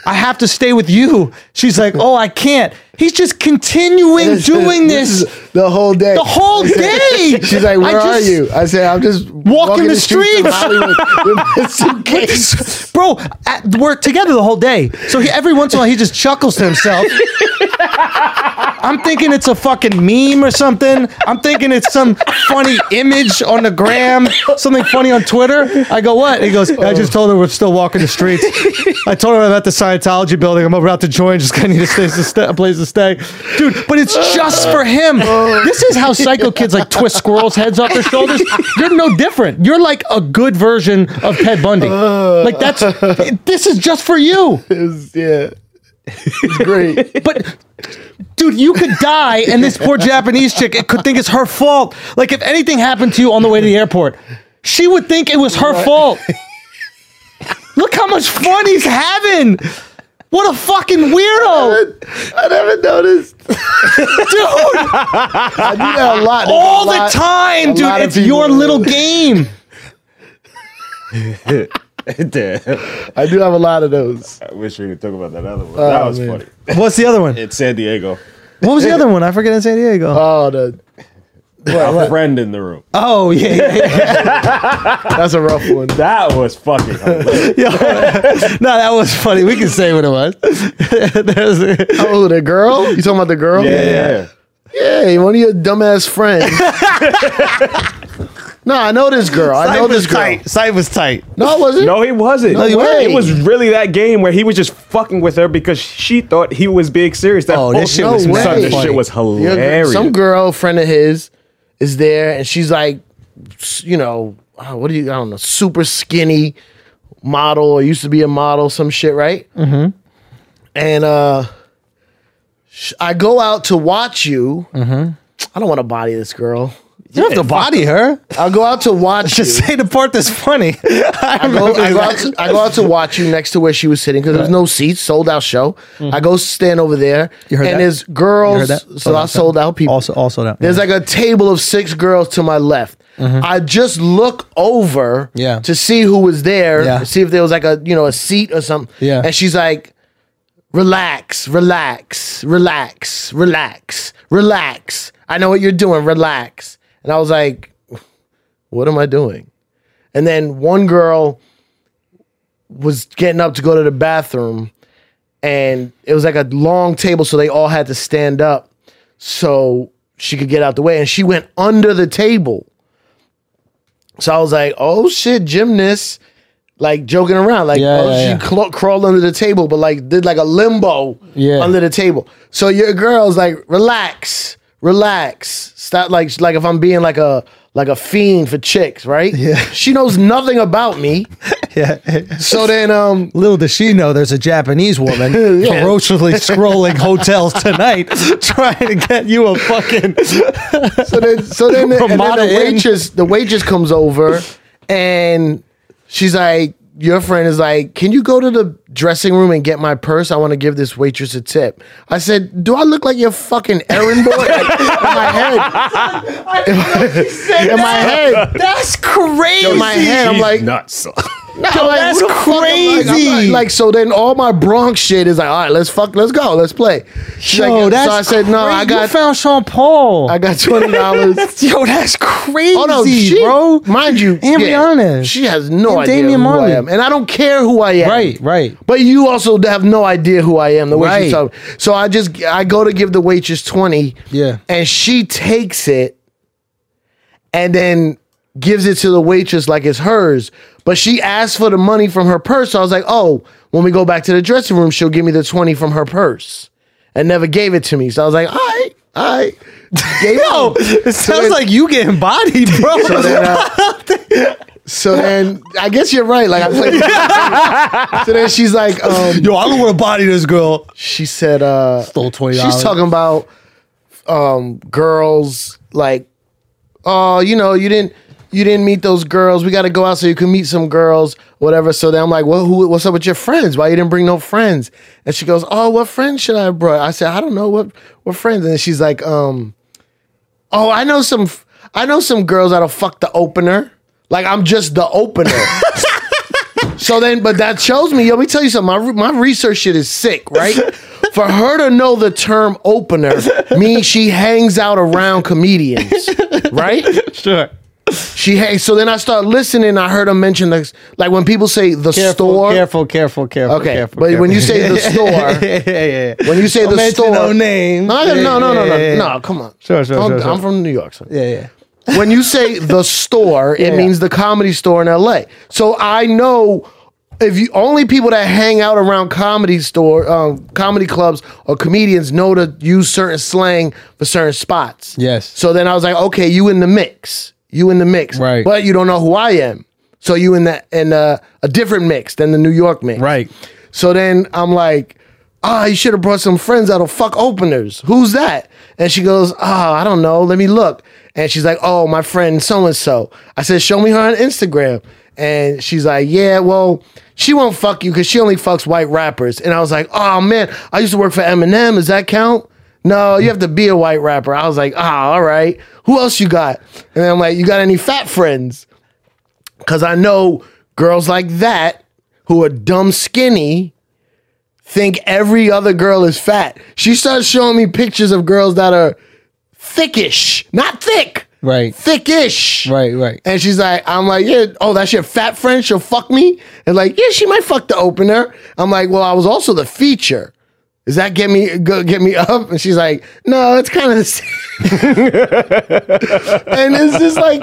[SPEAKER 1] I have to stay with you. She's like, oh, I can't. He's just continuing doing this,
[SPEAKER 2] is the whole day.
[SPEAKER 1] the whole day.
[SPEAKER 2] She's like,
[SPEAKER 1] I
[SPEAKER 2] "Where are
[SPEAKER 1] just-
[SPEAKER 2] you?" I said, "I'm just walking,
[SPEAKER 1] the
[SPEAKER 2] of
[SPEAKER 1] streets."
[SPEAKER 2] Hollywood with this suitcase."
[SPEAKER 1] Bro, at, we're together the whole day. So he, every once in a while, he just chuckles to himself. I'm thinking it's a fucking meme or something. I'm thinking it's some funny image on the gram, something funny on Twitter. I go, what? He goes, I just told her we're still walking the streets. I told her I'm at the Scientology building. I'm about to join. Just kind of need a place to, stay, a place to stay. Dude, but it's just for him. This is how psycho kids like twist squirrels' heads off their shoulders. You're no different. You're like a good version of Ted Bundy. Like, that's, this is just for you.
[SPEAKER 2] It's- yeah, it's great.
[SPEAKER 1] But dude, you could die, and this poor Japanese chick it could think it's her fault. Like if anything happened to you on the way to the airport, she would think it was her fault. Look how much fun he's having. What a fucking weirdo,
[SPEAKER 2] I never noticed.
[SPEAKER 1] dude!
[SPEAKER 2] I do that a lot. There's a
[SPEAKER 1] All the
[SPEAKER 2] lot-
[SPEAKER 1] time,
[SPEAKER 2] a lot
[SPEAKER 1] dude.
[SPEAKER 2] of
[SPEAKER 1] It's your
[SPEAKER 2] people-
[SPEAKER 1] little game.
[SPEAKER 3] Damn.
[SPEAKER 2] I do have a lot of those.
[SPEAKER 3] I wish we could talk about that other one. that was
[SPEAKER 2] man.
[SPEAKER 3] funny.
[SPEAKER 1] What's the other one?
[SPEAKER 3] It's San Diego.
[SPEAKER 1] What was the other one? I forget in San Diego.
[SPEAKER 2] Oh, the,
[SPEAKER 3] A friend in the room.
[SPEAKER 1] Oh yeah, yeah, yeah.
[SPEAKER 2] that's a rough one.
[SPEAKER 3] That was fucking hilarious.
[SPEAKER 1] Yo, no, that was funny. We can say what it was. There's-
[SPEAKER 2] Oh, the girl? You talking about the girl?
[SPEAKER 3] yeah.
[SPEAKER 2] Yeah, one of your dumbass friends. no, I know this girl. I know
[SPEAKER 1] Sight was
[SPEAKER 2] this girl.
[SPEAKER 1] tight. Sight was tight.
[SPEAKER 2] No, was it?
[SPEAKER 3] No, he wasn't.
[SPEAKER 2] No way.
[SPEAKER 3] It was really that game where he was just fucking with her because she thought he was being serious. That
[SPEAKER 1] Oh,
[SPEAKER 3] whole-
[SPEAKER 1] that shit
[SPEAKER 2] was
[SPEAKER 3] Son,
[SPEAKER 2] mad
[SPEAKER 3] This
[SPEAKER 2] funny.
[SPEAKER 3] shit was
[SPEAKER 2] Your-
[SPEAKER 3] hilarious.
[SPEAKER 2] Some girlfriend of his is there, and she's like, s- you know, uh, what do you? I don't know. Super skinny model, or used to be a model, some shit, right? Mm-hmm. And uh, sh- I go out to watch you. Mm-hmm. I don't want to body this girl.
[SPEAKER 1] You don't have to body her.
[SPEAKER 2] I'll go out to watch you.
[SPEAKER 1] Just say the part that's funny. I
[SPEAKER 2] I go,
[SPEAKER 1] remember
[SPEAKER 2] I, go out
[SPEAKER 1] that.
[SPEAKER 2] to, I go out to watch you next to where she was sitting because there was no seats, sold out show. I go stand over there,
[SPEAKER 1] Mm-hmm. You heard
[SPEAKER 2] and
[SPEAKER 1] that?
[SPEAKER 2] there's
[SPEAKER 1] You
[SPEAKER 2] girls.
[SPEAKER 1] heard that?
[SPEAKER 2] So I sold out people.
[SPEAKER 1] Also, also that.
[SPEAKER 2] There's like a table of six girls to my left. I just look over
[SPEAKER 1] Mm-hmm. Yeah.
[SPEAKER 2] to see who was there,
[SPEAKER 1] Yeah.
[SPEAKER 2] see if there was like a you know a seat or something.
[SPEAKER 1] Yeah.
[SPEAKER 2] And she's like, relax, relax, relax, relax, relax. I know what you're doing, relax. And I was like, what am I doing? And then one girl was getting up to go to the bathroom and it was like a long table, so they all had to stand up so she could get out the way. And she went under the table. So I was like, oh shit, gymnast. Like joking around, like
[SPEAKER 1] Yeah,
[SPEAKER 2] oh,
[SPEAKER 1] yeah,
[SPEAKER 2] she
[SPEAKER 1] yeah.
[SPEAKER 2] cla- crawled under the table, but like did like a limbo
[SPEAKER 1] Yeah.
[SPEAKER 2] under the table. So your girl's like, relax, relax, stop. Like like if I'm being like a like a fiend for chicks, right? Yeah. She knows nothing about me.
[SPEAKER 1] yeah.
[SPEAKER 2] So then um
[SPEAKER 1] Little does she know, there's a Japanese woman ferociously scrolling hotels tonight, trying to get you a fucking.
[SPEAKER 2] so then, so then, the, and then
[SPEAKER 1] Ramada
[SPEAKER 2] the
[SPEAKER 1] Inn.
[SPEAKER 2] waitress, the waitress comes over, and she's like, "Your friend is like, can you go to the dressing room and get my purse? I want to give this waitress a tip." I said, "Do I look like your fucking errand boy?" Like, in my head, in my head,
[SPEAKER 1] That's crazy.
[SPEAKER 2] in my head, I'm
[SPEAKER 3] He's
[SPEAKER 2] like,
[SPEAKER 3] nuts.
[SPEAKER 2] I'm like,
[SPEAKER 1] that's
[SPEAKER 2] who the fuck am I? I'm
[SPEAKER 1] crazy.
[SPEAKER 2] Like, like, so then all my Bronx shit is like, all right, let's fuck, let's go, let's play. She's
[SPEAKER 1] Yo,
[SPEAKER 2] like,
[SPEAKER 1] that's
[SPEAKER 2] so I said, no,
[SPEAKER 1] crazy.
[SPEAKER 2] I
[SPEAKER 1] You
[SPEAKER 2] got,
[SPEAKER 1] found Sean Paul.
[SPEAKER 2] I got twenty dollars.
[SPEAKER 1] Yo, that's crazy,
[SPEAKER 2] Oh no, she,
[SPEAKER 1] bro.
[SPEAKER 2] Mind you,
[SPEAKER 1] And Rihanna.
[SPEAKER 2] she has no
[SPEAKER 1] And
[SPEAKER 2] idea
[SPEAKER 1] Damian
[SPEAKER 2] who
[SPEAKER 1] Marley.
[SPEAKER 2] I am, and I don't care who I am.
[SPEAKER 1] Right, right.
[SPEAKER 2] But you also have no idea who I am. The way
[SPEAKER 1] Right.
[SPEAKER 2] she's talking. So I just I go to give the waitress twenty.
[SPEAKER 1] Yeah.
[SPEAKER 2] and she takes it, and then gives it to the waitress like it's hers. But she asked for the money from her purse. So I was like, oh, when we go back to the dressing room, she'll give me the twenty from her purse, and never gave it to me. So I was like, all right, all right. Gave
[SPEAKER 1] Yo,
[SPEAKER 2] it.
[SPEAKER 1] it uh, sounds
[SPEAKER 2] then-
[SPEAKER 1] like you getting bodied, bro.
[SPEAKER 2] uh, So then I guess you're right. Like I played. so then she's like, um,
[SPEAKER 1] Yo, I don't want to body this girl.
[SPEAKER 2] she said, uh,
[SPEAKER 1] Stole twenty dollars.
[SPEAKER 2] she's talking about um, girls like, oh, you know, you didn't. You didn't meet those girls. We got to go out so you can meet some girls, whatever. So then I'm like, well, who, what's up with your friends? Why you didn't bring no friends? And she goes, oh, what friends should I have brought? I said, I don't know what what friends. And then she's like, um, Oh, I know some. I know some girls that'll fuck the opener. Like I'm just the opener. So then, but that shows me, yo, let me tell you something. My, re- my research shit is sick, right? For her to know the term opener means she hangs out around comedians, right?
[SPEAKER 1] Sure.
[SPEAKER 2] She hangs. So then I start listening. I heard her mention this, like when people say the
[SPEAKER 1] Careful,
[SPEAKER 2] store.
[SPEAKER 1] careful, careful, careful.
[SPEAKER 2] Okay,
[SPEAKER 1] careful,
[SPEAKER 2] but when
[SPEAKER 1] careful.
[SPEAKER 2] you say the store,
[SPEAKER 1] yeah, yeah, yeah.
[SPEAKER 2] when you say
[SPEAKER 1] Don't
[SPEAKER 2] the
[SPEAKER 1] mention
[SPEAKER 2] store,
[SPEAKER 1] no names.
[SPEAKER 2] No, I don't- no, no, no,
[SPEAKER 1] Yeah, yeah,
[SPEAKER 2] no,
[SPEAKER 1] yeah.
[SPEAKER 2] no. Come on.
[SPEAKER 1] Sure, sure,
[SPEAKER 2] I'm,
[SPEAKER 1] sure,
[SPEAKER 2] I'm
[SPEAKER 1] sure.
[SPEAKER 2] from New York. Son.
[SPEAKER 1] Yeah, yeah.
[SPEAKER 2] When you say the store, it
[SPEAKER 1] Yeah.
[SPEAKER 2] means the comedy store in LA. So I know if you only people that hang out around comedy store, um, comedy clubs, or comedians know to use certain slang for certain spots.
[SPEAKER 1] Yes.
[SPEAKER 2] So then I was like, okay, you in the mix, you in the mix,
[SPEAKER 1] Right.
[SPEAKER 2] But you don't know who I am, so you in that in uh, a different mix than the New York mix,
[SPEAKER 1] Right.
[SPEAKER 2] so then I'm like, ah, you should have brought some friends that'll fuck openers. Who's that? And she goes, ah, I don't know. Let me look. And she's like, oh, my friend so and so. I said, show me her on Instagram. And she's like, yeah, well, she won't fuck you because she only fucks white rappers. And I was like, oh man, I used to work for Eminem. Does that count? No, you have to be a white rapper. I was like, ah, all right. Who else you got? And then I'm like, you got any fat friends? Cause I know girls like that who are dumb skinny think every other girl is fat. She starts showing me pictures of girls that are thickish, not thick,
[SPEAKER 1] Right.
[SPEAKER 2] thickish.
[SPEAKER 1] Right, right.
[SPEAKER 2] And she's like, I'm like, yeah, oh, that's your fat friend. She'll fuck me. And like, yeah, she might fuck the opener. I'm like, well, I was also the feature. Does that get me go, get me up? And she's like, no, it's kind of the same. and it's just like,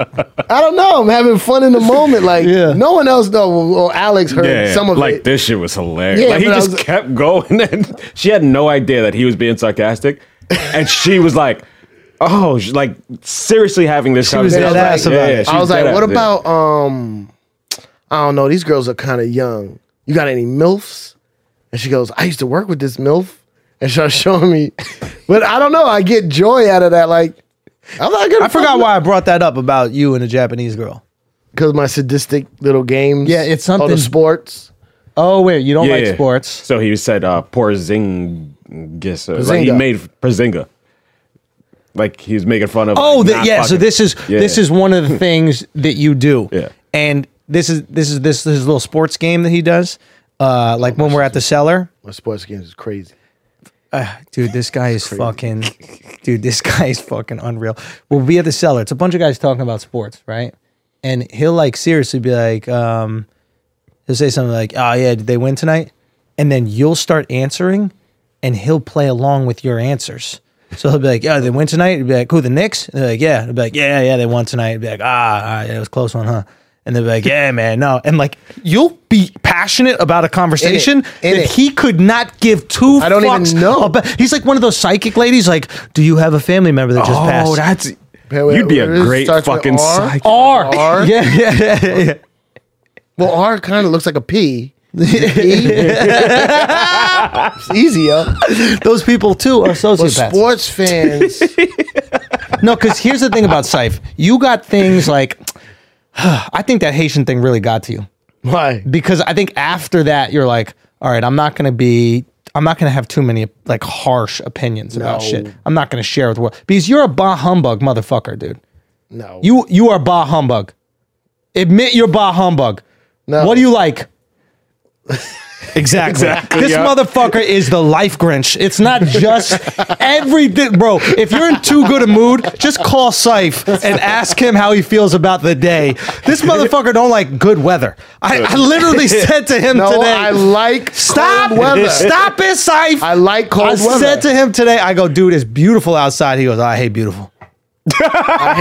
[SPEAKER 2] I don't know. I'm having fun in the moment. Like,
[SPEAKER 1] Yeah.
[SPEAKER 2] no one else know. Well, Alex heard
[SPEAKER 3] Yeah,
[SPEAKER 2] some of
[SPEAKER 3] like
[SPEAKER 2] it.
[SPEAKER 3] this shit was hilarious.
[SPEAKER 2] Yeah,
[SPEAKER 3] like he
[SPEAKER 2] but I
[SPEAKER 3] just
[SPEAKER 2] was-
[SPEAKER 3] kept going, and she had no idea that he was being sarcastic, and she was like, "Oh, she- like seriously having this
[SPEAKER 1] was
[SPEAKER 3] conversation."
[SPEAKER 1] dead
[SPEAKER 3] I
[SPEAKER 1] ass
[SPEAKER 3] like,
[SPEAKER 1] about
[SPEAKER 3] yeah,
[SPEAKER 1] it.
[SPEAKER 3] she
[SPEAKER 2] I was
[SPEAKER 3] dead
[SPEAKER 2] like, what
[SPEAKER 3] ass, yeah.
[SPEAKER 2] about um I don't know, these girls are kind of young. You got any MILFs? And she goes, I used to work with this MILF. And she'll show me. But I don't know, I get joy out of that. Like, I'm not gonna
[SPEAKER 1] I forgot why I brought that up about you and the Japanese girl.
[SPEAKER 2] because my sadistic little games.
[SPEAKER 1] Yeah, it's
[SPEAKER 2] all
[SPEAKER 1] something-
[SPEAKER 2] the sports.
[SPEAKER 1] Oh wait, you don't like
[SPEAKER 3] Yeah.
[SPEAKER 1] sports?
[SPEAKER 3] So he said, uh, "Porzingis." uh, Like he
[SPEAKER 2] Porzinga.
[SPEAKER 3] made Porzinga. Like he's making fun of.
[SPEAKER 1] Oh,
[SPEAKER 3] like,
[SPEAKER 1] the,
[SPEAKER 3] not
[SPEAKER 1] yeah. So
[SPEAKER 3] fucking-
[SPEAKER 1] this is
[SPEAKER 3] Yeah.
[SPEAKER 1] this is one of the things that you do.
[SPEAKER 3] Yeah.
[SPEAKER 1] And this is this is this this little sports game that he does. Uh, like when we're at the cellar,
[SPEAKER 2] My sports games is crazy.
[SPEAKER 1] dude. This guy is fucking, dude. This guy is fucking unreal. We'll be at the cellar. It's a bunch of guys talking about sports, right? And he'll like seriously be like, um, he'll say something like, "Oh yeah, did they win tonight?" And then you'll start answering, and he'll play along with your answers. So he'll be like, "Yeah, they win tonight." He'll be like, "Who the Knicks?" And they're like, "Yeah." He'll be like, "Yeah, yeah, they won tonight." He'll be like, "Ah, all right, it was a close one, huh?" And they'll be like, "Yeah, man, no." And like, you'll be passionate about a conversation
[SPEAKER 2] in
[SPEAKER 1] that
[SPEAKER 2] it.
[SPEAKER 1] he could not give two
[SPEAKER 2] I don't even
[SPEAKER 1] fucks
[SPEAKER 2] know.
[SPEAKER 1] about- he's like one of those psychic ladies. Like, do you have a family member that just passed?
[SPEAKER 3] Oh, that's.
[SPEAKER 2] Wait,
[SPEAKER 3] You'd be a
[SPEAKER 2] wait, it
[SPEAKER 3] great
[SPEAKER 2] starts with
[SPEAKER 3] fucking
[SPEAKER 2] R?
[SPEAKER 3] psych.
[SPEAKER 1] R.
[SPEAKER 2] R?
[SPEAKER 1] Yeah, yeah, yeah, yeah, yeah.
[SPEAKER 2] Well, R kind of looks like a P. Is it a P? it's easier.
[SPEAKER 1] Those people too are
[SPEAKER 2] But
[SPEAKER 1] sociopaths.
[SPEAKER 2] sports fans.
[SPEAKER 1] no, because here's the thing about Sife. You got things like, I think that Haitian thing really got to you
[SPEAKER 2] Why?
[SPEAKER 1] because I think after that you're like, all right, I'm not gonna be. I'm not gonna have too many like harsh opinions about
[SPEAKER 2] No.
[SPEAKER 1] shit. I'm not gonna share with the world because you're a bah humbug motherfucker, dude.
[SPEAKER 2] No.
[SPEAKER 1] You you are bah humbug. Admit you're bah humbug.
[SPEAKER 2] No.
[SPEAKER 1] What do you like? Exactly.
[SPEAKER 3] Exactly,
[SPEAKER 1] This
[SPEAKER 3] yeah.
[SPEAKER 1] motherfucker is the life Grinch. It's not just everything, bro. If you're in too good a mood, just call Sife and ask him how he feels about the day. This motherfucker don't like good weather. I, I literally said to him
[SPEAKER 2] No,
[SPEAKER 1] today,
[SPEAKER 2] I like
[SPEAKER 1] stop,
[SPEAKER 2] cold weather.
[SPEAKER 1] stop it, Sife.
[SPEAKER 2] I like cold
[SPEAKER 1] I
[SPEAKER 2] weather.
[SPEAKER 1] said to him today, I go, dude, it's beautiful outside. He goes, I hate beautiful.
[SPEAKER 2] I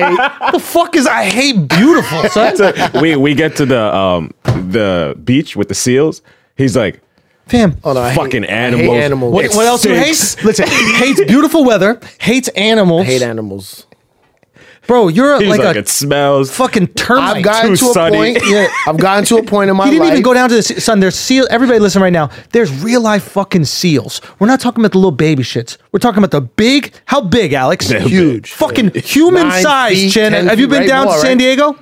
[SPEAKER 2] hate.
[SPEAKER 1] The fuck is I hate beautiful, son?
[SPEAKER 3] we we get to the um the beach with the seals. He's like
[SPEAKER 1] Fam,
[SPEAKER 2] Oh, no, I hate-
[SPEAKER 3] fucking
[SPEAKER 2] I hate
[SPEAKER 3] animals.
[SPEAKER 2] animals.
[SPEAKER 1] What,
[SPEAKER 3] It
[SPEAKER 1] what else do you
[SPEAKER 3] stinks.
[SPEAKER 1] hate? Listen, hates beautiful weather, hates animals.
[SPEAKER 2] I hate animals.
[SPEAKER 1] Bro, you're
[SPEAKER 3] He's
[SPEAKER 1] like,
[SPEAKER 3] like,
[SPEAKER 1] a
[SPEAKER 3] it smells.
[SPEAKER 1] fucking termite.
[SPEAKER 2] I've gotten
[SPEAKER 3] too
[SPEAKER 2] to a
[SPEAKER 3] sunny.
[SPEAKER 2] point. I've gotten to a point in my
[SPEAKER 1] he didn't
[SPEAKER 2] life.
[SPEAKER 1] even go down to the se- sun. There's seal. Everybody, listen right now. There's real life fucking seals. We're not talking about the little baby shits. We're talking about the big. How big, Alex?
[SPEAKER 3] They're Huge.
[SPEAKER 1] Fucking human
[SPEAKER 2] Nine
[SPEAKER 1] size.
[SPEAKER 2] feet,
[SPEAKER 1] Chan,
[SPEAKER 2] 10
[SPEAKER 1] have you
[SPEAKER 2] feet,
[SPEAKER 1] been
[SPEAKER 2] right?
[SPEAKER 1] down
[SPEAKER 2] More,
[SPEAKER 1] to
[SPEAKER 2] right?
[SPEAKER 1] San Diego?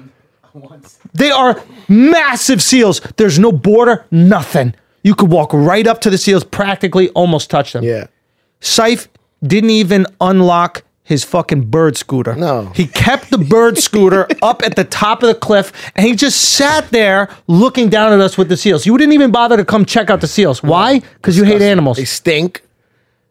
[SPEAKER 1] They are massive seals. There's no border. Nothing. You could walk right up to the seals, practically almost touch them.
[SPEAKER 2] Yeah.
[SPEAKER 1] Seif didn't even unlock his fucking bird scooter.
[SPEAKER 2] No.
[SPEAKER 1] He kept the bird scooter up at the top of the cliff and he just sat there looking down at us with the seals. You didn't even bother to come check out the seals. Why? Because you hate animals.
[SPEAKER 2] They stink.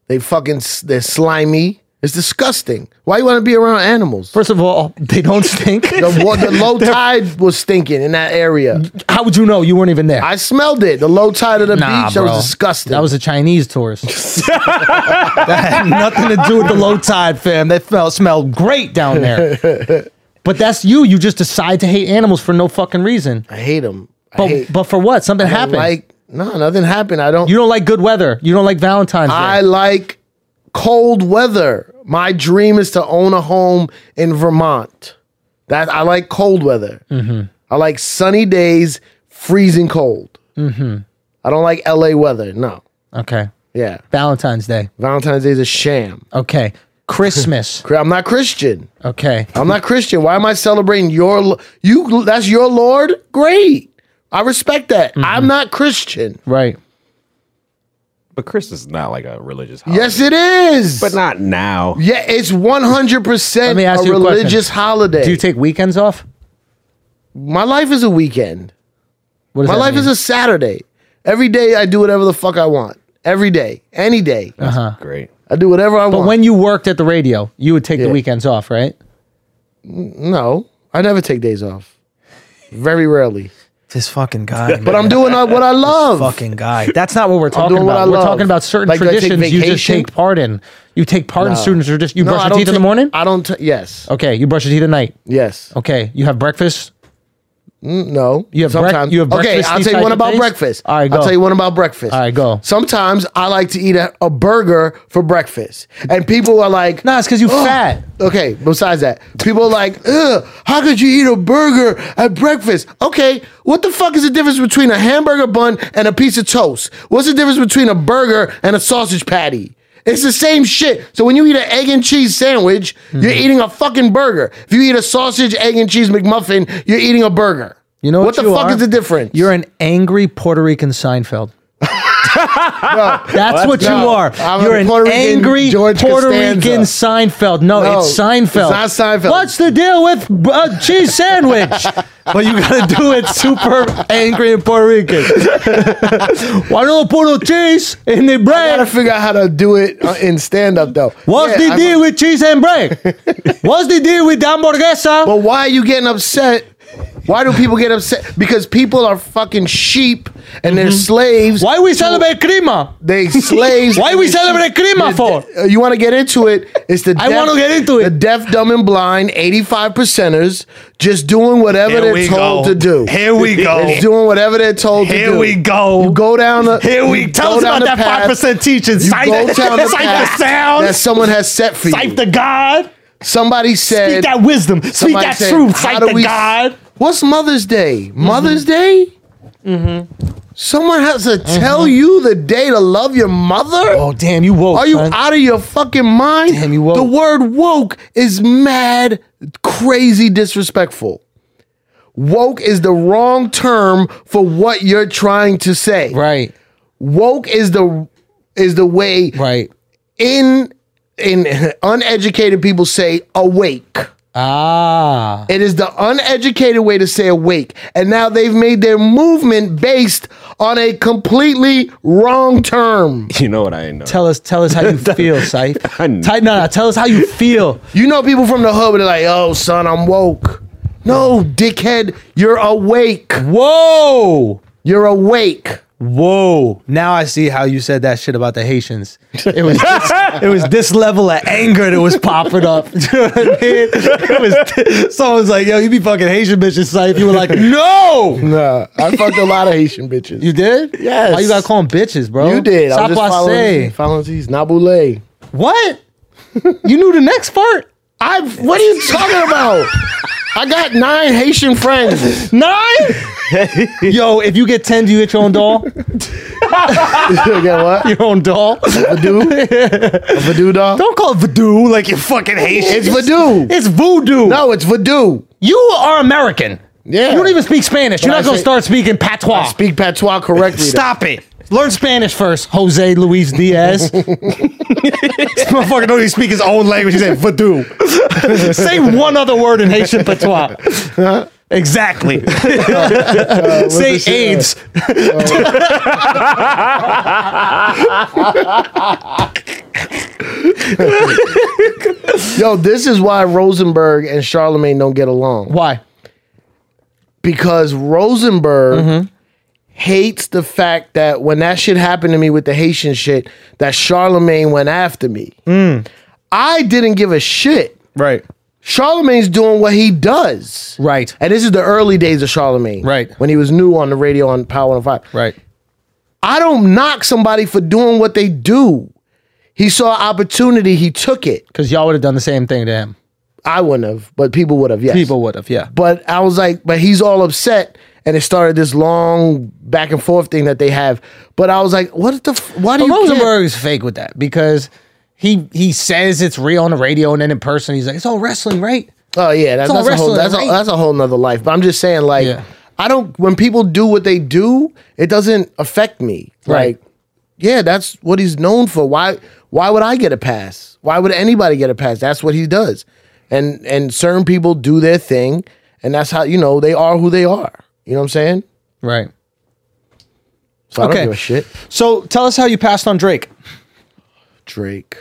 [SPEAKER 2] They fucking s- they're slimy. It's disgusting. Why you want to be around animals?
[SPEAKER 1] First of all, they don't stink.
[SPEAKER 2] The, wa- the low tide was stinking in that area.
[SPEAKER 1] How would you know? You weren't even there.
[SPEAKER 2] I smelled it. The low tide of the
[SPEAKER 1] Nah,
[SPEAKER 2] beach. That
[SPEAKER 1] bro.
[SPEAKER 2] was disgusting.
[SPEAKER 1] That was a Chinese tourist. that had nothing to do with the low tide, fam. That felt smelled great down there. But that's you. You just decide to hate animals for no fucking reason.
[SPEAKER 2] I hate them. I
[SPEAKER 1] But
[SPEAKER 2] hate,
[SPEAKER 1] but for what? Something
[SPEAKER 2] I don't
[SPEAKER 1] happened.
[SPEAKER 2] Like no, nothing happened. I don't.
[SPEAKER 1] you don't like good weather. You don't like Valentine's
[SPEAKER 2] I
[SPEAKER 1] Day.
[SPEAKER 2] like cold weather. My dream is to own a home in Vermont. That I like cold weather.
[SPEAKER 1] Mm-hmm.
[SPEAKER 2] I like sunny days, freezing cold.
[SPEAKER 1] Mm-hmm.
[SPEAKER 2] I don't like LA weather. No.
[SPEAKER 1] Okay.
[SPEAKER 2] Yeah.
[SPEAKER 1] Valentine's Day.
[SPEAKER 2] Valentine's Day is a sham.
[SPEAKER 1] Okay. Christmas.
[SPEAKER 2] Cra- I'm not Christian.
[SPEAKER 1] Okay.
[SPEAKER 2] I'm not Christian. Why am I celebrating your lo- you? That's your Lord. Great. I respect that.
[SPEAKER 1] Mm-hmm.
[SPEAKER 2] I'm not Christian.
[SPEAKER 1] Right.
[SPEAKER 3] But Christmas is not like a religious holiday.
[SPEAKER 2] Yes, it is.
[SPEAKER 3] but not now.
[SPEAKER 2] yeah, it's 100 percent
[SPEAKER 1] Let me ask
[SPEAKER 2] a
[SPEAKER 1] you a question.
[SPEAKER 2] religious holiday.
[SPEAKER 1] Do you take weekends off?
[SPEAKER 2] my life is a weekend.
[SPEAKER 1] What does
[SPEAKER 2] My
[SPEAKER 1] that
[SPEAKER 2] life
[SPEAKER 1] mean?
[SPEAKER 2] is a Saturday. Every day I do whatever the fuck I want. Every day, any day,
[SPEAKER 3] Great.
[SPEAKER 2] I do whatever I
[SPEAKER 1] Uh-huh. But
[SPEAKER 2] want.
[SPEAKER 1] when you worked at the radio, you would take
[SPEAKER 2] Yeah.
[SPEAKER 1] the weekends off, right?
[SPEAKER 2] no, I never take days off. Very rarely.
[SPEAKER 1] This fucking guy.
[SPEAKER 2] But I'm doing uh, what I love.
[SPEAKER 1] fucking guy. That's not what we're talking
[SPEAKER 2] doing what
[SPEAKER 1] about.
[SPEAKER 2] I
[SPEAKER 1] We're
[SPEAKER 2] love.
[SPEAKER 1] talking about certain
[SPEAKER 2] Like, do I take
[SPEAKER 1] traditions you just
[SPEAKER 2] vacation?
[SPEAKER 1] take part in. You take part in certain traditions. You
[SPEAKER 2] No,
[SPEAKER 1] brush
[SPEAKER 2] I
[SPEAKER 1] your
[SPEAKER 2] don't
[SPEAKER 1] teeth in the
[SPEAKER 2] take-
[SPEAKER 1] morning. Oh.
[SPEAKER 2] I don't. T- yes.
[SPEAKER 1] Okay, you brush your teeth at night.
[SPEAKER 2] Yes. Mm,
[SPEAKER 1] Okay, you have breakfast.
[SPEAKER 2] No.
[SPEAKER 1] You have brec- you have
[SPEAKER 2] Okay,
[SPEAKER 1] breakfast,
[SPEAKER 2] I'll
[SPEAKER 1] these
[SPEAKER 2] tell you
[SPEAKER 1] type
[SPEAKER 2] one
[SPEAKER 1] of
[SPEAKER 2] about
[SPEAKER 1] things?
[SPEAKER 2] breakfast.
[SPEAKER 1] All right, go.
[SPEAKER 2] I'll tell you one about breakfast.
[SPEAKER 1] All right, go.
[SPEAKER 2] Sometimes I like to eat a, a burger for breakfast, and people are like,
[SPEAKER 1] Nah, it's because you
[SPEAKER 2] "Ugh."
[SPEAKER 1] fat.
[SPEAKER 2] Okay. Besides that, people are like, Ugh, "How could you eat a burger at breakfast?" Okay, what the fuck is the difference between a hamburger bun and a piece of toast? What's the difference between a burger and a sausage patty? It's the same shit. So when you eat an egg and cheese sandwich,
[SPEAKER 1] Hmm.
[SPEAKER 2] you're eating a fucking burger. If you eat a sausage, egg and cheese McMuffin, you're eating a burger.
[SPEAKER 1] You know what,
[SPEAKER 2] the
[SPEAKER 1] you
[SPEAKER 2] fuck
[SPEAKER 1] are?
[SPEAKER 2] is the difference?
[SPEAKER 1] You're an angry Puerto Rican Seinfeld. that's what you
[SPEAKER 2] no.
[SPEAKER 1] are.
[SPEAKER 2] I'm a
[SPEAKER 1] You're an
[SPEAKER 2] Puerto Rican
[SPEAKER 1] angry
[SPEAKER 2] George
[SPEAKER 1] Puerto
[SPEAKER 2] Costanza.
[SPEAKER 1] Rican Seinfeld. No,
[SPEAKER 2] No,
[SPEAKER 1] it's Seinfeld.
[SPEAKER 2] it's not Seinfeld.
[SPEAKER 1] What's the deal with a cheese sandwich? but you gotta do it super angry and Puerto Rican. Why don't put a cheese in the
[SPEAKER 2] I gotta
[SPEAKER 1] bread?
[SPEAKER 2] figure out how to do it uh, in stand up though.
[SPEAKER 1] What's
[SPEAKER 2] Yeah,
[SPEAKER 1] the
[SPEAKER 2] I'm-
[SPEAKER 1] deal with cheese and bread? What's the deal with the hamburguesa?
[SPEAKER 2] But why are you getting upset? Why do people get upset? Because people are fucking sheep and they're
[SPEAKER 4] Mm-hmm.
[SPEAKER 2] slaves.
[SPEAKER 1] Why we celebrate crema?
[SPEAKER 2] They slaves.
[SPEAKER 1] Why we
[SPEAKER 2] They're sheep.
[SPEAKER 1] celebrate crema for?
[SPEAKER 2] Uh, You want to get into it? It's the
[SPEAKER 1] I wanna get into it.
[SPEAKER 2] The deaf, dumb, and blind, eighty-five percenters, just doing whatever
[SPEAKER 4] Here
[SPEAKER 2] they're
[SPEAKER 4] we
[SPEAKER 2] told
[SPEAKER 4] go.
[SPEAKER 2] to do.
[SPEAKER 4] Here we go.
[SPEAKER 2] They're doing whatever they're told to do.
[SPEAKER 4] Here we go.
[SPEAKER 2] You go down the.
[SPEAKER 4] Here we
[SPEAKER 2] you
[SPEAKER 4] tell
[SPEAKER 2] go
[SPEAKER 4] us
[SPEAKER 2] down
[SPEAKER 4] about
[SPEAKER 2] the
[SPEAKER 4] that
[SPEAKER 2] path
[SPEAKER 4] five percent teaching. Sight,
[SPEAKER 2] go down the
[SPEAKER 4] sight
[SPEAKER 2] path
[SPEAKER 4] the sound,
[SPEAKER 2] that someone has set for you.
[SPEAKER 4] sight the God.
[SPEAKER 2] Somebody said.
[SPEAKER 4] Speak that wisdom. Speak
[SPEAKER 2] Somebody
[SPEAKER 4] that
[SPEAKER 2] said,
[SPEAKER 4] truth.
[SPEAKER 2] "How
[SPEAKER 4] Sight
[SPEAKER 2] do
[SPEAKER 4] the
[SPEAKER 2] we-
[SPEAKER 4] God.
[SPEAKER 2] What's Mother's Day? Mother's
[SPEAKER 1] Mm-hmm.
[SPEAKER 2] Day? Someone has to tell you the day to love your mother?
[SPEAKER 1] Oh damn, you woke.
[SPEAKER 2] Are you
[SPEAKER 1] son.
[SPEAKER 2] out of your fucking mind?
[SPEAKER 1] Damn, you woke.
[SPEAKER 2] The word woke is mad, crazy, disrespectful. Woke is the wrong term for what you're trying to say.
[SPEAKER 1] right?
[SPEAKER 2] Woke is the is the way
[SPEAKER 1] Right.
[SPEAKER 2] in in uneducated people say awake.
[SPEAKER 1] Ah.
[SPEAKER 2] It is the uneducated way to say awake. And now they've made their movement based on a completely wrong term.
[SPEAKER 3] You know what I know.
[SPEAKER 1] Tell us, tell us how you feel, Sight.
[SPEAKER 3] I kn-
[SPEAKER 1] Ty, no, no, tell us how you feel.
[SPEAKER 2] You know, people from the hub are like, oh, son, I'm woke. No, dickhead, you're awake.
[SPEAKER 1] Whoa,
[SPEAKER 2] You're awake.
[SPEAKER 1] whoa! Now I see how you said that shit about the Haitians. It was, this, it was this level of anger that was popping up. you know what I mean? It was. someone's like, "Yo, you be fucking Haitian bitches, Sight." You were like, "No."
[SPEAKER 2] Nah, I fucked a lot of Haitian bitches.
[SPEAKER 1] You
[SPEAKER 2] You,
[SPEAKER 1] did?
[SPEAKER 2] Yes.
[SPEAKER 1] Why you gotta call them bitches, bro?
[SPEAKER 2] did. I
[SPEAKER 1] Stop
[SPEAKER 2] was just following, following these Nabule.
[SPEAKER 1] What? You knew the next part?
[SPEAKER 2] I've, what are you talking about? I got nine Haitian friends.
[SPEAKER 1] Nine? Yo, if you get ten, do you get your own doll?
[SPEAKER 2] you get what?
[SPEAKER 1] Your own doll?
[SPEAKER 2] Voodoo dog?
[SPEAKER 1] Don't call it voodoo like you're
[SPEAKER 4] Fucking Haitian.
[SPEAKER 2] It's voodoo.
[SPEAKER 1] It's voodoo.
[SPEAKER 2] No, it's voodoo.
[SPEAKER 1] You are American.
[SPEAKER 2] Yeah.
[SPEAKER 1] You don't even speak Spanish. You're
[SPEAKER 2] But
[SPEAKER 1] not
[SPEAKER 2] I
[SPEAKER 1] going to
[SPEAKER 2] say-
[SPEAKER 1] Ah. start speaking patois.
[SPEAKER 2] Speak patois correctly.
[SPEAKER 4] Stop it.
[SPEAKER 1] Learn Spanish first, Jose Luis Diaz.
[SPEAKER 4] motherfucker don't even speak his own language. He said, voodoo.
[SPEAKER 1] Say one other word in Haitian patois. Uh,
[SPEAKER 4] Exactly. Say AIDS.
[SPEAKER 2] Yo, this is why Rosenberg and Charlemagne don't get along
[SPEAKER 1] Why?
[SPEAKER 2] because Rosenberg hates the fact that when that shit happened to me with the Haitian shit, that Charlemagne went after me. I didn't give a shit.
[SPEAKER 1] Right.
[SPEAKER 2] Charlemagne's doing what he does.
[SPEAKER 1] Right.
[SPEAKER 2] And this is the early days of Charlemagne.
[SPEAKER 1] Right.
[SPEAKER 2] When he was new on the radio on Power 105.
[SPEAKER 1] Right.
[SPEAKER 2] I don't knock somebody for doing what they do. He saw opportunity, he took it.
[SPEAKER 1] Because y'all would have done the same thing to him.
[SPEAKER 2] I wouldn't have, but people would have, yes.
[SPEAKER 1] People would have, yeah.
[SPEAKER 2] But I was like, but he's all upset. And it started this long back and forth thing that they have. But I was like, what the, f- why do
[SPEAKER 1] But
[SPEAKER 2] you care?
[SPEAKER 1] Rosenberg is fake with that because he he says it's real on the radio and then in person he's like, it's all wrestling, right?
[SPEAKER 2] Oh yeah, that,
[SPEAKER 1] all
[SPEAKER 2] that's a whole
[SPEAKER 1] wrestling,
[SPEAKER 2] that's,
[SPEAKER 1] right?
[SPEAKER 2] a, that's a whole nother life. But I'm just saying, like,
[SPEAKER 1] Yeah.
[SPEAKER 2] I don't. When people do what they do, it doesn't affect me.
[SPEAKER 1] Right.
[SPEAKER 2] Like, yeah, that's what he's known for. Why Why would I get a pass? Why would anybody get a pass? That's what he does. And and certain people do their thing, and that's how you know they are who they are. You know what I'm saying?
[SPEAKER 1] Right.
[SPEAKER 2] So I
[SPEAKER 1] Okay.
[SPEAKER 2] don't give a shit.
[SPEAKER 1] So tell us how you passed on Drake.
[SPEAKER 2] Drake.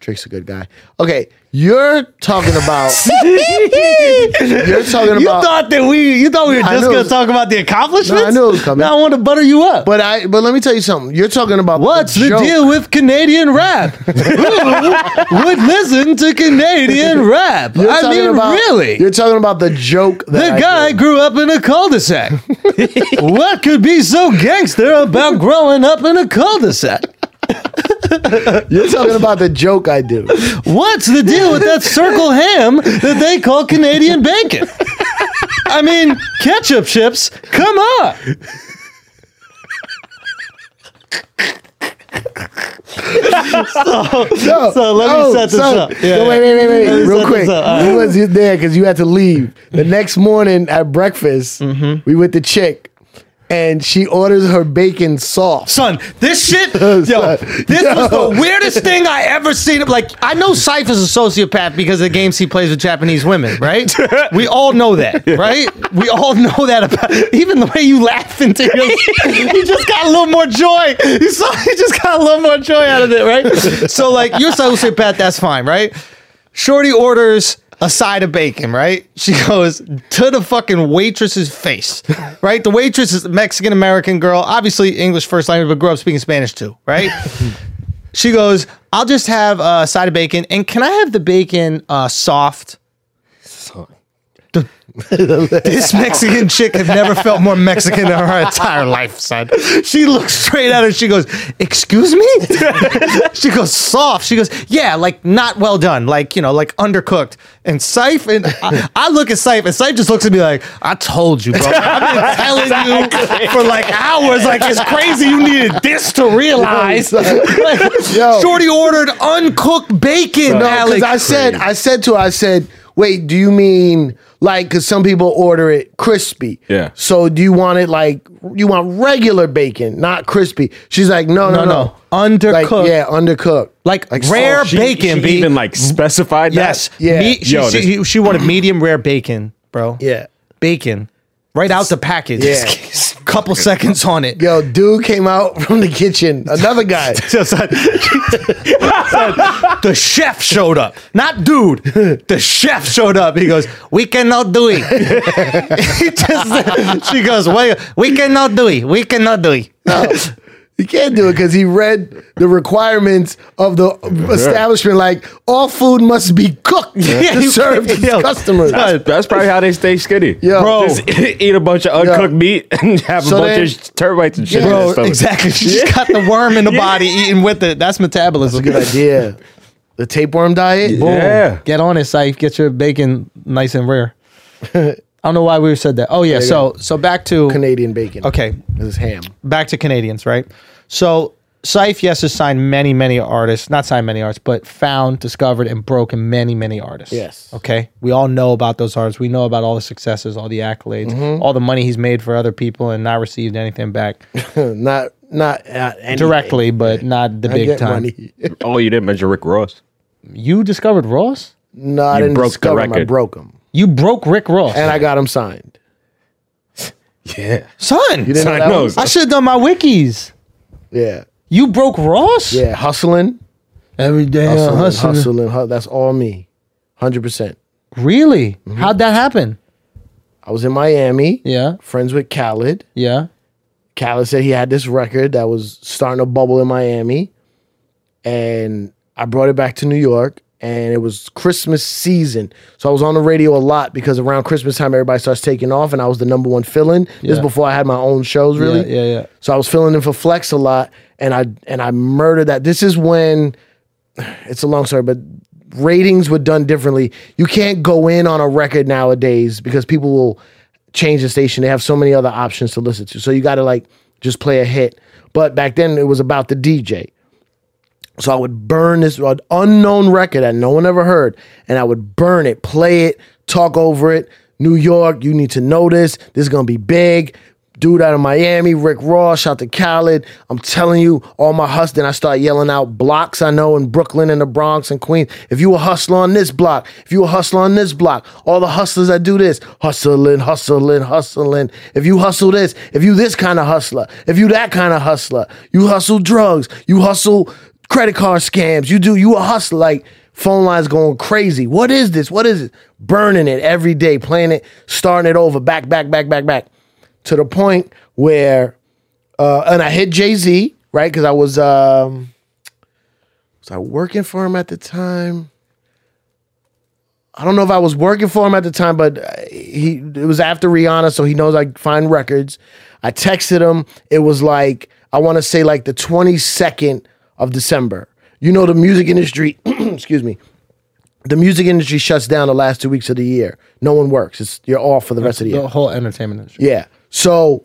[SPEAKER 2] Drake's a good guy. Okay, you're talking about you're talking
[SPEAKER 4] You
[SPEAKER 2] about
[SPEAKER 4] thought that we you thought we were
[SPEAKER 2] I
[SPEAKER 4] just
[SPEAKER 2] knew it
[SPEAKER 4] gonna
[SPEAKER 2] was-
[SPEAKER 4] talk about the accomplishments?
[SPEAKER 2] No, I knew it was coming.
[SPEAKER 4] Now I want to butter you up.
[SPEAKER 2] But I but let me tell you something. You're talking about
[SPEAKER 1] What's the
[SPEAKER 2] joke.
[SPEAKER 1] deal with Canadian rap? Who would listen to Canadian rap?
[SPEAKER 2] You're
[SPEAKER 1] I
[SPEAKER 2] talking
[SPEAKER 1] mean,
[SPEAKER 2] about-
[SPEAKER 1] really?
[SPEAKER 2] You're talking about the joke. That
[SPEAKER 1] The
[SPEAKER 2] I
[SPEAKER 1] guy
[SPEAKER 2] did.
[SPEAKER 1] grew up in a cul-de-sac. what could be so gangster about growing up in a cul-de-sac?
[SPEAKER 2] You're talking about the joke I do.
[SPEAKER 1] What's the deal with that circle ham that they call Canadian bacon? I mean, ketchup chips, come on.
[SPEAKER 2] No,
[SPEAKER 4] So let me
[SPEAKER 2] no,
[SPEAKER 4] set this
[SPEAKER 2] so-
[SPEAKER 4] up. Yeah,
[SPEAKER 2] no, wait, wait, wait, wait.
[SPEAKER 4] Let me
[SPEAKER 2] Real
[SPEAKER 4] set this
[SPEAKER 2] quick.
[SPEAKER 4] up. All
[SPEAKER 2] You was there because you had to leave. The next morning at breakfast, we with the chick, and she orders her bacon soft.
[SPEAKER 1] Son, this shit, yo, this was the weirdest thing I ever seen. Like, I know Cypher's a sociopath because of the games he plays with Japanese women, right? We all know that, right? We all know that about even the way you laugh into your you just got a little more joy. You saw you just got a little more joy out of it, right? So like you're a sociopath, that's fine, right? Shorty orders a side of bacon, right? She goes to the fucking waitress's face, right? The waitress is a Mexican American girl, obviously English first language, but grew up speaking Spanish too, right? she goes, I'll just have a side of bacon. And can I have the bacon uh, soft? The- this Mexican chick has never felt more Mexican in her entire life, son. She looks straight at her. She goes, Excuse me? she goes, Soft. She goes, Yeah, like not well done. Like, you know, like undercooked. And Syfe, and I, I look at Syfe, and Syfe just looks at me like, I told you, bro. I've been telling you for like hours. Like, it's crazy. You needed this to realize. Like,
[SPEAKER 2] Yo.
[SPEAKER 1] Shorty ordered uncooked bacon,
[SPEAKER 2] Because
[SPEAKER 1] Alex.
[SPEAKER 2] I said, I said to her, I said, wait, do you mean like, because some people order it crispy.
[SPEAKER 3] Yeah.
[SPEAKER 2] So do you want it like, you want regular bacon, not crispy? She's like, no, no, no.
[SPEAKER 1] no.
[SPEAKER 2] Like,
[SPEAKER 1] Undercooked.
[SPEAKER 2] yeah, undercooked.
[SPEAKER 1] Like, rare
[SPEAKER 2] soft.
[SPEAKER 3] She-
[SPEAKER 1] bacon,
[SPEAKER 3] she
[SPEAKER 1] B.
[SPEAKER 3] even like specified. that?
[SPEAKER 1] Yes.
[SPEAKER 2] Yeah.
[SPEAKER 1] Me- she,
[SPEAKER 3] Yo,
[SPEAKER 1] she,
[SPEAKER 3] this-
[SPEAKER 1] he- she wanted medium rare bacon, bro.
[SPEAKER 2] Yeah.
[SPEAKER 1] Bacon. Right out the package.
[SPEAKER 2] Yeah.
[SPEAKER 1] Couple seconds on it.
[SPEAKER 2] Yo, dude came out from the kitchen. Another guy.
[SPEAKER 1] Just like- the chef showed up. Not dude. The chef showed up. He goes, We cannot do it. he just, she goes, Wait, we cannot do it. We cannot do it.
[SPEAKER 2] He can't do it because he read the requirements of the establishment. Like all food must be cooked
[SPEAKER 1] Yeah,
[SPEAKER 2] to
[SPEAKER 1] you-
[SPEAKER 2] serve to
[SPEAKER 1] yo,
[SPEAKER 2] customers.
[SPEAKER 1] son.
[SPEAKER 3] That's probably how they stay skinny.
[SPEAKER 2] Yo. Bro.
[SPEAKER 3] Just eat a bunch of uncooked meat and have
[SPEAKER 2] So
[SPEAKER 3] a bunch
[SPEAKER 2] then-
[SPEAKER 3] of termites and shit. in their
[SPEAKER 1] Bro,
[SPEAKER 3] stomach.
[SPEAKER 1] exactly. She just got the worm in the body eating with it. That's metabolism.
[SPEAKER 2] Good idea. The tapeworm diet. Boom.
[SPEAKER 3] Yeah.
[SPEAKER 1] Get on it, Saif. Get your bacon nice and rare. I don't know why we said that. Oh yeah, so so back to
[SPEAKER 2] Canadian bacon.
[SPEAKER 1] okay,
[SPEAKER 2] This is ham.
[SPEAKER 1] back to Canadians, right? So Syfe, yes, has signed many, many artists. Not signed many artists, but found, discovered, and broken many, many artists.
[SPEAKER 2] Yes.
[SPEAKER 1] Okay. We all know about those artists. We know about all the successes, all the accolades,
[SPEAKER 2] Mm-hmm.
[SPEAKER 1] all the money he's made for other people and not received anything back
[SPEAKER 2] not not uh, any-
[SPEAKER 1] directly, but not the
[SPEAKER 2] I
[SPEAKER 1] big
[SPEAKER 2] get
[SPEAKER 1] time.
[SPEAKER 2] money.
[SPEAKER 3] Oh, you didn't mention Rick Ross.
[SPEAKER 1] You discovered Ross?
[SPEAKER 2] No, I
[SPEAKER 3] You
[SPEAKER 2] didn't
[SPEAKER 3] broke the
[SPEAKER 2] discover him. I
[SPEAKER 3] record.
[SPEAKER 2] broke him,
[SPEAKER 1] You broke Rick Ross.
[SPEAKER 2] and I got him signed.
[SPEAKER 3] Yeah.
[SPEAKER 1] Son,
[SPEAKER 2] You didn't know
[SPEAKER 3] I
[SPEAKER 2] that
[SPEAKER 3] know.
[SPEAKER 2] was-
[SPEAKER 1] I should have done my wikis.
[SPEAKER 2] Yeah,
[SPEAKER 1] You broke Ross?
[SPEAKER 2] yeah, hustling,
[SPEAKER 1] Every day uh, I'm
[SPEAKER 2] hustling,
[SPEAKER 1] hustling.
[SPEAKER 2] hustling. hu- that's all me, hundred percent.
[SPEAKER 1] Really?
[SPEAKER 2] Mm-hmm.
[SPEAKER 1] How'd that happen?
[SPEAKER 2] I was in Miami,
[SPEAKER 1] Yeah.
[SPEAKER 2] friends with Khaled.
[SPEAKER 1] Yeah.
[SPEAKER 2] Khaled said he had this record that was starting to bubble in Miami, and I brought it back to New York. And it was Christmas season, so I was on the radio a lot because around Christmas time everybody starts taking off, and I was the number one fill-in. This
[SPEAKER 1] Yeah.
[SPEAKER 2] is before I had my own shows, really.
[SPEAKER 1] Yeah, yeah, yeah.
[SPEAKER 2] So I was filling in for Flex a lot, and I and I murdered that. This is when it's a long story, but ratings were done differently. You can't go in on a record nowadays because people will change the station. They have so many other options to listen to. So you got to like just play a hit. But back then it was about the DJ. So I would burn this an unknown record that no one ever heard, and I would burn it, play it, talk over it. New York, you need to know this. This is gonna be big. Dude out of Miami, Rick Ross, shout to Khaled. I'm telling you, all my hustle. Then I start yelling out blocks I know in Brooklyn and the Bronx and Queens. If you a hustler on this block, if you a hustler on this block, all the hustlers that do this, hustling, hustling, hustling. If you hustle this, if you this kind of hustler, if you that kind of hustler, you hustle drugs, you hustle credit card scams. You do. You a hustler. Like phone lines going crazy. What is this? What is it? Burning it every day, playing it, starting it over, back, back, back, back, back, to the point where, uh, and I hit Jay Z right because I was um, was I working for him at the time. I don't know if I was working for him at the time, but uh, he it was after Rihanna, so he knows I find records. I texted him. It was like I want to say like the twenty second of December. You know the music industry. excuse me. The music industry shuts down the last two weeks of the year. No one works. It's you're off for the rest of the year.
[SPEAKER 1] The whole entertainment industry.
[SPEAKER 2] Yeah. So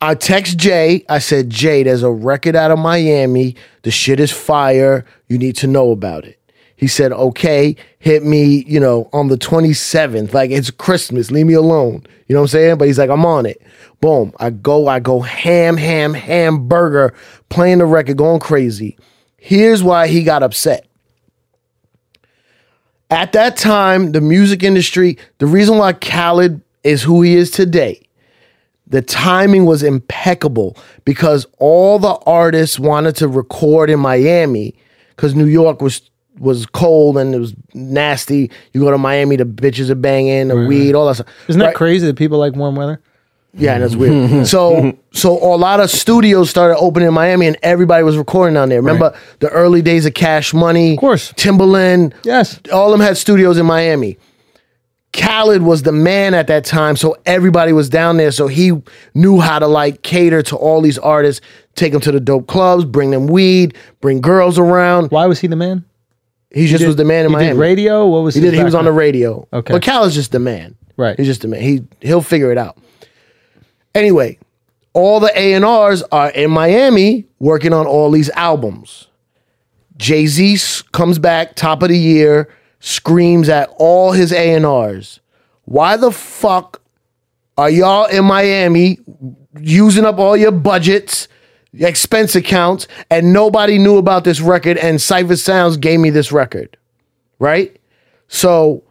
[SPEAKER 2] I text Jay. I said, Jay, there's a record out of Miami. The shit is fire. You need to know about it. He said, okay, hit me, you know, on the 27th. Like it's Christmas. Leave me alone. You know what I'm saying? But he's like, I'm on it. Boom. I go, I go ham, ham, hamburger, playing the record, going crazy. Here's why he got upset at that time, the music industry, the reason why Khaled is who he is today, the timing was impeccable because all the artists wanted to record in Miami because New York was was cold and it was nasty. You go to Miami, the bitches are banging, the weed, all that stuff.
[SPEAKER 1] Isn't that
[SPEAKER 2] Right?
[SPEAKER 1] crazy that people like warm weather?
[SPEAKER 2] Yeah, and that's weird. so, so a lot of studios started opening in Miami, and everybody was recording down there. Remember the early days of Cash Money, of
[SPEAKER 1] course.
[SPEAKER 2] Timbaland,
[SPEAKER 1] Yes.
[SPEAKER 2] all of them had studios in Miami. Khaled was the man at that time, so everybody was down there. So he knew how to like cater to all these artists, take them to the dope clubs, bring them weed, bring girls around.
[SPEAKER 1] Why was he the man?
[SPEAKER 2] He just was the man in
[SPEAKER 1] He
[SPEAKER 2] Miami.
[SPEAKER 1] did radio? What was
[SPEAKER 2] He
[SPEAKER 1] his
[SPEAKER 2] did. He was on the
[SPEAKER 1] background?
[SPEAKER 2] radio.
[SPEAKER 1] Okay.
[SPEAKER 2] But Khaled's just the man.
[SPEAKER 1] Right.
[SPEAKER 2] He's just the man. He he'll figure it out. Anyway, all the A and R's are in Miami working on all these albums. Jay Z comes back top of the year, screams at all his A and R's. Why the fuck are y'all in Miami using up all your budgets, your expense accounts, and nobody knew about this record? And Cypher Sounds gave me this record, right? So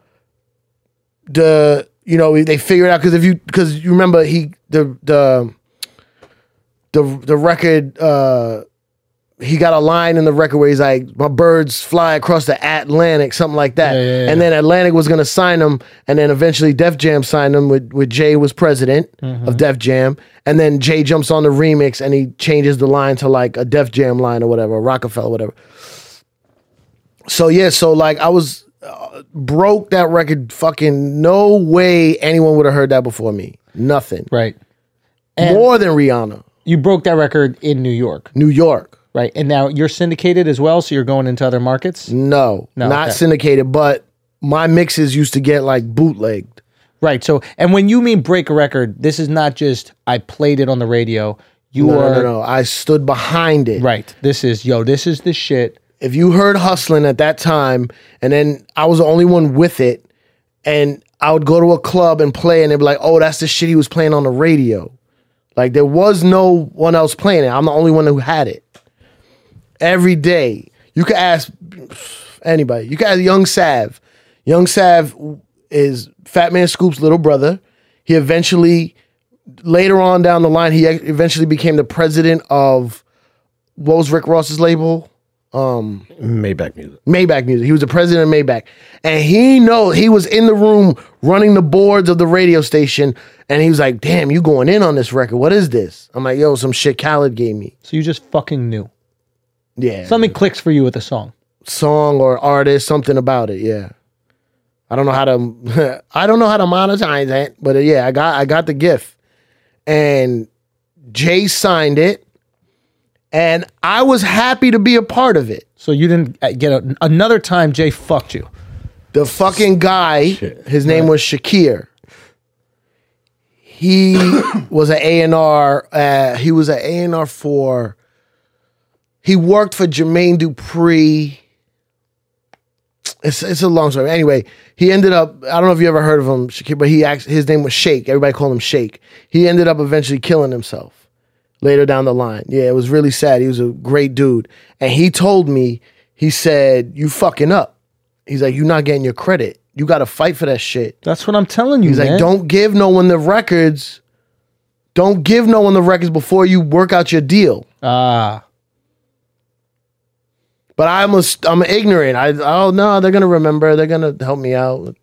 [SPEAKER 2] the you know they figured out because if you because you remember he the the the the record uh he got a line in the record where he's like my birds fly across the Atlantic something like that
[SPEAKER 1] Yeah, yeah, yeah.
[SPEAKER 2] and then Atlantic was gonna sign him and then eventually Def Jam signed him with with Jay was president
[SPEAKER 1] Mm-hmm.
[SPEAKER 2] of Def Jam and then Jay jumps on the remix and he changes the line to like a Def Jam line or whatever Rockefeller whatever so yeah so like I was broke that record fucking no way anyone would have heard that before me nothing
[SPEAKER 1] Right.
[SPEAKER 2] more than rihanna
[SPEAKER 1] You broke that record in New York,
[SPEAKER 2] new york
[SPEAKER 1] right? And now you're syndicated as well, so you're going into other markets.
[SPEAKER 2] Mm. no, not
[SPEAKER 1] okay.
[SPEAKER 2] syndicated but my mixes used to get like bootlegged
[SPEAKER 1] Right. So, and when you mean break a record, this is not just I played it on the radio. You
[SPEAKER 2] No,
[SPEAKER 1] are
[SPEAKER 2] no, no, no. I stood behind it.
[SPEAKER 1] right. This is yo. This is the shit.
[SPEAKER 2] if you heard hustling at that time and then I was the only one with it and I would go to a club and play and they'd be like, oh, that's the shit he was playing on the radio. Like there was no one else playing it. I'm the only one who had it. Every day. You could ask anybody. You could ask Young Sav. Young Sav is Fat Man Scoop's little brother. He eventually, later on down the line, he eventually became the president of what was Rick Ross's label?
[SPEAKER 3] Maybach music.
[SPEAKER 2] Maybach Music. He was the president of Maybach, and he know he was in the room running the boards of the radio station, and he was like, "Damn, you going in on this record? What is this?" I'm like, "Yo, some shit Khaled gave me."
[SPEAKER 1] So you just fucking knew
[SPEAKER 2] Yeah, some
[SPEAKER 1] something clicks for you with a song.
[SPEAKER 2] song or artist, something about it. Yeah, I don't know how to, I don't know how to monetize it, but uh, yeah, I got I got the gift, and Jay signed it, and I was happy to be a part of it.
[SPEAKER 1] So you didn't uh, get a, another time. Jay fucked you.
[SPEAKER 2] The fucking guy, his name was Shakir. He was an A and R. Uh, he was an A and R for. He worked for Jermaine Dupri. It's it's a long story. Anyway, he ended up. I don't know if you ever heard of him, Shakir, but he act, his name was Shake. Everybody called him Shake. He ended up eventually killing himself later down the line. Yeah, it was really sad. He was a great dude. And he told me, he said, You fucking up. He's like, You're not getting your credit. You gotta fight for that shit.
[SPEAKER 1] That's what I'm telling you.
[SPEAKER 2] He's
[SPEAKER 1] man.
[SPEAKER 2] like, Don't give no one the records. Don't give no one the records before you work out your deal.
[SPEAKER 1] Ah,
[SPEAKER 2] But I'm a, I'm ignorant. I oh no, they're gonna remember. They're gonna help me out.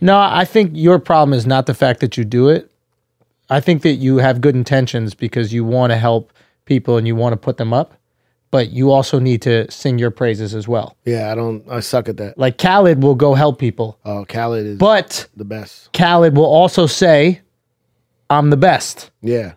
[SPEAKER 1] no. I think your problem is not the fact that you do it. I think that you have good intentions because you want to help people and you want to put them up, but you also need to sing your praises as well.
[SPEAKER 2] Yeah, I don't. I suck at that.
[SPEAKER 1] Like Khaled will go help people,
[SPEAKER 2] Oh, Khaled is
[SPEAKER 1] but
[SPEAKER 2] the best.
[SPEAKER 1] Khaled will also say, "I'm the best."
[SPEAKER 2] Yeah,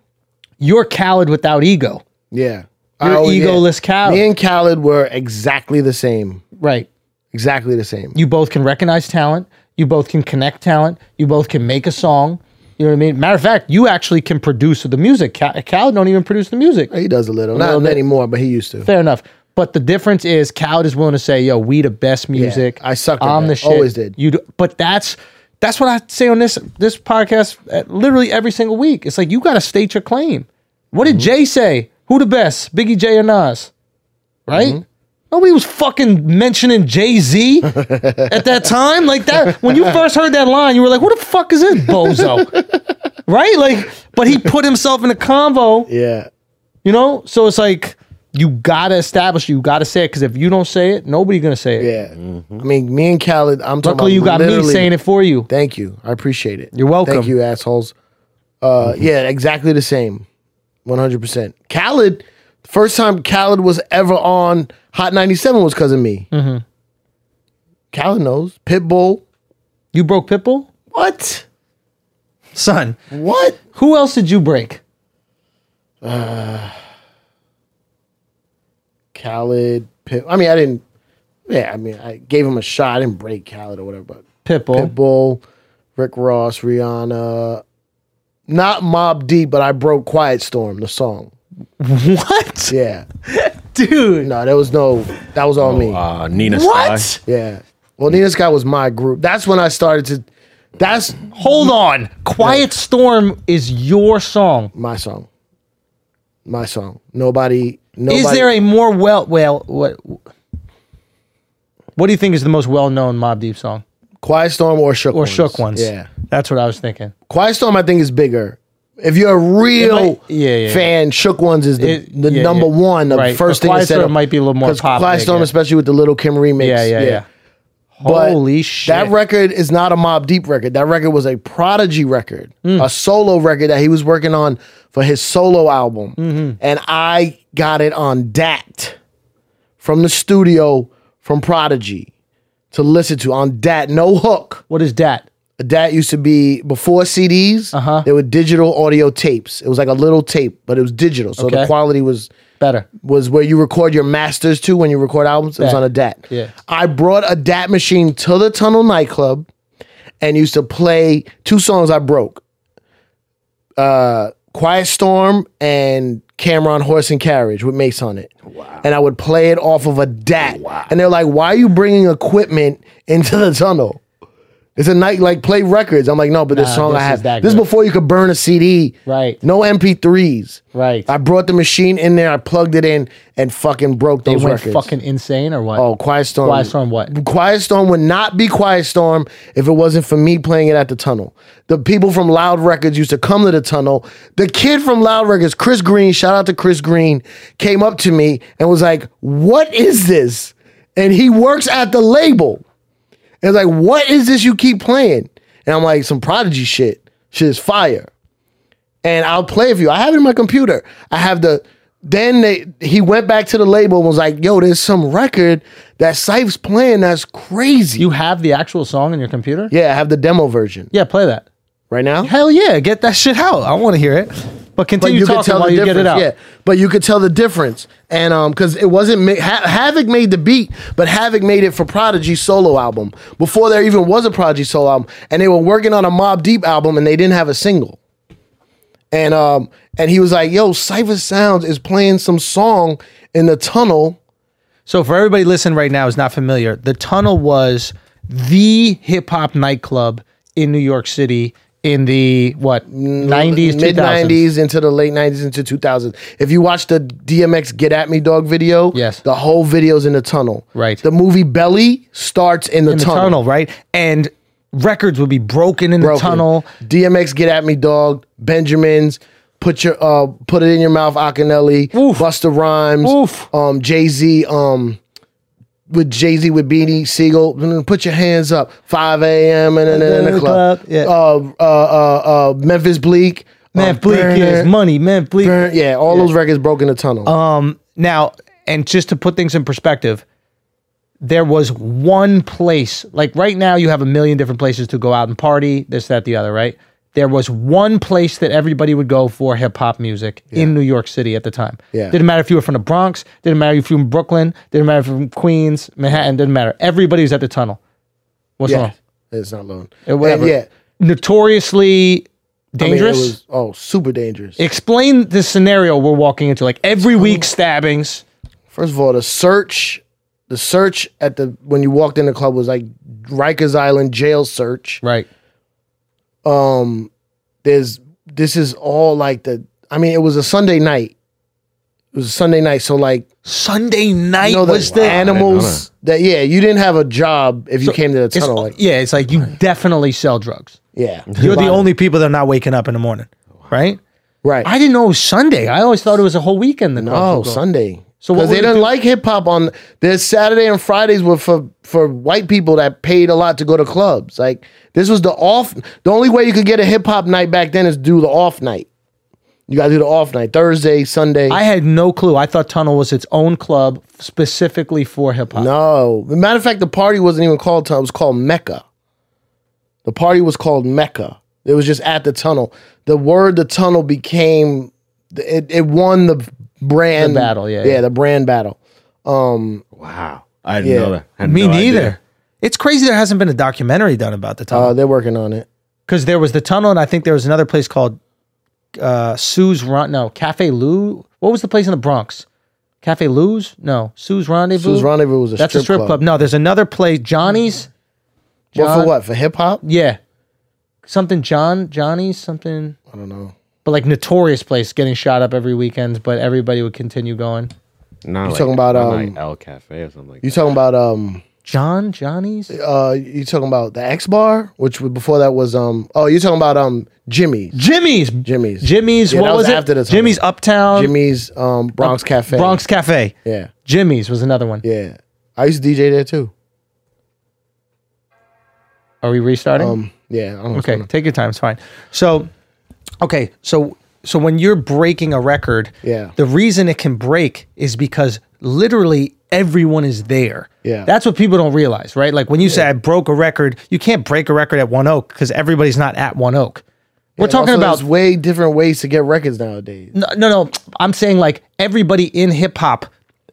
[SPEAKER 1] You're Khaled without ego.
[SPEAKER 2] yeah.
[SPEAKER 1] You're
[SPEAKER 2] Oh, yeah.
[SPEAKER 1] egoless Khaled,
[SPEAKER 2] Me and Khaled were exactly the same.
[SPEAKER 1] right?
[SPEAKER 2] Exactly the same.
[SPEAKER 1] you both can recognize talent you both can connect talent you both can make a song you know what i mean matter of fact you actually can produce the music Cal- Khaled don't even produce the music
[SPEAKER 2] He does a little. Not
[SPEAKER 1] little bit.
[SPEAKER 2] anymore, but he used to.
[SPEAKER 1] fair enough but the difference is Khaled is willing to say yo we the best music
[SPEAKER 2] I sucked at
[SPEAKER 1] i'm
[SPEAKER 2] that.
[SPEAKER 1] the shit
[SPEAKER 2] Always did.
[SPEAKER 1] you do, but that's that's what i say on this this podcast uh, literally every single week it's like you got to state your claim what
[SPEAKER 2] Mm-hmm.
[SPEAKER 1] did jay say who the best biggie j or nas right
[SPEAKER 2] Mm-hmm.
[SPEAKER 1] Nobody was fucking mentioning Jay Z at that time. Like that, when you first heard that line, you were like, "What the fuck is this bozo?" right? Like, but he put himself in a convo,
[SPEAKER 2] Yeah.
[SPEAKER 1] you know. So it's like you gotta establish, you gotta say it, because if you don't say it, nobody's gonna say it.
[SPEAKER 2] Yeah. I mean, me and Khaled, I'm talking
[SPEAKER 1] Luckily,
[SPEAKER 2] about
[SPEAKER 1] you got me
[SPEAKER 2] literally-
[SPEAKER 1] saying it for you.
[SPEAKER 2] Thank you. I appreciate it.
[SPEAKER 1] You're welcome. Mm-hmm.
[SPEAKER 2] Thank you, assholes. Uh, Yeah, exactly the same. 100%. Khaled, first time Khaled was ever on Hot 97 was because of me. Mm-hmm. Khaled knows. Pitbull.
[SPEAKER 1] You broke Pitbull.
[SPEAKER 2] What?
[SPEAKER 4] Son,
[SPEAKER 2] What?
[SPEAKER 1] Who else did you break?
[SPEAKER 2] Khaled. Pit- I mean, I didn't. Yeah, I mean, I gave him a shot. I didn't break Khaled or whatever, but
[SPEAKER 1] Pitbull.
[SPEAKER 2] Pitbull, Rick Ross, Rihanna. Not Mob Deep, but I broke Quiet Storm, the song.
[SPEAKER 1] What,
[SPEAKER 2] Yeah.
[SPEAKER 1] dude?
[SPEAKER 2] No, there was no, that was
[SPEAKER 1] Oh,
[SPEAKER 2] all me.
[SPEAKER 3] Uh, Nina
[SPEAKER 1] What?
[SPEAKER 3] Sky.
[SPEAKER 2] Yeah. Well, Nina Sky was my group. That's when I started to, that's
[SPEAKER 1] Hold on. Quiet Storm is your song.
[SPEAKER 2] my song. My song. Nobody, nobody.
[SPEAKER 1] Is there a more well well what what do you think is the most well known Mob Deep song
[SPEAKER 2] Quiet Storm or Shook
[SPEAKER 1] or
[SPEAKER 2] Ones?
[SPEAKER 1] Shook Ones?
[SPEAKER 2] Yeah.
[SPEAKER 1] that's what I was thinking.
[SPEAKER 2] Quiet Storm, I think, is bigger. If you're a real
[SPEAKER 1] might- yeah, yeah,
[SPEAKER 2] fan, Shook Ones is the,
[SPEAKER 1] It-
[SPEAKER 2] the
[SPEAKER 1] yeah,
[SPEAKER 2] number
[SPEAKER 1] yeah.
[SPEAKER 2] one, the
[SPEAKER 1] Right.
[SPEAKER 2] first
[SPEAKER 1] But
[SPEAKER 2] thing
[SPEAKER 1] Quiet
[SPEAKER 2] you set
[SPEAKER 1] Storm
[SPEAKER 2] up.
[SPEAKER 1] might be a little more
[SPEAKER 2] 'Cause
[SPEAKER 1] pop
[SPEAKER 2] Quiet
[SPEAKER 1] big,
[SPEAKER 2] Storm,
[SPEAKER 1] yeah.
[SPEAKER 2] especially with the Little Kim remix.
[SPEAKER 1] Yeah, yeah, yeah.
[SPEAKER 2] But
[SPEAKER 1] Holy shit!
[SPEAKER 2] That record is not a Mob Deep record. That record was a Prodigy record,
[SPEAKER 1] Mm.
[SPEAKER 2] a solo record that he was working on for his solo album.
[SPEAKER 1] Mm-hmm.
[SPEAKER 2] And I got it on DAT from the studio from Prodigy to listen to on DAT. No hook.
[SPEAKER 1] what is that?
[SPEAKER 2] That used to be before CDs. Uh-huh. They were digital audio tapes. It was like a little tape, but it was digital, so
[SPEAKER 1] Okay.
[SPEAKER 2] the quality was
[SPEAKER 1] Better.
[SPEAKER 2] was where you record your masters to when you record albums. It was
[SPEAKER 1] Yeah.
[SPEAKER 2] on a DAT.
[SPEAKER 1] Yeah.
[SPEAKER 2] I brought a DAT machine to the Tunnel nightclub, and used to play two songs I broke. Uh, Quiet Storm and Cameron Horse and Carriage with Mace on it. Wow. And I would play it off of a DAT. And they're like, why are you bringing equipment into the tunnel? It's a night like play records. I'm like, no, but this
[SPEAKER 1] Nah,
[SPEAKER 2] song
[SPEAKER 1] this
[SPEAKER 2] I
[SPEAKER 1] is
[SPEAKER 2] have.
[SPEAKER 1] that
[SPEAKER 2] This is
[SPEAKER 1] good.
[SPEAKER 2] before you could burn a CD.
[SPEAKER 1] Right.
[SPEAKER 2] No MP3s.
[SPEAKER 1] Right.
[SPEAKER 2] I brought the machine in there. I plugged it in and fucking broke
[SPEAKER 1] They
[SPEAKER 2] those
[SPEAKER 1] went
[SPEAKER 2] records.
[SPEAKER 1] fucking insane or what?
[SPEAKER 2] oh, Quiet Storm.
[SPEAKER 1] Quiet Storm what?
[SPEAKER 2] Quiet Storm would not be Quiet Storm if it wasn't for me playing it at the tunnel. The people from Loud Records used to come to the tunnel. The kid from Loud Records, Chris Green, shout out to Chris Green, came up to me and was like, What is this? And he works at the label. And like, what is this you keep playing? And I'm like, some prodigy shit. Shit is fire. And I'll play it for you. I have it in my computer. I have the then they he went back to the label and was like, yo, there's some record that Sife's playing that's crazy.
[SPEAKER 1] You have the actual song in your computer?
[SPEAKER 2] yeah, I have the demo version.
[SPEAKER 1] Yeah, play that.
[SPEAKER 2] Right now?
[SPEAKER 1] Hell yeah, get that shit out. I want to hear it. But continue
[SPEAKER 2] you
[SPEAKER 1] talking while you get it out.
[SPEAKER 2] Yeah, but you could tell the difference, and um, because it wasn't ma- ha- Havoc made the beat, but Havoc made it for Prodigy solo album before there even was a Prodigy solo album, and they were working on a Mob Deep album, and they didn't have a single. And um, and he was like, "Yo, Cipher Sounds is playing some song in the tunnel."
[SPEAKER 1] So for everybody listening right now who's not familiar, the Tunnel was the hip hop nightclub in New York City in the what
[SPEAKER 2] Mm,
[SPEAKER 1] nineties, two
[SPEAKER 2] mid
[SPEAKER 1] thousands.
[SPEAKER 2] nineties into the late nineties into two thousands. If you watch the DMX "Get at Me" dog video,
[SPEAKER 1] Yes.
[SPEAKER 2] the whole video's in the tunnel.
[SPEAKER 1] Right.
[SPEAKER 2] The movie Belly starts in the,
[SPEAKER 1] In the
[SPEAKER 2] tunnel.
[SPEAKER 1] tunnel, right? And records would be broken in the
[SPEAKER 2] broken.
[SPEAKER 1] tunnel.
[SPEAKER 2] DMX, get at me, dog. Benjamins, put your uh, put it in your mouth. Akinelli,
[SPEAKER 1] Oof.
[SPEAKER 2] Buster Rhymes,
[SPEAKER 1] Oof.
[SPEAKER 2] um, Jay Z, um, with Jay Z with Beanie Siegel. mm, Put your hands up. Five a.m. and then in the club.
[SPEAKER 1] yeah.
[SPEAKER 2] Uh, uh, uh, uh, Memphis Bleak.
[SPEAKER 1] Man,
[SPEAKER 2] um,
[SPEAKER 1] Bleak
[SPEAKER 2] Burn
[SPEAKER 1] is
[SPEAKER 2] It,
[SPEAKER 1] money, man, Bleak.
[SPEAKER 2] Burn- Yeah, all those records broke in the tunnel.
[SPEAKER 1] Uh-huh. Now, and just to put things in perspective, there was one place, like right now, you have a million different places to go out and party, this, that, the other, right? There was one place that everybody would go for hip hop music in New York City at the time.
[SPEAKER 2] Yeah.
[SPEAKER 1] Didn't matter if you were from the Bronx, didn't matter if you were from Brooklyn, didn't matter if you were from Queens, Manhattan, didn't matter. Everybody was at the tunnel. What's
[SPEAKER 2] yeah,
[SPEAKER 1] wrong?
[SPEAKER 2] it's not loan.
[SPEAKER 1] Or whatever.
[SPEAKER 2] yeah,
[SPEAKER 1] Notoriously
[SPEAKER 2] I mean, it
[SPEAKER 1] dangerous.
[SPEAKER 2] was- oh, super dangerous.
[SPEAKER 1] Explain the scenario we're walking into. Like every week, stabbings.
[SPEAKER 2] First of all, the search, the search at the when you walked in the club was like Rikers Island jail search.
[SPEAKER 1] Right.
[SPEAKER 2] There's this is all like the. I mean, it was a Sunday night. It was a Sunday night, so like
[SPEAKER 1] Sunday night
[SPEAKER 2] you know the
[SPEAKER 1] was the
[SPEAKER 2] animals that yeah, you didn't have a job if you came to the
[SPEAKER 1] It's
[SPEAKER 2] tunnel.
[SPEAKER 1] all-
[SPEAKER 2] Like
[SPEAKER 1] yeah, it's like you definitely sell drugs.
[SPEAKER 2] yeah,
[SPEAKER 1] You're the only people that are not waking up in the morning, right?
[SPEAKER 2] right.
[SPEAKER 1] I didn't know it was Sunday. I always thought it was a whole weekend. The clubs
[SPEAKER 2] Oh,
[SPEAKER 1] would go.
[SPEAKER 2] Sunday.
[SPEAKER 1] So
[SPEAKER 2] So
[SPEAKER 1] what
[SPEAKER 2] because they
[SPEAKER 1] would
[SPEAKER 2] didn't
[SPEAKER 1] you-
[SPEAKER 2] like hip hop on their Saturday and Fridays were for for white people that paid a lot to go to clubs. Like this was the off. The only way you could get a hip hop night back then is do the off night. You got to do the off night Thursday, Sunday.
[SPEAKER 1] I had no clue. I thought Tunnel was its own club specifically for hip hop.
[SPEAKER 2] no, As a matter of fact, the party wasn't even called tunnel. It was called Mecca. The party was called Mecca. It was just at the tunnel. The word the tunnel became. It, it won the brand
[SPEAKER 1] The battle, yeah,
[SPEAKER 2] yeah,
[SPEAKER 1] yeah.
[SPEAKER 2] the brand battle.
[SPEAKER 3] Wow. I didn't know that. I had
[SPEAKER 1] Me
[SPEAKER 3] no idea.
[SPEAKER 1] neither. It's crazy there hasn't been a documentary done about the
[SPEAKER 2] Uh,
[SPEAKER 1] tunnel
[SPEAKER 2] they're working on it.
[SPEAKER 1] because there was the tunnel, and I think there was another place called uh, Sue's Ron. No, Cafe Lou. What was the place in the Bronx? Cafe Lou's? No, Sue's Rendezvous.
[SPEAKER 2] Sue's Rendezvous was a
[SPEAKER 1] That's
[SPEAKER 2] strip
[SPEAKER 1] a strip club.
[SPEAKER 2] club.
[SPEAKER 1] No, there's another place, Johnny's.
[SPEAKER 2] Well,
[SPEAKER 1] John-
[SPEAKER 2] for what? For hip hop?
[SPEAKER 1] Yeah. Something John, Johnny, something,
[SPEAKER 2] I don't know.
[SPEAKER 1] but like notorious place getting shot up every weekend, but everybody would continue going.
[SPEAKER 3] Not like,
[SPEAKER 2] talking about,
[SPEAKER 3] not
[SPEAKER 2] um,
[SPEAKER 3] like El Cafe or something like
[SPEAKER 2] You
[SPEAKER 3] that.
[SPEAKER 2] talking about um
[SPEAKER 1] John, Johnny's?
[SPEAKER 2] uh you talking about the X bar, which was before that was um oh you talking about um Jimmy
[SPEAKER 1] Jimmy's.
[SPEAKER 2] Jimmy's
[SPEAKER 1] Jimmy's,
[SPEAKER 2] Yeah,
[SPEAKER 1] what
[SPEAKER 2] that
[SPEAKER 1] was,
[SPEAKER 2] was
[SPEAKER 1] it?
[SPEAKER 2] after the tunnel.
[SPEAKER 1] Jimmy's Uptown.
[SPEAKER 2] Jimmy's um Bronx Cafe
[SPEAKER 1] Bronx Cafe.
[SPEAKER 2] yeah
[SPEAKER 1] Jimmy's was another one.
[SPEAKER 2] yeah I used to DJ there too
[SPEAKER 1] Are we restarting?
[SPEAKER 2] um yeah I don't know what's
[SPEAKER 1] okay,
[SPEAKER 2] going on.
[SPEAKER 1] take your time. It's fine. So, okay, so so when you're breaking a record,
[SPEAKER 2] Yeah.
[SPEAKER 1] the reason it can break is because literally everyone is there.
[SPEAKER 2] Yeah.
[SPEAKER 1] that's what people don't realize, right? Like when you say I broke a record, you can't break a record at One Oak because everybody's not at One Oak. We're talking
[SPEAKER 2] Also,
[SPEAKER 1] about
[SPEAKER 2] there's way different ways to get records nowadays
[SPEAKER 1] no, no, no. I'm saying like everybody in hip hop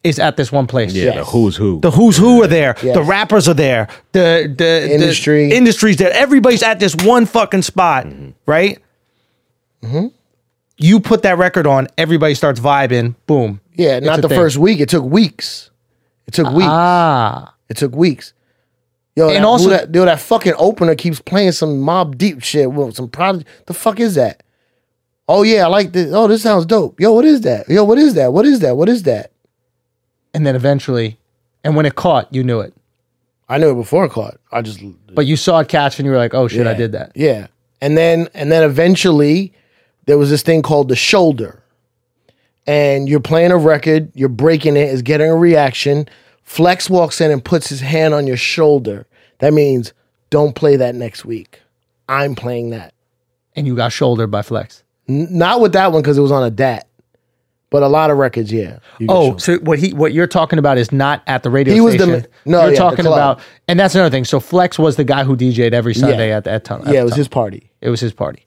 [SPEAKER 1] is at this one place.
[SPEAKER 3] yeah,
[SPEAKER 2] Yes.
[SPEAKER 3] the who's who.
[SPEAKER 1] The who's who are there. The
[SPEAKER 2] Yes.
[SPEAKER 1] rappers are there. The the the
[SPEAKER 2] Industry. Mm-hmm.
[SPEAKER 1] industry's there. Everybody's at this one fucking spot, right? you put that record on, everybody starts vibing. Boom.
[SPEAKER 2] Yeah,
[SPEAKER 1] It's
[SPEAKER 2] not
[SPEAKER 1] a
[SPEAKER 2] the
[SPEAKER 1] thing. Uh,
[SPEAKER 2] first week. It took weeks. It took weeks.
[SPEAKER 1] Ah,
[SPEAKER 2] It took weeks. Yo, and
[SPEAKER 1] also-
[SPEAKER 2] also that, yo, that fucking opener keeps playing some mob deep shit. Well, some prodigy. The fuck is that? Oh yeah, I like this. Oh, this sounds dope. Yo, what is that? Yo, what is that? What is that? What is that?
[SPEAKER 1] and then eventually, and when it caught, you knew it,
[SPEAKER 2] I knew it before caught. I just
[SPEAKER 1] but you saw it catch, and you were like, "Oh shit, I did that."
[SPEAKER 2] Yeah. And then and then eventually there was this thing called the shoulder. And you're playing a record, you're breaking it, it's getting a reaction. Flex walks in and puts his hand on your shoulder. That means don't play that next week. I'm playing that.
[SPEAKER 1] And you got shouldered by Flex.
[SPEAKER 2] N- not with that one because it was on a DAT. But a lot of records, yeah. You get
[SPEAKER 1] Oh,
[SPEAKER 2] shouldered.
[SPEAKER 1] so what he what you're talking about is not at the radio
[SPEAKER 2] He was the
[SPEAKER 1] station.
[SPEAKER 2] ma- no,
[SPEAKER 1] you're
[SPEAKER 2] yeah, the
[SPEAKER 1] talking
[SPEAKER 2] club.
[SPEAKER 1] about, and that's another thing. So Flex was the guy who DJ'd every Sunday at that tunnel.
[SPEAKER 2] yeah, it was his party.
[SPEAKER 1] It was his party.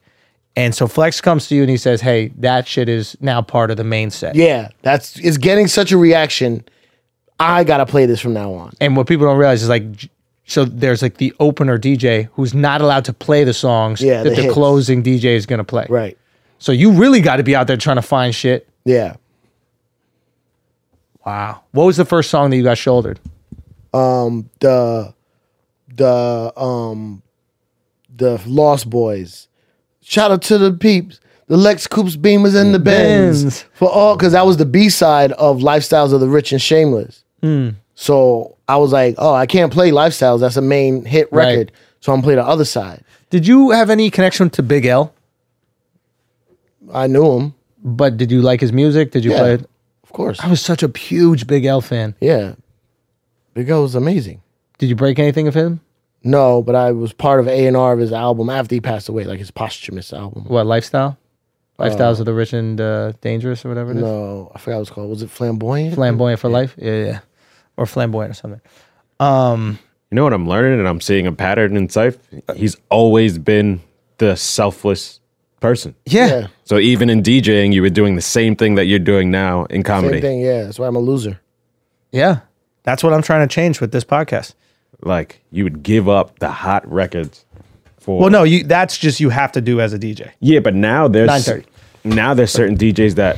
[SPEAKER 1] And so Flex comes to you and he says, Hey, that shit is now part of the main set.
[SPEAKER 2] Yeah, that's it's getting such a reaction. I gotta play this from now on.
[SPEAKER 1] And what people don't realize is like, j- so there's like the opener DJ who's not allowed to play the songs
[SPEAKER 2] Yeah,
[SPEAKER 1] that
[SPEAKER 2] the
[SPEAKER 1] the,
[SPEAKER 2] hits.
[SPEAKER 1] closing DJ is going to play.
[SPEAKER 2] Right.
[SPEAKER 1] So you really got to be out there trying to find shit.
[SPEAKER 2] Yeah.
[SPEAKER 1] Wow. What was the first song that you got shouldered?
[SPEAKER 2] um the the um the Lost Boys. Shout out to the peeps, the Lex Coops, Beamers, and the Benz,
[SPEAKER 1] Benz.
[SPEAKER 2] for all because that was the B side of Lifestyles of the Rich and Shameless. So I was like, oh, I can't play Lifestyles. That's a main hit
[SPEAKER 1] Right.
[SPEAKER 2] record. So I'm gonna play the other side.
[SPEAKER 1] Did you have any connection to Big L?
[SPEAKER 2] I knew him,
[SPEAKER 1] But did you like his music? Did you
[SPEAKER 2] Yeah.
[SPEAKER 1] play it?
[SPEAKER 2] of course.
[SPEAKER 1] I was such a huge Big L fan.
[SPEAKER 2] Yeah, Big O was amazing.
[SPEAKER 1] Did you break anything of him?
[SPEAKER 2] No, but I was part of A and R of his album after he passed away, like his posthumous album.
[SPEAKER 1] What, Lifestyle? Lifestyles of the Rich and uh, Dangerous or whatever it is?
[SPEAKER 2] No, I forgot what it was called. Was it Flamboyant?
[SPEAKER 1] flamboyant for life. Yeah, yeah, or flamboyant or something.
[SPEAKER 3] You know what I'm learning and I'm seeing a pattern in Sife? He's always been the selfless person.
[SPEAKER 1] Yeah,
[SPEAKER 2] yeah.
[SPEAKER 3] So even in DJing, you were doing the same thing that you're doing now in comedy.
[SPEAKER 2] Same thing, yeah. That's why I'm a loser.
[SPEAKER 1] yeah. That's what I'm trying to change with this podcast.
[SPEAKER 3] Like you would give up the hot records for
[SPEAKER 4] Well, no, you. That's just you have to do as a DJ.
[SPEAKER 3] Yeah, but now there's
[SPEAKER 1] 9:30.
[SPEAKER 3] now there's certain DJs that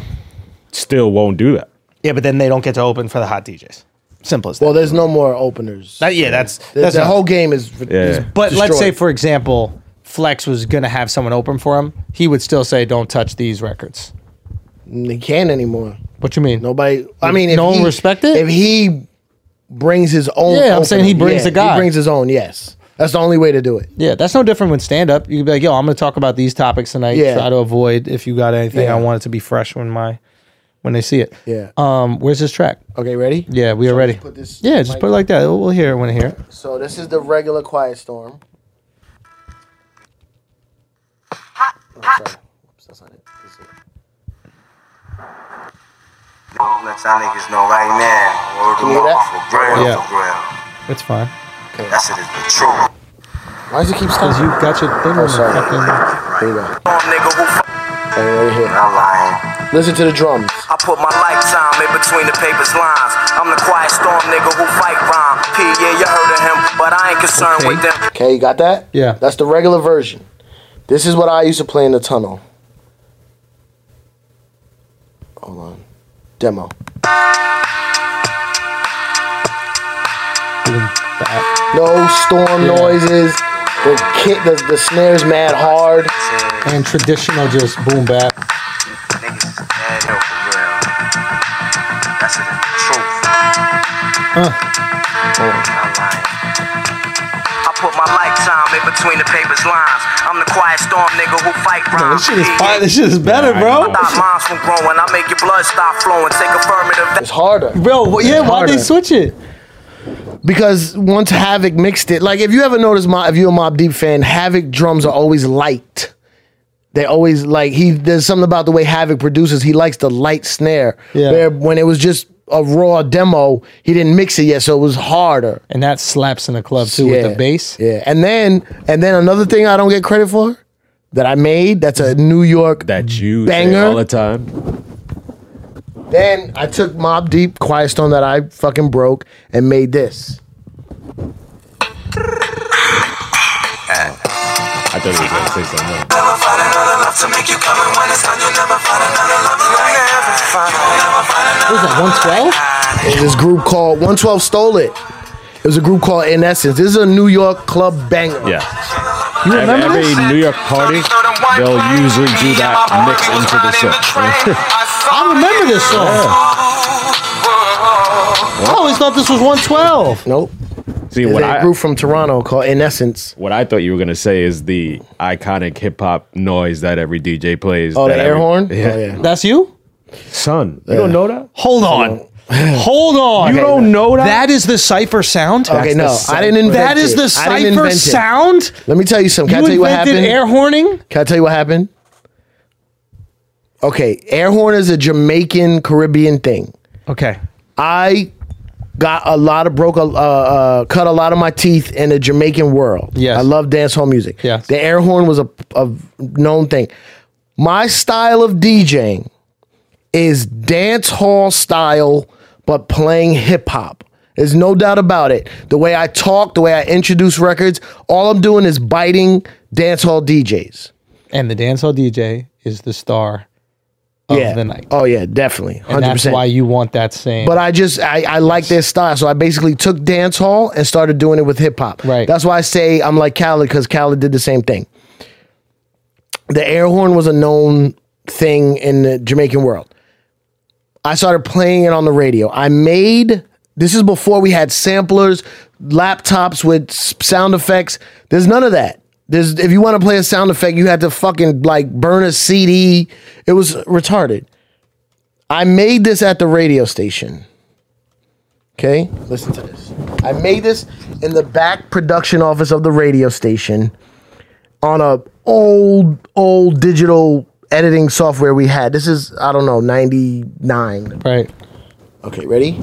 [SPEAKER 3] still won't do that.
[SPEAKER 4] Yeah, but then they don't get to open for the hot DJs. Simple as that.
[SPEAKER 2] Well, there's no more openers.
[SPEAKER 4] That- yeah, that's
[SPEAKER 2] the,
[SPEAKER 4] that's
[SPEAKER 2] the
[SPEAKER 4] not-
[SPEAKER 2] whole game is. is
[SPEAKER 3] Yeah.
[SPEAKER 1] But let's say,
[SPEAKER 2] destroyed.
[SPEAKER 1] for example, Flex was gonna have someone open for him. He would still say, "Don't touch these records."
[SPEAKER 2] they can't anymore.
[SPEAKER 1] What you mean?
[SPEAKER 2] Nobody. I mean, if
[SPEAKER 1] No one
[SPEAKER 2] he-
[SPEAKER 1] respect it?
[SPEAKER 2] If he brings his own,
[SPEAKER 1] Yeah, I'm saying he brings the guy.
[SPEAKER 2] He brings his own. Yes, that's the only way to do it.
[SPEAKER 1] Yeah, that's no different with stand up. You could be like, "Yo, I'm gonna talk about these topics tonight.
[SPEAKER 2] Yeah.
[SPEAKER 1] Try to avoid if you got anything.
[SPEAKER 2] Yeah.
[SPEAKER 1] I want it to be fresh when my when they see it."
[SPEAKER 2] Yeah.
[SPEAKER 1] Um, where's this track?
[SPEAKER 2] Okay, ready?
[SPEAKER 1] Yeah, we are ready.
[SPEAKER 2] put this
[SPEAKER 1] yeah, just
[SPEAKER 2] mic
[SPEAKER 1] put it like that. We'll we'll hear it when I hear it.
[SPEAKER 2] So this is the regular Quiet Storm. Oh, sorry. Oops, that's not it. This is it.
[SPEAKER 5] Don't let y'all niggas know right now. Word
[SPEAKER 2] You hear
[SPEAKER 5] of
[SPEAKER 2] that?
[SPEAKER 5] mouth, for real,
[SPEAKER 1] Yeah.
[SPEAKER 5] for real.
[SPEAKER 1] It's fine.
[SPEAKER 5] That shit is the truth.
[SPEAKER 2] Why does it keep
[SPEAKER 1] Cause
[SPEAKER 2] stopping?
[SPEAKER 1] you got your thing on the
[SPEAKER 2] Oh, sorry.
[SPEAKER 1] fucking.
[SPEAKER 2] Here you go.
[SPEAKER 5] Come on, nigga, who fuck?
[SPEAKER 2] Okay, right here.
[SPEAKER 5] I'm lying.
[SPEAKER 2] Listen to the drums.
[SPEAKER 5] I put my lifetime in between the paper's lines. I'm the quiet storm nigga who fight rhyme. P, yeah, you heard of him, but I ain't concerned
[SPEAKER 1] Okay.
[SPEAKER 5] with them.
[SPEAKER 2] Okay, you got that?
[SPEAKER 1] Yeah.
[SPEAKER 2] That's the regular version. This is what I used to play in the tunnel. Hold on. Demo. No storm noises. The kick, the, the snare's mad hard.
[SPEAKER 1] and traditional just boom bap.
[SPEAKER 5] Niggas is mad, yo, for real. That shit is the truth.
[SPEAKER 1] Oh.
[SPEAKER 5] I'm lying. I put my lifetime in between the paper's lines. I'm the quiet storm nigga who fight rhyme.
[SPEAKER 1] This shit is better, bro.
[SPEAKER 5] Stop moms from growing. I make your blood stop flowing. Take affirmative.
[SPEAKER 2] It's harder.
[SPEAKER 1] Bro, wh- yeah, why'd they
[SPEAKER 2] harder.
[SPEAKER 1] switch it?
[SPEAKER 2] Because once Havoc mixed it, like if you ever noticed, Mob, if you're a Mob Deep fan, Havoc drums are always light. They always like he. There's something about the way Havoc produces. He likes the light snare.
[SPEAKER 1] Yeah.
[SPEAKER 2] Where when it was just a raw demo, he didn't mix it yet, so it was harder.
[SPEAKER 1] And that slaps in the club too with the bass.
[SPEAKER 2] Yeah. And then and then another thing I don't get credit for that I made. That's a New York
[SPEAKER 3] That you say
[SPEAKER 2] Banger.
[SPEAKER 3] all the time.
[SPEAKER 2] Then I took Mob Deep Quiet Storm that I fucking broke and made this.
[SPEAKER 3] I think thought it was gonna say something else.
[SPEAKER 5] Never find another love to make you come, and when it's done, you'll never find another love like
[SPEAKER 1] What was that, 112?
[SPEAKER 2] There's this group called 112 Stole It. It was a group called In Essence. This is a New York club banger.
[SPEAKER 3] Yeah.
[SPEAKER 1] You
[SPEAKER 3] Every,
[SPEAKER 1] remember
[SPEAKER 3] every
[SPEAKER 1] this?
[SPEAKER 3] New York party, they'll usually do that mix into the song.
[SPEAKER 1] I remember this song. I always thought this was 112.
[SPEAKER 2] Nope.
[SPEAKER 3] See,
[SPEAKER 2] There's
[SPEAKER 3] what
[SPEAKER 2] a
[SPEAKER 3] I,
[SPEAKER 2] group from Toronto called In Essence.
[SPEAKER 3] what I thought you were gonna say is the iconic hip hop noise that every DJ plays.
[SPEAKER 2] Oh, the
[SPEAKER 3] that
[SPEAKER 2] air
[SPEAKER 3] every-
[SPEAKER 2] horn?
[SPEAKER 3] Yeah.
[SPEAKER 2] Oh, yeah.
[SPEAKER 1] That's you?
[SPEAKER 3] Son, you don't know that?
[SPEAKER 4] Hold on.
[SPEAKER 1] Hold on.
[SPEAKER 3] You don't know that?
[SPEAKER 1] That is the cipher sound?
[SPEAKER 2] Okay, no,
[SPEAKER 1] the
[SPEAKER 2] I didn't
[SPEAKER 1] cipher-
[SPEAKER 2] invent
[SPEAKER 1] That is
[SPEAKER 2] it.
[SPEAKER 1] the
[SPEAKER 2] I didn't
[SPEAKER 1] cipher
[SPEAKER 2] invent it.
[SPEAKER 1] sound?
[SPEAKER 2] Let me tell you something. Can
[SPEAKER 1] you
[SPEAKER 2] I tell you what
[SPEAKER 1] invented
[SPEAKER 2] happened?
[SPEAKER 1] air horning?
[SPEAKER 2] Can I tell you what happened? Okay, air horn is a Jamaican Caribbean thing.
[SPEAKER 1] Okay.
[SPEAKER 2] I got a lot of broke, a- uh, uh, cut a lot of my teeth in the Jamaican world.
[SPEAKER 1] Yes.
[SPEAKER 2] I love dance hall music.
[SPEAKER 1] Yes.
[SPEAKER 2] the air horn was a, a known thing. My style of DJing is dance hall style, but playing hip hop. There's no doubt about it. The way I talk, the way I introduce records, all I'm doing is biting dance hall DJs.
[SPEAKER 1] And the dancehall DJ is the star of
[SPEAKER 2] yeah.
[SPEAKER 1] the night.
[SPEAKER 2] Oh yeah, definitely,
[SPEAKER 1] And
[SPEAKER 2] hundred
[SPEAKER 1] that's why
[SPEAKER 2] percent.
[SPEAKER 1] you want that same.
[SPEAKER 2] But I just I, I like their style, so I basically took dance hall and started doing it with hip hop.
[SPEAKER 1] Right.
[SPEAKER 2] That's why I say I'm like Khaled because Khaled did the same thing. The air horn was a known thing in the Jamaican world. I started playing it on the radio. I made this is before we had samplers, laptops with s- sound effects. There's none of that. There's if you want to play a sound effect, you had to fucking like burn a CD. It was retarded. I made this at the radio station. Okay, listen to this. I made this in the back production office of the radio station on a old old digital editing software we had. This is I don't know 99
[SPEAKER 1] right.
[SPEAKER 2] Okay, ready?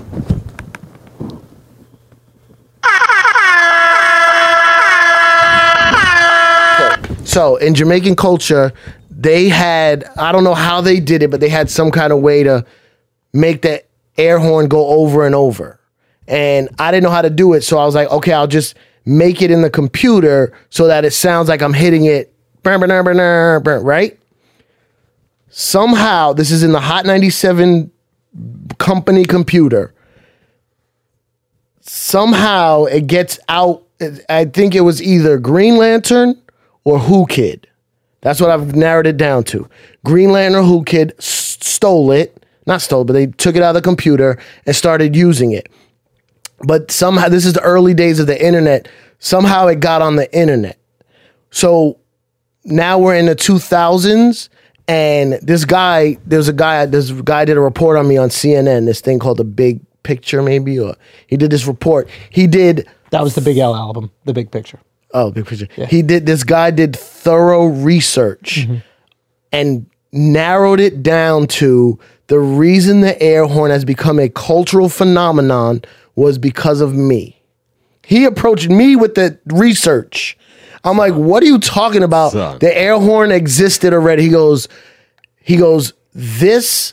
[SPEAKER 2] So in Jamaican culture, they had I don't know how they did it, but they had some kind of way to make that air horn go over and over. And I didn't know how to do it, so I was like, okay, I'll just make it in the computer so that it sounds like I'm hitting it, burr, burr, burr, burr, burr, right? Somehow, this is in the Hot 97 company computer. Somehow it gets out. I think it was either Green Lantern or Who Kid. That's what I've narrowed it down to. Green Lantern, Who Kid s- stole it. Not stole, but they took it out of the computer and started using it. But somehow, this is the early days of the internet. Somehow it got on the internet. So now we're in the 2000s and this guy there's a guy this guy did a report on me on cnn this thing called the big picture maybe or he did this report he did
[SPEAKER 1] That was the Big L album, The Big Picture.
[SPEAKER 2] oh big picture he did this guy did thorough research
[SPEAKER 1] Mm-hmm.
[SPEAKER 2] and narrowed it down to the reason the air horn has become a cultural phenomenon was because of me he approached me with the research. I'm like, what are you talking about?
[SPEAKER 3] Son.
[SPEAKER 2] The air horn existed already. He goes, he goes, this,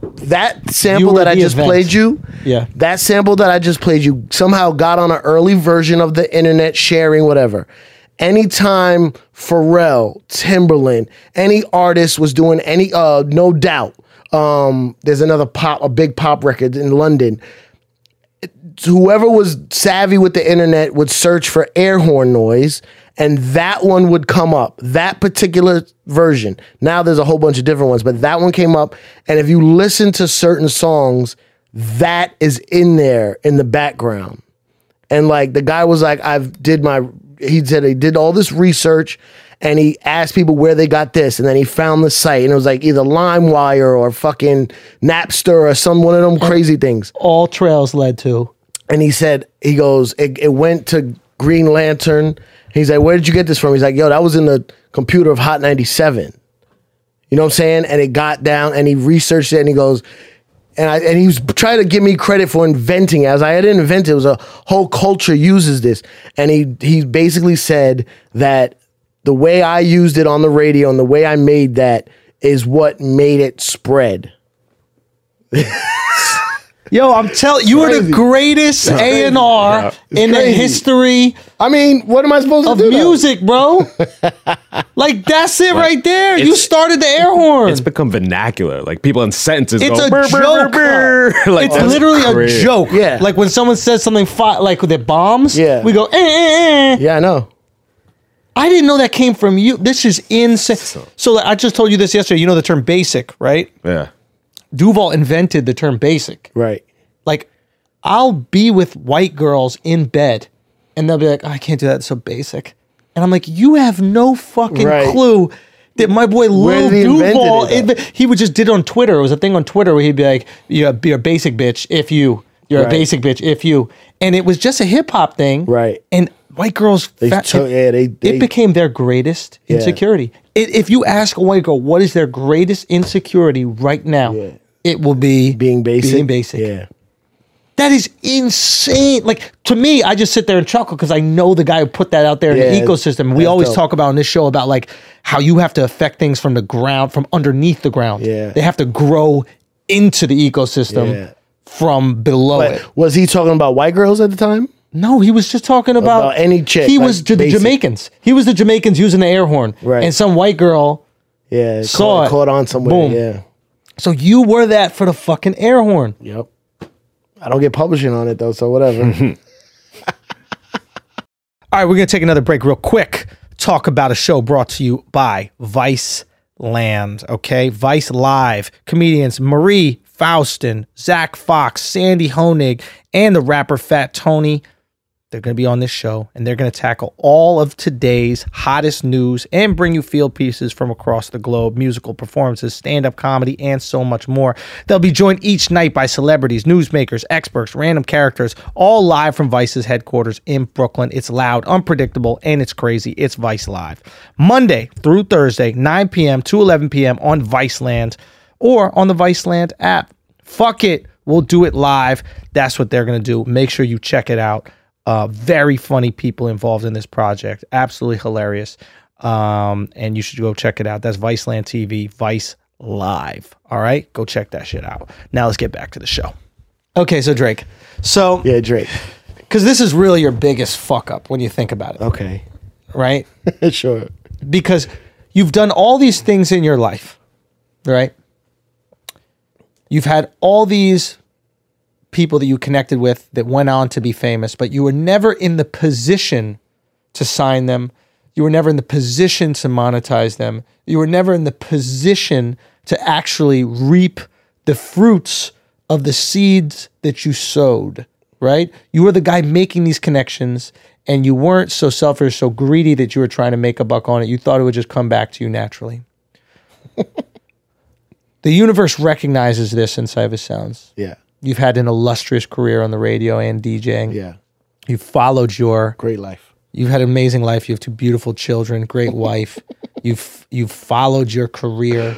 [SPEAKER 2] that sample
[SPEAKER 1] were
[SPEAKER 2] that I
[SPEAKER 1] the
[SPEAKER 2] just
[SPEAKER 1] event.
[SPEAKER 2] played you,
[SPEAKER 1] Yeah.
[SPEAKER 2] that sample that I just played you somehow got on an early version of the internet sharing, whatever. Anytime Pharrell, Timberland, any artist was doing any, uh, no doubt. Um, there's another pop, a big pop record in London whoever was savvy with the internet would search for air horn noise and that one would come up that particular version now there's a whole bunch of different ones but that one came up and if you listen to certain songs that is in there in the background and like the guy was like i've did my he said he did all this research and he asked people where they got this and then he found the site and it was like either limewire or fucking napster or some one of them crazy things
[SPEAKER 1] All trails led to.
[SPEAKER 2] and he said he goes it, it went to green lantern he's like where did you get this from he's like yo that was in the computer of hot 97 you know what i'm saying and it got down and he researched it and he goes and, I, and he was trying to give me credit for inventing it. I was like, I didn't invent it. It was a whole culture uses this. And he, he basically said that the way I used it on the radio and the way I made that is what made it spread.
[SPEAKER 1] Yo, I'm telling you, were the
[SPEAKER 2] crazy.
[SPEAKER 1] greatest A and R in the
[SPEAKER 2] crazy.
[SPEAKER 1] history
[SPEAKER 2] I mean, what am I supposed to
[SPEAKER 1] of
[SPEAKER 2] do? though?
[SPEAKER 1] music, bro. like that's it right there. You
[SPEAKER 3] it's-
[SPEAKER 1] started the air horn.
[SPEAKER 3] It's become vernacular. Like people in sentences
[SPEAKER 1] It's
[SPEAKER 3] go,
[SPEAKER 1] a
[SPEAKER 3] "Brr, brr, brr,
[SPEAKER 1] joke.
[SPEAKER 3] brr." Like,
[SPEAKER 1] it's
[SPEAKER 3] that's
[SPEAKER 1] literally
[SPEAKER 3] crazy.
[SPEAKER 1] a joke.
[SPEAKER 2] Yeah.
[SPEAKER 1] Like when someone says something fi- like with their bombs,
[SPEAKER 2] Yeah.
[SPEAKER 1] we go, eh, eh, eh.
[SPEAKER 2] Yeah, I know.
[SPEAKER 1] I didn't know that came from you. This is insane. So, like, I just told you this yesterday. You know the term basic, right?
[SPEAKER 3] Yeah.
[SPEAKER 1] Duval invented the term basic.
[SPEAKER 2] Right.
[SPEAKER 1] Like, I'll be with white girls in bed and they'll be like, "Oh, I can't do that. It's so basic. And I'm like, you have no fucking
[SPEAKER 2] Right.
[SPEAKER 1] clue that my boy Lil
[SPEAKER 2] did he invented
[SPEAKER 1] Duval,
[SPEAKER 2] it at?
[SPEAKER 1] inve- he would just did it on Twitter. It was a thing on Twitter where he'd be like, you're a, you're a basic bitch if you, you're a
[SPEAKER 2] Right.
[SPEAKER 1] basic bitch if you. And it was just a hip hop thing.
[SPEAKER 2] Right.
[SPEAKER 1] And white girls,
[SPEAKER 2] They
[SPEAKER 1] fa-
[SPEAKER 2] took- yeah, they-
[SPEAKER 1] it
[SPEAKER 2] they-
[SPEAKER 1] became their greatest
[SPEAKER 2] Yeah.
[SPEAKER 1] insecurity. I if you ask a white girl what is their greatest insecurity right now,
[SPEAKER 2] Yeah.
[SPEAKER 1] it will be
[SPEAKER 2] Being basic.
[SPEAKER 1] Being basic.
[SPEAKER 2] Yeah.
[SPEAKER 1] That is insane. Like to me, I just sit there and chuckle because I know the guy who put that out there
[SPEAKER 2] Yeah,
[SPEAKER 1] in the ecosystem. We
[SPEAKER 2] that's
[SPEAKER 1] always
[SPEAKER 2] dope.
[SPEAKER 1] talk about on this show about like how you have to affect things from the ground, from underneath the ground.
[SPEAKER 2] Yeah.
[SPEAKER 1] They have to grow into the ecosystem
[SPEAKER 2] Yeah.
[SPEAKER 1] from below it.
[SPEAKER 2] But was he talking about white girls at the time?
[SPEAKER 1] No, he was just talking about,
[SPEAKER 2] About any chick,
[SPEAKER 1] He
[SPEAKER 2] like,
[SPEAKER 1] was to the
[SPEAKER 2] basic.
[SPEAKER 1] Jamaicans. He was the Jamaicans using the air horn,
[SPEAKER 2] Right.
[SPEAKER 1] And some white girl.
[SPEAKER 2] Yeah.
[SPEAKER 1] Saw
[SPEAKER 2] caught,
[SPEAKER 1] it.
[SPEAKER 2] caught on somewhere.
[SPEAKER 1] Boom.
[SPEAKER 2] Yeah.
[SPEAKER 1] So you were that for the fucking air horn.
[SPEAKER 2] Yep. I don't get publishing on it though, so whatever.
[SPEAKER 1] All right, we're gonna take another break real quick. Talk about a show brought to you by Vice Land. Okay, Vice Live comedians Marie Faustin, Zach Fox, Sandy Honig, and the rapper Fat Tony. They're going to be on this show and they're going to tackle all of today's hottest news and bring you field pieces from across the globe, musical performances, stand up comedy, and so much more. They'll be joined each night by celebrities, newsmakers, experts, random characters, all live from Vice's headquarters in Brooklyn. It's loud, unpredictable, and it's crazy. It's Vice Live. Monday through Thursday, 9 p.m. to 11 p.m. on Viceland or on the Viceland app. Fuck it. We'll do it live. That's what they're going to do. Make sure you check it out. Uh, very funny people involved in this project. Absolutely hilarious. Um, and you should go check it out. That's Viceland TV, Vice Live. All right. Go check that shit out. Now let's get back to the show. Okay. So, Drake. So,
[SPEAKER 2] yeah, Drake.
[SPEAKER 1] because this is really your biggest fuck up when you think about it,
[SPEAKER 2] Okay.
[SPEAKER 1] right?
[SPEAKER 2] sure.
[SPEAKER 1] because you've done all these things in your life, right? You've had all these people that you connected with that went on to be famous, but you were never in the position to sign them. You were never in the position to monetize them. You were never in the position to actually reap the fruits of the seeds that you sowed, right? You were the guy making these connections and you weren't so selfish, so greedy that you were trying to make a buck on it. You thought it would just come back to you naturally. the universe recognizes this in Cybus Sounds.
[SPEAKER 2] Yeah.
[SPEAKER 1] You've had an illustrious career on the radio and DJing.
[SPEAKER 2] Yeah.
[SPEAKER 1] You've followed your
[SPEAKER 2] Great life.
[SPEAKER 1] You've had an amazing life. You have two beautiful children, great wife. You've you've followed your career,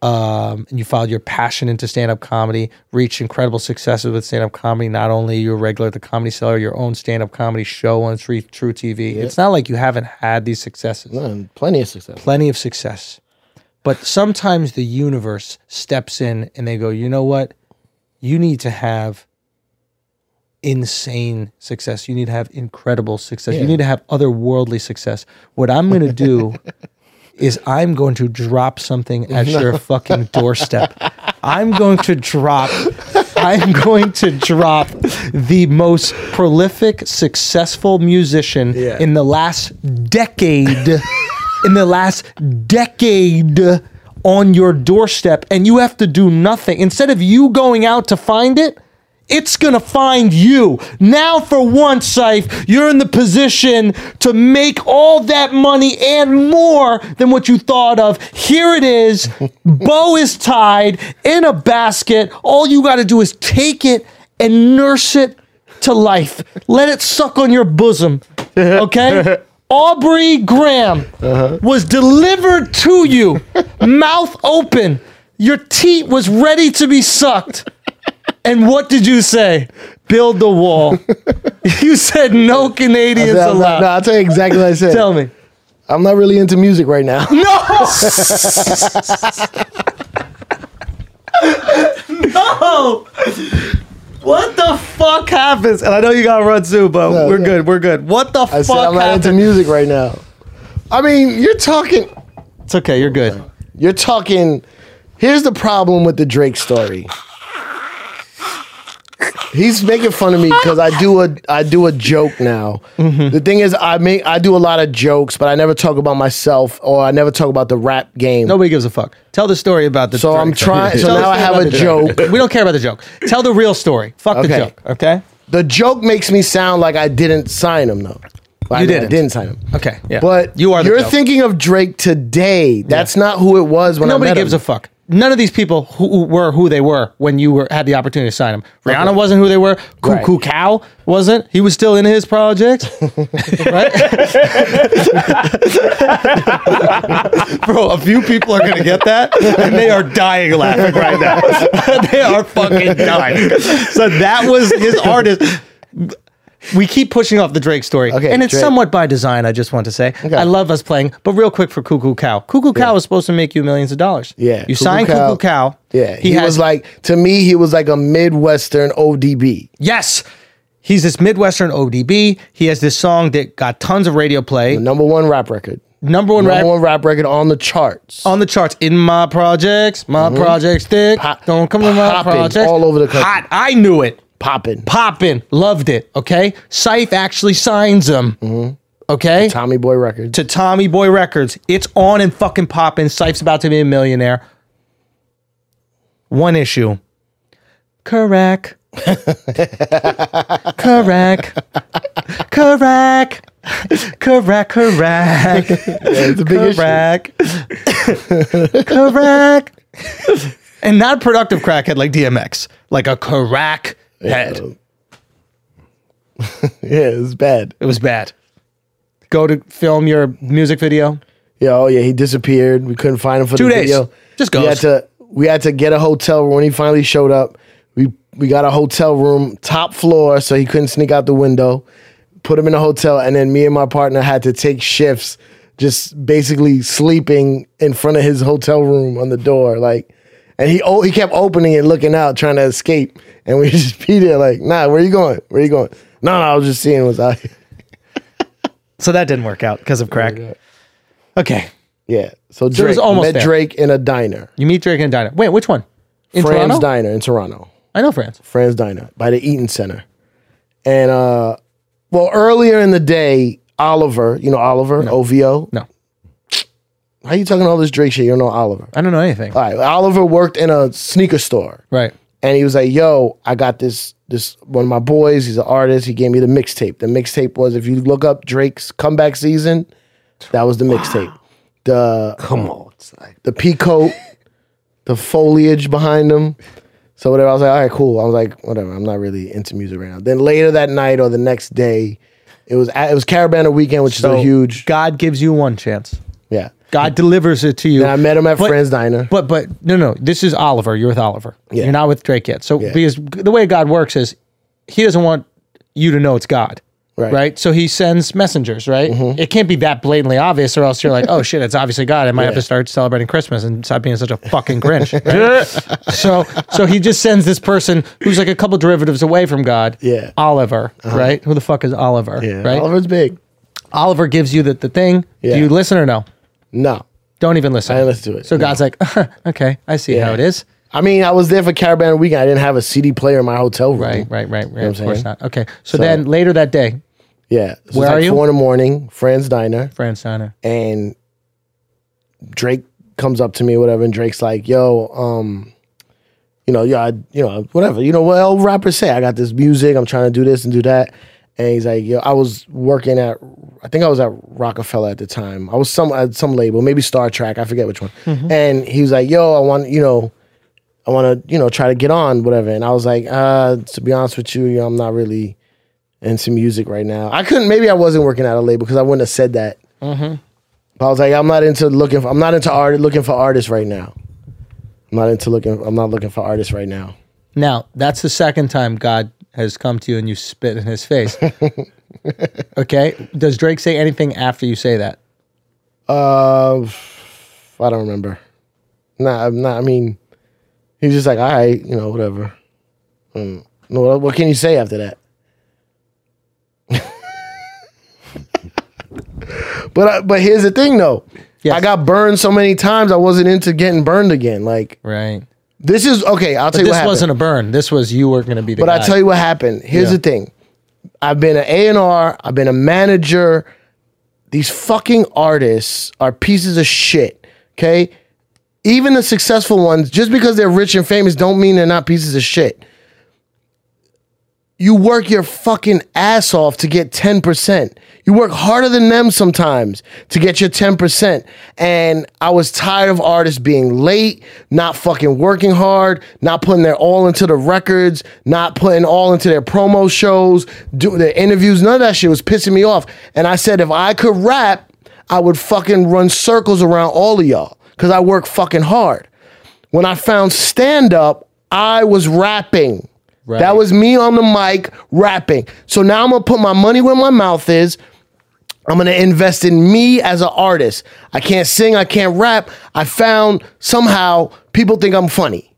[SPEAKER 1] um, and you followed your passion into stand up comedy. Reached incredible successes with stand up comedy. Not only you're a regular at the Comedy Cellar, your own stand up comedy show on True True TV. It's not like you haven't had these successes.
[SPEAKER 2] Um, plenty of success.
[SPEAKER 1] Plenty of success, but sometimes the universe steps in and they go, you know what? You need to have insane success. You need to have incredible success. You need to have otherworldly success. What I'm going to do is I'm going to drop something at your fucking doorstep. I'm going to drop I'm going to drop the most prolific successful musician
[SPEAKER 2] Yeah.
[SPEAKER 1] in the last decade in the last decade on your doorstep and you have to do nothing instead of you going out to find it it's gonna find you. Now, for once, Saif, you're in the position to make all that money and more than what you thought of. Here it is. Bow is tied in a basket. All you gotta do is take it and nurse it to life. Let it suck on your bosom. Okay? Aubrey Graham was delivered to you, mouth open. Your teat was ready to be sucked. And what did you say? Build the wall. you said no Canadians
[SPEAKER 2] No,
[SPEAKER 1] allowed.
[SPEAKER 2] I'll tell you exactly what I said.
[SPEAKER 1] Tell me.
[SPEAKER 2] I'm not really into music right now.
[SPEAKER 1] No! no! What the fuck happens? And I know you got to run too, but
[SPEAKER 2] No,
[SPEAKER 1] we're
[SPEAKER 2] no.
[SPEAKER 1] good. We're good. What the
[SPEAKER 2] I said
[SPEAKER 1] fuck
[SPEAKER 2] I'm not into
[SPEAKER 1] happened?
[SPEAKER 2] music right now. I mean, you're talking,
[SPEAKER 1] It's okay. You're good.
[SPEAKER 2] you're talking. Here's the problem with the Drake story. He's making fun of me because I do a I do a joke now.
[SPEAKER 1] Mm-hmm.
[SPEAKER 2] The thing is, I make I do a lot of jokes, but I never talk about myself or I never talk about the rap game.
[SPEAKER 1] Nobody gives a fuck. Tell the story about the.
[SPEAKER 2] So I'm trying- so
[SPEAKER 1] Tell the
[SPEAKER 2] now I
[SPEAKER 1] story
[SPEAKER 2] have
[SPEAKER 1] about
[SPEAKER 2] a
[SPEAKER 1] the Drake.
[SPEAKER 2] joke.
[SPEAKER 1] We don't care about the joke. Tell the real story. Fuck the
[SPEAKER 2] Okay.
[SPEAKER 1] joke. Okay.
[SPEAKER 2] The joke makes me sound like I didn't sign him though. Like,
[SPEAKER 1] You
[SPEAKER 2] I
[SPEAKER 1] didn't.
[SPEAKER 2] didn't sign him.
[SPEAKER 1] Okay. Yeah.
[SPEAKER 2] But
[SPEAKER 1] you are. The
[SPEAKER 2] you're
[SPEAKER 1] joke.
[SPEAKER 2] thinking of Drake today. That's not who it was when I
[SPEAKER 1] Nobody
[SPEAKER 2] met
[SPEAKER 1] gives
[SPEAKER 2] him.
[SPEAKER 1] a fuck. None of these people who who were who they were when you were had the opportunity to sign them. Rihanna wasn't who they were.
[SPEAKER 2] Right.
[SPEAKER 1] Cuckoo Cow wasn't. He was still in his projects, right? Bro, a few people are gonna get that, and they are dying laughing right now. they are fucking dying. So that was his artist. We keep pushing off the Drake story,
[SPEAKER 2] Okay,
[SPEAKER 1] and it's
[SPEAKER 2] Drake.
[SPEAKER 1] somewhat by design. I just want to say, I love us playing. But real quick for Cuckoo Cow, Cuckoo Cow is supposed to make you millions of dollars.
[SPEAKER 2] Yeah,
[SPEAKER 1] You
[SPEAKER 2] Cuckoo
[SPEAKER 1] sign
[SPEAKER 2] Cow.
[SPEAKER 1] Cuckoo Cow.
[SPEAKER 2] Yeah, he,
[SPEAKER 1] He, has
[SPEAKER 2] was
[SPEAKER 1] like
[SPEAKER 2] like to me. He was like a midwestern ODB.
[SPEAKER 1] yes. He's this Midwestern ODB. He has this song that got tons of radio play.
[SPEAKER 2] The number one rap record.
[SPEAKER 1] Number one
[SPEAKER 2] Number
[SPEAKER 1] rap Oh,
[SPEAKER 2] one rap record on the charts.
[SPEAKER 1] on the charts in my projects. My projects thick.
[SPEAKER 2] Mm-hmm. Pop-
[SPEAKER 1] Don't come to my
[SPEAKER 2] poppin'
[SPEAKER 1] projects.
[SPEAKER 2] all over the country.
[SPEAKER 1] Hot. I knew it.
[SPEAKER 2] Popping.
[SPEAKER 1] Poppin'. Loved it. Okay. Syfe actually signs him.
[SPEAKER 2] Mm-hmm.
[SPEAKER 1] Okay.
[SPEAKER 2] Tommy Boy Records.
[SPEAKER 1] to Tommy Boy Records. It's on and fucking popping. Sife's about to be a millionaire. One issue. Correct. correct. Correct. Correct. Correct.
[SPEAKER 2] It's a big issue.
[SPEAKER 1] correct. correct. and not a productive crackhead like DMX, like a crack head.
[SPEAKER 2] Yeah, it's bad.
[SPEAKER 1] It was bad. Go to film your music video.
[SPEAKER 2] Yeah, oh yeah, he disappeared. We couldn't find him for
[SPEAKER 1] Two
[SPEAKER 2] the
[SPEAKER 1] days.
[SPEAKER 2] video.
[SPEAKER 1] Just
[SPEAKER 2] We had
[SPEAKER 1] goes.
[SPEAKER 2] to we had to get a hotel room. When he finally showed up, we we got a hotel room, top floor, so he couldn't sneak out the window. Put him in a hotel, and then me and my partner had to take shifts, just basically sleeping in front of his hotel room on the door, like. And he oh, he kept opening it, looking out, trying to escape, and we just be there like, nah, where you going? Where you going? No, no, I was just seeing what's out here.
[SPEAKER 1] So that didn't work out because of crack. Okay.
[SPEAKER 2] Yeah, so Drake
[SPEAKER 1] it was almost
[SPEAKER 2] I met
[SPEAKER 1] there.
[SPEAKER 2] Drake in a diner.
[SPEAKER 1] You meet Drake in a diner. Wait, which one? In
[SPEAKER 2] Fran's
[SPEAKER 1] Toronto?
[SPEAKER 2] Diner in Toronto.
[SPEAKER 1] I know France.
[SPEAKER 2] Fran's Diner by the Eaton Center. And uh well earlier in the day, Oliver, you know Oliver, OVO.
[SPEAKER 1] No.
[SPEAKER 2] How you talking all this Drake shit? You don't know Oliver.
[SPEAKER 1] I don't know anything.
[SPEAKER 2] All right. Oliver worked in a sneaker store
[SPEAKER 1] right.
[SPEAKER 2] and he was like, "Yo, I got this this one of my boys. He's an artist. He gave me the mixtape. The mixtape was if you look up Drake's comeback season, that was the mixtape. The come on, the peacoat, the foliage behind him. So whatever. I was like, all right, cool. I was like, whatever. I'm not really into music right now. Then later that night or the next day, it was at, it was Caravana weekend, which is a huge
[SPEAKER 1] God gives you one chance.
[SPEAKER 2] yeah.
[SPEAKER 1] God delivers it to you.
[SPEAKER 2] And I met him at
[SPEAKER 1] But-
[SPEAKER 2] Friends Diner.
[SPEAKER 1] But but no no, this is Oliver. You're with Oliver.
[SPEAKER 2] Yeah.
[SPEAKER 1] You're not with Drake yet. So because the way God works is, He doesn't want you to know it's God.
[SPEAKER 2] Right. Mm-hmm.
[SPEAKER 1] So he sends messengers, right? It can't be that blatantly obvious, or else you're like, oh shit, it's obviously God. I might have to start celebrating Christmas and stop being such a fucking Grinch. right? so so he just sends this person who's like a couple derivatives away from God.
[SPEAKER 2] Yeah. Uh-huh.
[SPEAKER 1] Oliver, right? Who the fuck is Oliver?
[SPEAKER 2] Yeah,
[SPEAKER 1] Right. Oliver,
[SPEAKER 2] Oliver's big.
[SPEAKER 1] gives you the, the thing.
[SPEAKER 2] Yeah.
[SPEAKER 1] Do you listen or no?
[SPEAKER 2] No,
[SPEAKER 1] Don't even listen.
[SPEAKER 2] I didn't listen to it.
[SPEAKER 1] So
[SPEAKER 2] No.
[SPEAKER 1] God's like, okay, I see how
[SPEAKER 2] Yeah.
[SPEAKER 1] it is.
[SPEAKER 2] I mean, I was there for Caravan Weekend. I didn't have a CD player in my hotel room.
[SPEAKER 1] Right, right, right, right.
[SPEAKER 2] I'm
[SPEAKER 1] of course
[SPEAKER 2] saying?
[SPEAKER 1] not. Okay. So, then
[SPEAKER 2] So-
[SPEAKER 1] later that day,
[SPEAKER 2] Yeah. This was
[SPEAKER 1] Where
[SPEAKER 2] like
[SPEAKER 1] are you?
[SPEAKER 2] Four in the morning, Fran's Diner,
[SPEAKER 1] Fran Steiner.
[SPEAKER 2] and Drake comes up to me, whatever, and Drake's like, "Yo, um, you know, yeah, I, you know, whatever, you know, what all rappers say. I got this music. I'm trying to do this and do that." And he's like, "Yo, I was working at, I think I was at Rockefeller at the time. I was some at some label, maybe Star Trek. I forget which one." And he was like, "Yo, I want, you know." I want to, you know, try to get on, whatever. And I was like, uh, to be honest with you, you know, I'm not really into music right now. I couldn't, maybe I wasn't working at a label because I wouldn't have said that. But I was like, I'm not into looking for, I'm not into art, looking for artists right now. I'm not into looking, I'm not looking for artists right now.
[SPEAKER 1] Now, that's the second time God has come to you and you spit in his face. okay. Does Drake say anything after you say that?
[SPEAKER 2] Uh, f- I don't remember. Nah, I'm not, I mean, he's just like, all right, you know, whatever. Mm, What, what can you say after that? but I, but here's the thing though.
[SPEAKER 1] Yes.
[SPEAKER 2] I got burned so many times. I wasn't into getting burned again. Like
[SPEAKER 1] Right.
[SPEAKER 2] this is okay. I'll tell you
[SPEAKER 1] This
[SPEAKER 2] what happened.
[SPEAKER 1] wasn't a burn. This was you were going to be the
[SPEAKER 2] But
[SPEAKER 1] guy.
[SPEAKER 2] I tell you what happened. Here's
[SPEAKER 1] Yeah.
[SPEAKER 2] the thing. I've been an A and R. I've been a manager. These fucking artists are pieces of shit. Okay, even the successful ones, just because they're rich and famous, don't mean they're not pieces of shit. You work your fucking ass off to get ten percent. You work harder than them sometimes to get your ten percent. And I was tired of artists being late, not fucking working hard, not putting their all into the records, not putting all into their promo shows, do their interviews. None of that shit was pissing me off. And I said, if I could rap, I would fucking run circles around all of y'all because I work fucking hard. When I found stand up, I was rapping. That was me on the mic rapping. So now I'm gonna put my money where my mouth is. I'm gonna invest in me as an artist. I can't sing, I can't rap. I found somehow people think I'm funny.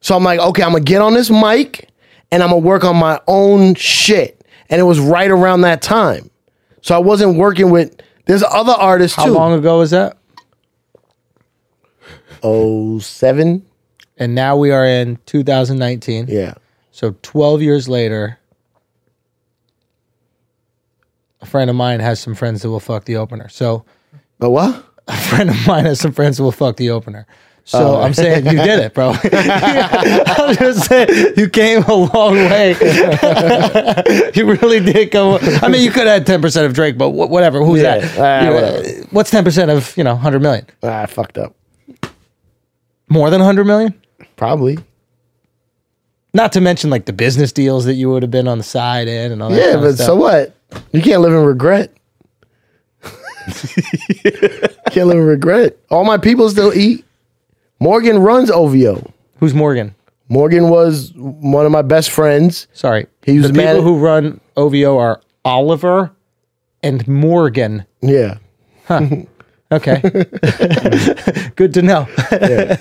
[SPEAKER 2] So I'm like, okay, I'm gonna get on this mic and I'm gonna work on my own shit. And it was right around that time. So I wasn't working with there's other artists
[SPEAKER 1] How
[SPEAKER 2] too.
[SPEAKER 1] long ago was that?
[SPEAKER 2] Oh seven?
[SPEAKER 1] And now we are in 2019.
[SPEAKER 2] Yeah.
[SPEAKER 1] So 12 years later, a friend of mine has some friends that will fuck the opener. So Oh,
[SPEAKER 2] But what?
[SPEAKER 1] a friend of mine has some friends that will fuck the opener.
[SPEAKER 2] Oh,
[SPEAKER 1] So I'm saying you did it, bro. I'm just saying you came a long way. you really did go. I mean, you could have had 10% of Drake, but wh- whatever. Who's
[SPEAKER 2] Yeah,
[SPEAKER 1] that?
[SPEAKER 2] uh,
[SPEAKER 1] You know,
[SPEAKER 2] whatever.
[SPEAKER 1] what's 10% of, you know, 100 million?
[SPEAKER 2] Ah, I fucked up.
[SPEAKER 1] More than 100 million?
[SPEAKER 2] Probably.
[SPEAKER 1] Not to mention like the business deals that you would have been on the side in and all that.
[SPEAKER 2] Yeah,
[SPEAKER 1] kind of
[SPEAKER 2] but
[SPEAKER 1] stuff.
[SPEAKER 2] so what? You can't live in regret. can't live in regret. All my people still eat. Morgan runs OVO.
[SPEAKER 1] Who's Morgan?
[SPEAKER 2] Morgan was one of my best friends.
[SPEAKER 1] Sorry.
[SPEAKER 2] He was
[SPEAKER 1] the
[SPEAKER 2] man-
[SPEAKER 1] people who run OVO are Oliver and Morgan.
[SPEAKER 2] Yeah.
[SPEAKER 1] Okay. Good to know.
[SPEAKER 2] yeah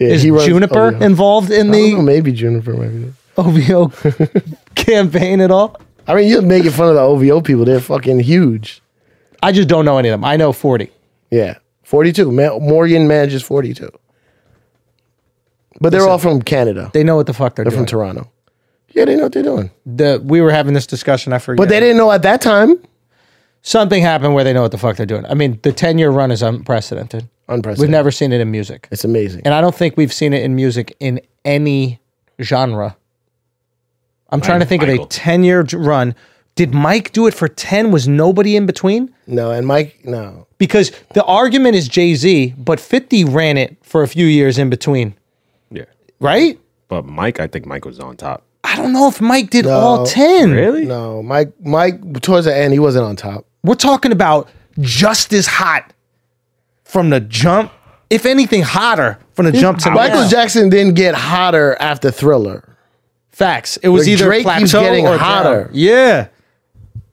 [SPEAKER 1] Is Juniper
[SPEAKER 2] OVO.
[SPEAKER 1] involved in
[SPEAKER 2] I don't know,
[SPEAKER 1] the
[SPEAKER 2] maybe Juniper might be. there.
[SPEAKER 1] OVO campaign at all?
[SPEAKER 2] I mean, you're making fun of the OVO people. They're fucking huge.
[SPEAKER 1] I just don't know any of them. I know 40.
[SPEAKER 2] Yeah. 42. Ma- Morgan manages 42. But they're all from Canada.
[SPEAKER 1] They know what the fuck they're,
[SPEAKER 2] They're from
[SPEAKER 1] doing.
[SPEAKER 2] Toronto. Yeah, they know what they're doing.
[SPEAKER 1] the, we were having this discussion. I forget.
[SPEAKER 2] But they didn't know at that time.
[SPEAKER 1] Something happened where they know what the fuck they're doing. I mean, the 10 year run is unprecedented. We've
[SPEAKER 2] Unprecedented.
[SPEAKER 1] never seen it in music.
[SPEAKER 2] It's amazing.
[SPEAKER 1] and I don't think we've seen it in music in any genre. I'm trying to think
[SPEAKER 3] Michael.
[SPEAKER 1] of a 10 year run. Did Mike do it for 10? Was nobody in between?
[SPEAKER 2] No, and Mike, no.
[SPEAKER 1] Because the argument is Jay Z, but 50 ran it for a few years in between,
[SPEAKER 3] Yeah.
[SPEAKER 1] right?
[SPEAKER 3] But Mike, I think Mike was on top.
[SPEAKER 1] I don't know if Mike did
[SPEAKER 2] No.
[SPEAKER 1] all 10.
[SPEAKER 3] Really?
[SPEAKER 2] No, Mike. Mike towards the end, he wasn't on top.
[SPEAKER 1] We're talking about just as hot from the jump, if anything, hotter from the jump to
[SPEAKER 2] Michael
[SPEAKER 1] now.
[SPEAKER 2] Jackson didn't get hotter after Thriller.
[SPEAKER 1] Facts. It was
[SPEAKER 2] Like,
[SPEAKER 1] either
[SPEAKER 2] Drake keeps
[SPEAKER 1] plateau
[SPEAKER 2] getting
[SPEAKER 1] or down.
[SPEAKER 2] hotter.
[SPEAKER 1] Yeah.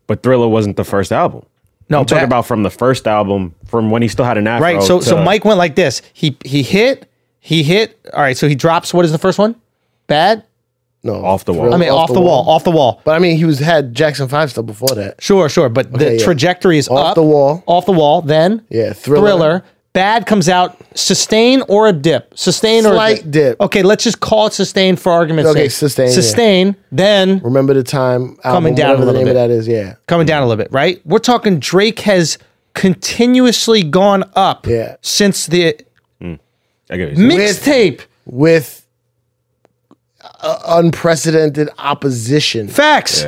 [SPEAKER 3] But Thriller wasn't the first album.
[SPEAKER 1] No,
[SPEAKER 3] I'm talking
[SPEAKER 1] back-
[SPEAKER 3] about from the first album, from when he still had an afro.
[SPEAKER 1] Right. So so
[SPEAKER 3] to-
[SPEAKER 1] Mike went like this. He he hit. He hit. All right. So he drops. What is the first one? Bad.
[SPEAKER 2] No,
[SPEAKER 3] Off the wall.
[SPEAKER 1] I mean, off, the wall. Off the wall.
[SPEAKER 2] But I mean, he was had Jackson Five still before that.
[SPEAKER 1] Sure. Sure. But
[SPEAKER 2] Okay,
[SPEAKER 1] the
[SPEAKER 2] yeah.
[SPEAKER 1] trajectory is
[SPEAKER 2] Off
[SPEAKER 1] up.
[SPEAKER 2] the wall.
[SPEAKER 1] Off the wall. Then
[SPEAKER 2] Yeah, Thriller.
[SPEAKER 1] Bad comes out. Sustain or a dip. Sustain or a
[SPEAKER 2] Slight dip.
[SPEAKER 1] Okay. Let's just call it sustain for argument's
[SPEAKER 2] Okay,
[SPEAKER 1] sake.
[SPEAKER 2] sustain, yeah.
[SPEAKER 1] Sustain. Then
[SPEAKER 2] Remember the time
[SPEAKER 1] Coming down
[SPEAKER 2] whatever
[SPEAKER 1] a
[SPEAKER 2] the
[SPEAKER 1] little
[SPEAKER 2] name
[SPEAKER 1] bit.
[SPEAKER 2] of that is. Yeah,
[SPEAKER 1] coming down a little bit. Right. We're talking Drake has continuously gone up.
[SPEAKER 2] Yeah.
[SPEAKER 1] Since the
[SPEAKER 3] I get what you're saying.
[SPEAKER 1] mixtape.
[SPEAKER 2] with uh, unprecedented opposition.
[SPEAKER 1] Facts.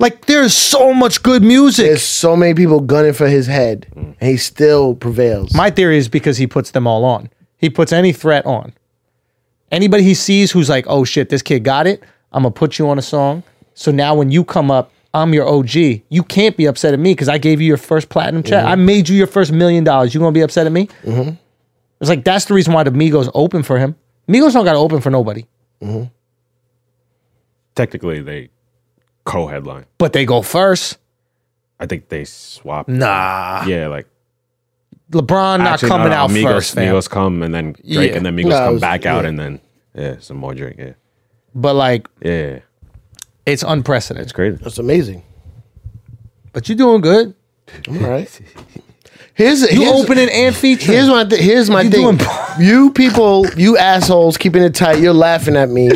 [SPEAKER 1] Like there's so much good music.
[SPEAKER 2] There's so many people gunning for his head,
[SPEAKER 3] Mm.
[SPEAKER 2] and he still prevails.
[SPEAKER 1] My theory is because he puts them all on. He puts any threat on. Anybody he sees who's like, oh shit, this kid got it. I'm gonna put you on a song. So now when you come up, I'm your OG. You can't be upset at me because I gave you your first platinum check. I made you your first million dollars. You gonna be upset at me? It's like that's the reason why the Migos open for him. Migos don't gotta open for nobody,
[SPEAKER 3] Technically, they co-headline.
[SPEAKER 1] but they go first.
[SPEAKER 3] I think they swapped.
[SPEAKER 1] Nah,
[SPEAKER 3] Yeah, like
[SPEAKER 1] LeBron not
[SPEAKER 3] Actually, no,
[SPEAKER 1] coming
[SPEAKER 3] no,
[SPEAKER 1] out
[SPEAKER 3] Migos,
[SPEAKER 1] first, fam.
[SPEAKER 3] Migos come and then Drake
[SPEAKER 1] Yeah.
[SPEAKER 3] and then Migos
[SPEAKER 2] No, it
[SPEAKER 3] come
[SPEAKER 2] was-
[SPEAKER 3] back out
[SPEAKER 2] yeah.
[SPEAKER 3] and then yeah, some more Drake. Yeah,
[SPEAKER 1] but like
[SPEAKER 3] Yeah,
[SPEAKER 1] it's unprecedented.
[SPEAKER 3] it's crazy.
[SPEAKER 2] That's amazing.
[SPEAKER 1] But you're doing good.
[SPEAKER 2] I'm all right. Here's
[SPEAKER 1] You
[SPEAKER 2] here's,
[SPEAKER 1] opening and featuring.
[SPEAKER 2] Here's my th- here's my
[SPEAKER 1] You
[SPEAKER 2] thing.
[SPEAKER 1] doing-
[SPEAKER 2] you people, you assholes, keeping it tight. You're laughing at me.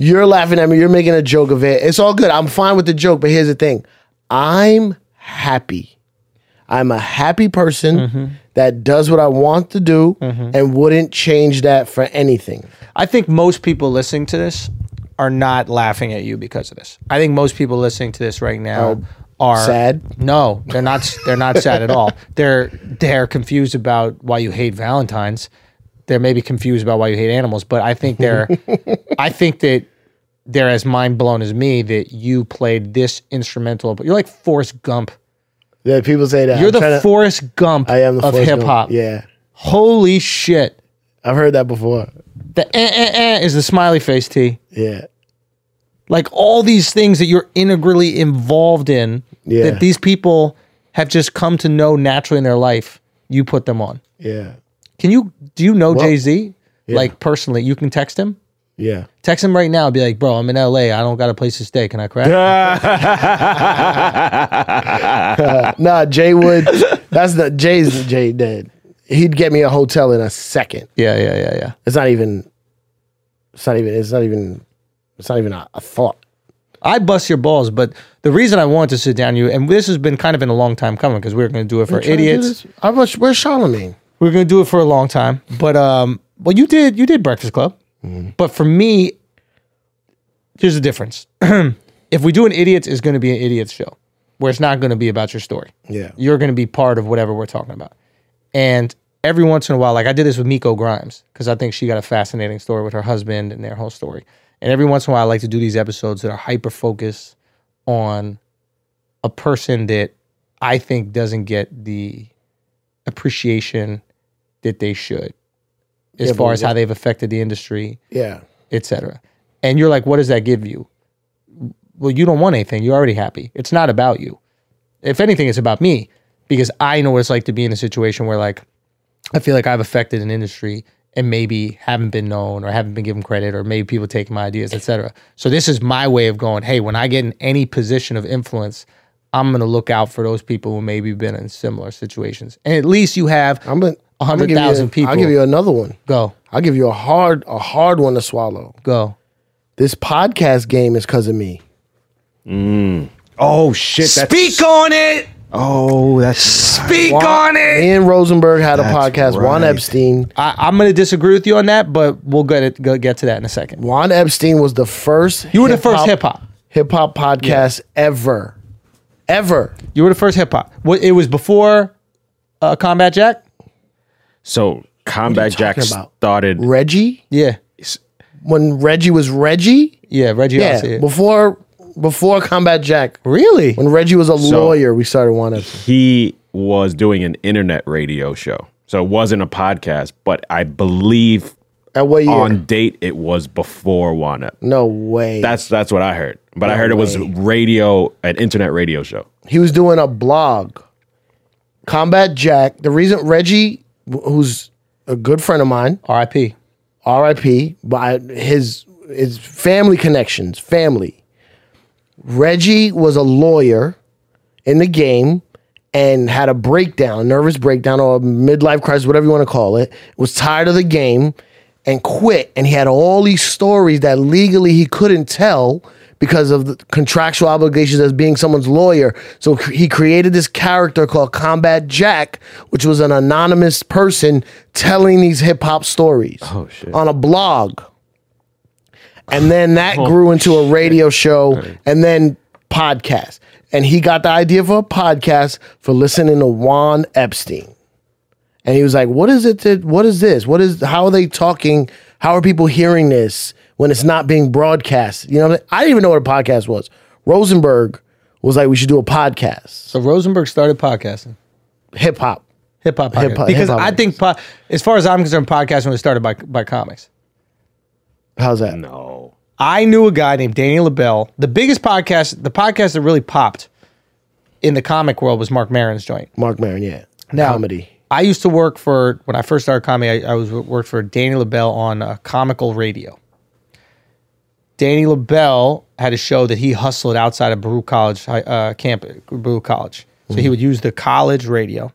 [SPEAKER 2] You're laughing at me. You're making a joke of it. It's all good. I'm fine with the joke, but here's the thing. I'm happy. I'm a happy person
[SPEAKER 1] Mm-hmm.
[SPEAKER 2] that does what I want to do and wouldn't change that for anything.
[SPEAKER 1] I think most people listening to this are not laughing at you because of this. I think most people listening to this right now are
[SPEAKER 2] Oh, sad?
[SPEAKER 1] No, they're not. They're not sad at all. They're they're confused about why you hate Valentines. They're maybe confused about why you hate animals, but I think they're. I think that they're as mind blown as me that you played this instrumental. But you're like Forrest Gump.
[SPEAKER 2] Yeah, people say that.
[SPEAKER 1] You're
[SPEAKER 2] I'm tryna-
[SPEAKER 1] the Forrest Gump
[SPEAKER 2] I am the
[SPEAKER 1] of
[SPEAKER 2] Forrest
[SPEAKER 1] hip
[SPEAKER 2] Gump.
[SPEAKER 1] hop.
[SPEAKER 2] Yeah,
[SPEAKER 1] Holy shit.
[SPEAKER 2] I've heard that before.
[SPEAKER 1] The eh, eh, eh is the smiley face T.
[SPEAKER 2] Yeah,
[SPEAKER 1] like all these things that you're integrally involved in
[SPEAKER 2] Yeah.
[SPEAKER 1] that these people have just come to know naturally in their life you put them on
[SPEAKER 2] yeah,
[SPEAKER 1] can you do you know
[SPEAKER 2] Well,
[SPEAKER 1] jay-z like personally you can text him
[SPEAKER 2] yeah.
[SPEAKER 1] text him right now and be like bro i'm in la i don't got a place to stay can i crash
[SPEAKER 2] Nah, Jay would. That's the Jay's Jay dead. He'd get me a hotel in a second.
[SPEAKER 1] yeah yeah yeah yeah
[SPEAKER 2] It's not even. It's not even. It's not even. It's not even a, a thought.
[SPEAKER 1] i bust your balls but the reason i want to sit down you and this has been kind of in a long time coming because we were going to do it for idiots
[SPEAKER 2] I was, where's Charlemagne?
[SPEAKER 1] we were going to do it for a long time but um well you did you did breakfast club but for me here's the difference if we do an idiots it's going to be an idiots show where it's not going to be about your story
[SPEAKER 2] Yeah.
[SPEAKER 1] you're going to be part of whatever we're talking about and every once in a while like i did this with miko grimes because i think she got a fascinating story with her husband and their whole story and every once in a while i like to do these episodes that are hyper focused on a person that i think doesn't get the appreciation that they should as
[SPEAKER 2] Yeah,
[SPEAKER 1] far
[SPEAKER 2] but
[SPEAKER 1] as how they've affected the industry
[SPEAKER 2] Yeah.
[SPEAKER 1] etc. And you're like, what does that give you? Well, you don't want anything. You're already happy. It's not about you. If anything, it's about me because I know what it's like to be in a situation where like I feel like I've affected an industry and maybe haven't been known or haven't been given credit or maybe people taking my ideas, etc. So this is my way of going, hey, when I get in any position of influence, I'm gonna look out for those people who maybe been in similar situations. And at least you have
[SPEAKER 2] I'm gonna.
[SPEAKER 1] a
[SPEAKER 2] I'm gonna
[SPEAKER 1] hundred
[SPEAKER 2] give you a-
[SPEAKER 1] thousand people.
[SPEAKER 2] I'll give you another one.
[SPEAKER 1] go,
[SPEAKER 2] I'll give you a hard, a hard one to swallow.
[SPEAKER 1] go.
[SPEAKER 2] This podcast game is because of me.
[SPEAKER 3] Oh shit! That's,
[SPEAKER 4] Speak on it.
[SPEAKER 3] Oh, that's
[SPEAKER 4] Speak on it.
[SPEAKER 2] Me and Rosenberg had a
[SPEAKER 3] That's
[SPEAKER 2] podcast. Juan
[SPEAKER 3] right.
[SPEAKER 2] Epstein.
[SPEAKER 1] I, I'm going to disagree with you on that, but we'll get it, go get to that in a second.
[SPEAKER 2] Juan Epstein was the first.
[SPEAKER 1] You were the first hip hop.
[SPEAKER 2] hip hop podcast ever, ever.
[SPEAKER 1] You were the first hip hop. What it was before uh, Combat Jack.
[SPEAKER 3] so. Combat Jack
[SPEAKER 2] talking about?
[SPEAKER 3] started.
[SPEAKER 2] Reggie
[SPEAKER 1] Yeah,
[SPEAKER 2] when Reggie was Reggie.
[SPEAKER 1] yeah. Reggie.
[SPEAKER 2] Yeah,
[SPEAKER 1] Ross, yeah.
[SPEAKER 2] before before Combat Jack,
[SPEAKER 1] really?
[SPEAKER 2] when Reggie was a
[SPEAKER 3] So-
[SPEAKER 2] lawyer, we started one of
[SPEAKER 3] he was doing an internet radio show, so it wasn't a podcast. But I believe
[SPEAKER 2] at what year?
[SPEAKER 3] on date it was before Wanna.
[SPEAKER 2] no way.
[SPEAKER 3] That's that's what I heard. But I heard it was radio, an internet radio show.
[SPEAKER 2] he was doing a blog. Combat Jack. The reason Reggie, wh- who's a good friend of mine,
[SPEAKER 1] R.I.P.
[SPEAKER 2] R.I.P. By his his family connections, family. Reggie was a lawyer in the game and had a breakdown, nervous breakdown or a midlife crisis, whatever you want to call it. Was tired of the game and quit. And he had all these stories that legally he couldn't tell because of the contractual obligations as being someone's lawyer. So cr- he created this character called Combat Jack, which was an anonymous person telling these hip hop stories on a blog. And then that grew into a radio show and then podcast. And he got the idea for a podcast for listening to Juan Epstein. And he was like, What is it that what is this? What is how are they talking? How are people hearing this when it's not being broadcast? You know, what I mean? I didn't even know what a podcast was. Rosenberg was like, We should do a podcast.
[SPEAKER 1] So Rosenberg started podcasting,
[SPEAKER 2] Hip hop.
[SPEAKER 1] hip hop
[SPEAKER 2] Hip
[SPEAKER 1] podcast.
[SPEAKER 2] hop-
[SPEAKER 1] Because
[SPEAKER 2] hip hop
[SPEAKER 1] I think, po- as far as I'm concerned, podcasting was started by by comics.
[SPEAKER 2] How's that?
[SPEAKER 3] No.
[SPEAKER 1] I knew a guy named Danny LaBelle. The biggest podcast, the podcast that really popped in the comic world was Mark Maron's joint.
[SPEAKER 2] Mark Maron, yeah.
[SPEAKER 1] Now,
[SPEAKER 2] Comedy.
[SPEAKER 1] I used to work for when I first started comedy. I, I was worked for Danny LaBelle on uh, Comical Radio, Danny LaBelle had a show that he hustled outside of Baruch College hi- uh, camp, Baruch College. So he would use the college radio,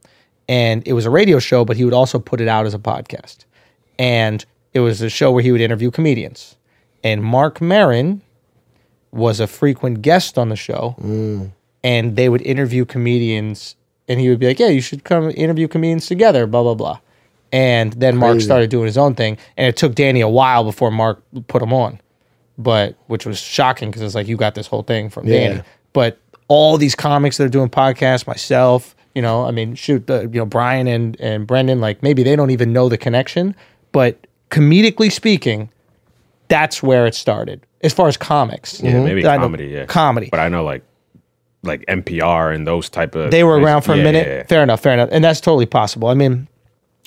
[SPEAKER 1] and it was a radio show, but he would also put it out as a podcast. And it was a show where he would interview comedians. And Mark Marin was a frequent guest on the show, and they would interview comedians, and he would be like, "Yeah, you should come interview comedians together." Blah blah blah. And then Mark started doing his own thing, and it took Danny a while before Mark put him on but which was shocking because it's like you got this whole thing from
[SPEAKER 2] Yeah.
[SPEAKER 1] Danny. But all these comics that are doing podcasts, myself, you know, I mean, shoot, uh, you know, Brian and and Brendan, like maybe they don't even know the connection, but comedically speaking, that's where it started as far as comics.
[SPEAKER 3] Yeah, maybe
[SPEAKER 1] Mm-hmm. I know-
[SPEAKER 3] comedy. Yeah,
[SPEAKER 1] comedy.
[SPEAKER 3] But I know like like NPR and those type of.
[SPEAKER 1] they were around for a
[SPEAKER 3] Yeah,
[SPEAKER 1] minute.
[SPEAKER 3] yeah, yeah.
[SPEAKER 1] Fair enough, fair enough, and that's totally possible. I mean.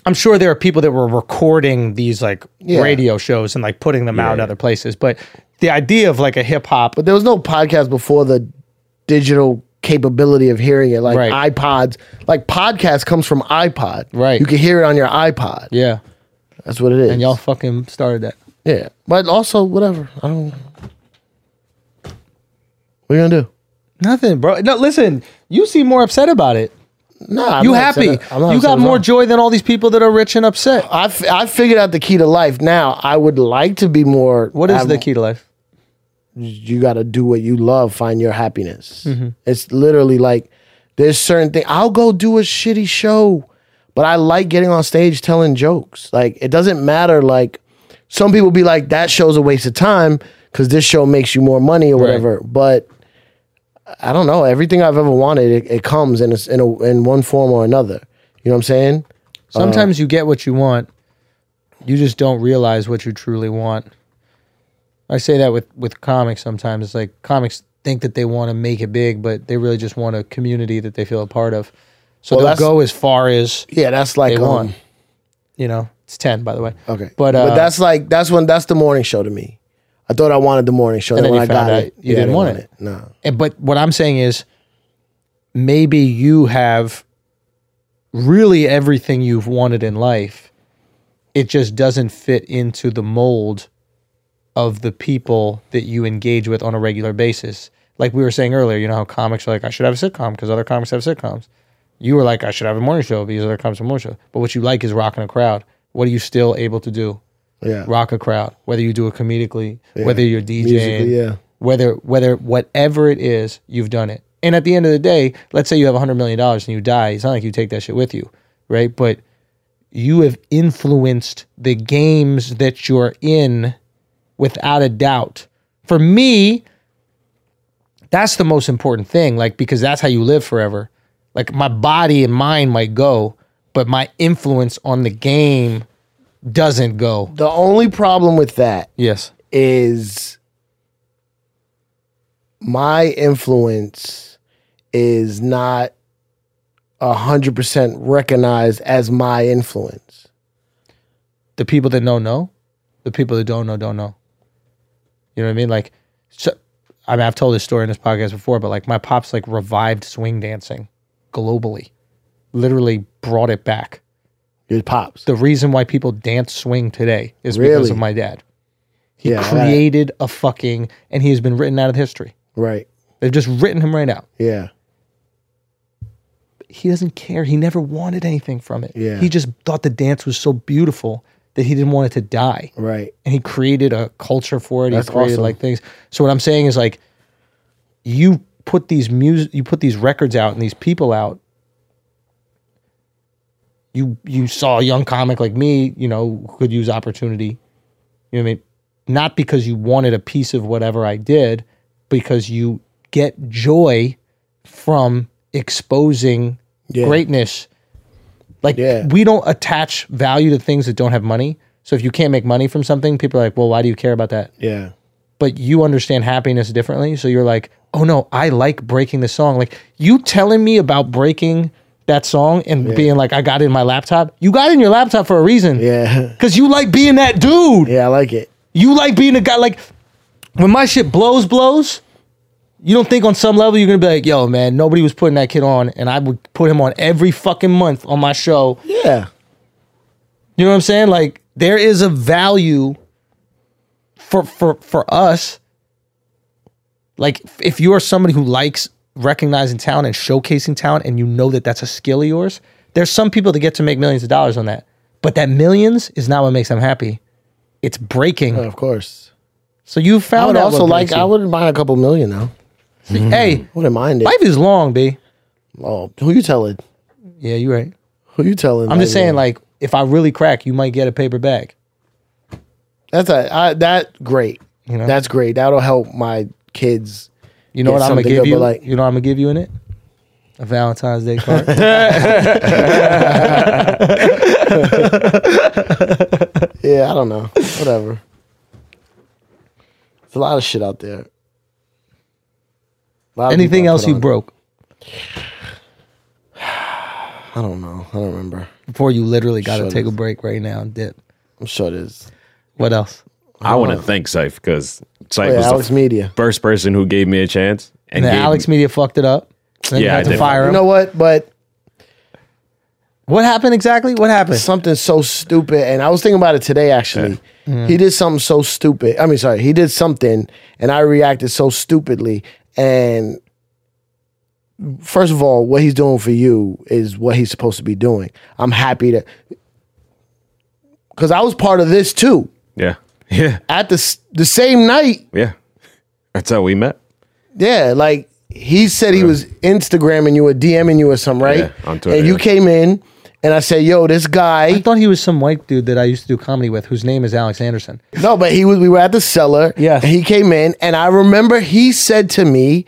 [SPEAKER 1] I'm sure there are people that were recording these like radio shows and like putting them out in
[SPEAKER 3] yeah.
[SPEAKER 1] other places, but the idea of like a hip hop
[SPEAKER 2] But there was no podcast before the digital capability of hearing it, like
[SPEAKER 1] Right.
[SPEAKER 2] iPods. Like podcast comes from iPod.
[SPEAKER 1] Right.
[SPEAKER 2] You can hear it on your iPod.
[SPEAKER 1] Yeah.
[SPEAKER 2] That's what it is.
[SPEAKER 1] And y'all fucking started that.
[SPEAKER 2] Yeah. But also, whatever. I don't. What are you gonna do?
[SPEAKER 1] Nothing, bro. No, listen, you seem more upset about it.
[SPEAKER 2] No, I'm
[SPEAKER 1] you
[SPEAKER 2] not
[SPEAKER 1] happy.
[SPEAKER 2] upset. I'm not
[SPEAKER 1] You
[SPEAKER 2] upset
[SPEAKER 1] got
[SPEAKER 2] at
[SPEAKER 1] more
[SPEAKER 2] all.
[SPEAKER 1] joy than all these people that are rich and upset.
[SPEAKER 2] I, f- I figured out the key to life. Now I would like to be more.
[SPEAKER 1] What is
[SPEAKER 2] I'm-
[SPEAKER 1] the key to life?
[SPEAKER 2] you got to do what you love, find your happiness. It's literally like there's certain thing. I'll go do a shitty show, but I like getting on stage telling jokes. Like it doesn't matter. Like some people be like that show's a waste of time because this show makes you more money or whatever. But I don't know. Everything I've ever wanted, it, it comes in a, in a, in one form or another. You know what I'm saying? Uh,
[SPEAKER 1] Sometimes you get what you want. You just don't realize what you truly want. I say that with with comics sometimes. It's like comics think that they want to make it big, but they really just want a community that they feel a part of. So
[SPEAKER 2] Well,
[SPEAKER 1] they'll
[SPEAKER 2] that's-
[SPEAKER 1] go as far as
[SPEAKER 2] Yeah, that's like
[SPEAKER 1] they
[SPEAKER 2] um,
[SPEAKER 1] want. You know, it's 10 by the way.
[SPEAKER 2] Okay.
[SPEAKER 1] But, uh,
[SPEAKER 2] but that's like that's when that's the morning show to me. I thought I wanted the morning show.
[SPEAKER 1] And
[SPEAKER 2] then
[SPEAKER 1] then
[SPEAKER 2] when I
[SPEAKER 1] you found
[SPEAKER 2] got
[SPEAKER 1] out
[SPEAKER 2] it,
[SPEAKER 1] you
[SPEAKER 2] yeah, I
[SPEAKER 1] didn't want it.
[SPEAKER 2] No.
[SPEAKER 1] And- but what I'm saying is maybe you have really everything you've wanted in life. It just doesn't fit into the mold of the people that you engage with on a regular basis. Like we were saying earlier, you know how comics are like, I should have a sitcom because other comics have sitcoms. You were like, I should have a morning show because other comics have a morning show. But what you like is rocking a crowd. What are you still able to do?
[SPEAKER 2] Yeah.
[SPEAKER 1] rock a crowd, whether you do it comedically, whether you're DJing,
[SPEAKER 2] Musically, yeah.
[SPEAKER 1] whether whether whatever it is, you've done it. And at the end of the day, let's say you have hundred million dollars and you die, it's not like you take that shit with you, right? But you have influenced the games that you're in without a doubt. For me, that's the most important thing, like because that's how you live forever. Like my body and mind might go, but my influence on the game doesn't go.
[SPEAKER 2] The only problem with that
[SPEAKER 1] Yes.
[SPEAKER 2] is my influence is not hundred percent recognized as my influence.
[SPEAKER 1] the people that know know the people that don't know don't know you know what i mean like so, i mean i've told this story in this podcast before but like my pops like revived swing dancing globally literally brought it back
[SPEAKER 2] Your pops.
[SPEAKER 1] the reason why people dance swing today is because
[SPEAKER 2] Really?
[SPEAKER 1] of my dad he
[SPEAKER 2] yeah. right.
[SPEAKER 1] created a fucking and he has been written out of history
[SPEAKER 2] right.
[SPEAKER 1] they've just written him right out
[SPEAKER 2] Yeah.
[SPEAKER 1] he doesn't care. He never wanted anything from it.
[SPEAKER 2] Yeah.
[SPEAKER 1] He just thought the dance was so beautiful that he didn't want it to die.
[SPEAKER 2] Right.
[SPEAKER 1] and he created a culture for it.
[SPEAKER 2] That's
[SPEAKER 1] he created
[SPEAKER 2] awesome.
[SPEAKER 1] like things. So what I'm saying is like, you put these music, you put these records out, and these people out. You you saw a young comic like me, you know, who could use opportunity. You know what I mean? Not because you wanted a piece of whatever I did, because you get joy from exposing
[SPEAKER 2] Yeah.
[SPEAKER 1] greatness. Like
[SPEAKER 2] Yeah.
[SPEAKER 1] we don't attach value to things that don't have money. So if you can't make money from something, people are like, "Well, why do you care about that?"
[SPEAKER 2] Yeah.
[SPEAKER 1] But you understand happiness differently, so you're like, "Oh no, I like breaking the song." Like you telling me about breaking that song and being like, "I got it in my laptop." You got it in your laptop for a reason.
[SPEAKER 2] Yeah.
[SPEAKER 1] Cuz you like being that dude.
[SPEAKER 2] Yeah, I like it.
[SPEAKER 1] You like being a guy like when my shit blows blows, you don't think on some level you're gonna be like, yo, man, nobody was putting that kid on, and I would put him on every fucking month on my show.
[SPEAKER 2] Yeah.
[SPEAKER 1] You know what I'm saying? Like there is a value for for for us Like if- if you are somebody who likes recognizing talent and showcasing talent, and you know that that's a skill of yours, there's some people that get to make millions of dollars on that, but that millions is not what makes them happy. It's breaking.
[SPEAKER 2] Of course.
[SPEAKER 1] So you
[SPEAKER 2] Uh, I
[SPEAKER 1] found
[SPEAKER 2] would
[SPEAKER 1] out
[SPEAKER 2] also
[SPEAKER 1] what
[SPEAKER 2] like.
[SPEAKER 1] breaks you.
[SPEAKER 2] I wouldn't mind a couple million though.
[SPEAKER 1] Hey,
[SPEAKER 2] Wouldn't mind it.
[SPEAKER 1] life is long, b.
[SPEAKER 2] Oh, who you telling?
[SPEAKER 1] Yeah, you're right.
[SPEAKER 2] Who you telling?
[SPEAKER 1] I'm just
[SPEAKER 2] that,
[SPEAKER 1] saying,
[SPEAKER 2] man?
[SPEAKER 1] like, if I really crack, you might get a paper bag.
[SPEAKER 2] that's a I, that great. You
[SPEAKER 1] You
[SPEAKER 2] know,
[SPEAKER 1] know?
[SPEAKER 2] that's great. That'll help my kids.
[SPEAKER 1] You know
[SPEAKER 2] Get
[SPEAKER 1] what I'm gonna
[SPEAKER 2] something
[SPEAKER 1] give
[SPEAKER 2] good,
[SPEAKER 1] you?
[SPEAKER 2] but, like-
[SPEAKER 1] you know what I'm gonna give you in it? A Valentine's Day card.
[SPEAKER 2] Yeah, I don't know. Whatever. There's a lot of shit out there. A lot of
[SPEAKER 1] Anything
[SPEAKER 2] people I
[SPEAKER 1] else
[SPEAKER 2] put
[SPEAKER 1] you
[SPEAKER 2] on.
[SPEAKER 1] broke
[SPEAKER 2] I don't know. I don't remember.
[SPEAKER 1] before you literally got to
[SPEAKER 2] Shut
[SPEAKER 1] take
[SPEAKER 2] up.
[SPEAKER 1] a break right now and dip?
[SPEAKER 2] I'm sure it is.
[SPEAKER 1] What else?
[SPEAKER 3] I want to thank Syfe because Syfe
[SPEAKER 2] Oh, yeah,
[SPEAKER 3] was the
[SPEAKER 2] Alex Media.
[SPEAKER 3] first person who gave me a chance. And
[SPEAKER 1] And then
[SPEAKER 3] gave
[SPEAKER 1] Alex Media fucked it up. Then
[SPEAKER 3] Yeah,
[SPEAKER 1] you
[SPEAKER 3] I
[SPEAKER 1] had to
[SPEAKER 3] did.
[SPEAKER 1] fire him.
[SPEAKER 2] You know what? But
[SPEAKER 1] What happened exactly? What happened?
[SPEAKER 2] something so stupid, and I was thinking about it today. Actually, he did something so stupid. I mean, sorry, he did something, and I reacted so stupidly. And first of all, what he's doing for you is what he's supposed to be doing. I'm happy to, because I was part of this too.
[SPEAKER 3] Yeah. Yeah.
[SPEAKER 2] At the s- the same night,
[SPEAKER 3] Yeah. That's how we met.
[SPEAKER 2] Yeah, like he said he was Instagramming you or DMing you or something, right?
[SPEAKER 3] Yeah, on Twitter,
[SPEAKER 2] And you
[SPEAKER 3] yeah.
[SPEAKER 2] came in and I said, yo, this
[SPEAKER 1] I
[SPEAKER 2] guy.
[SPEAKER 1] thought he was some white dude that I used to do comedy with, whose name is Alex Anderson.
[SPEAKER 2] No, but he was we were at the cellar.
[SPEAKER 1] Yes.
[SPEAKER 2] And he came in and I remember he said to me,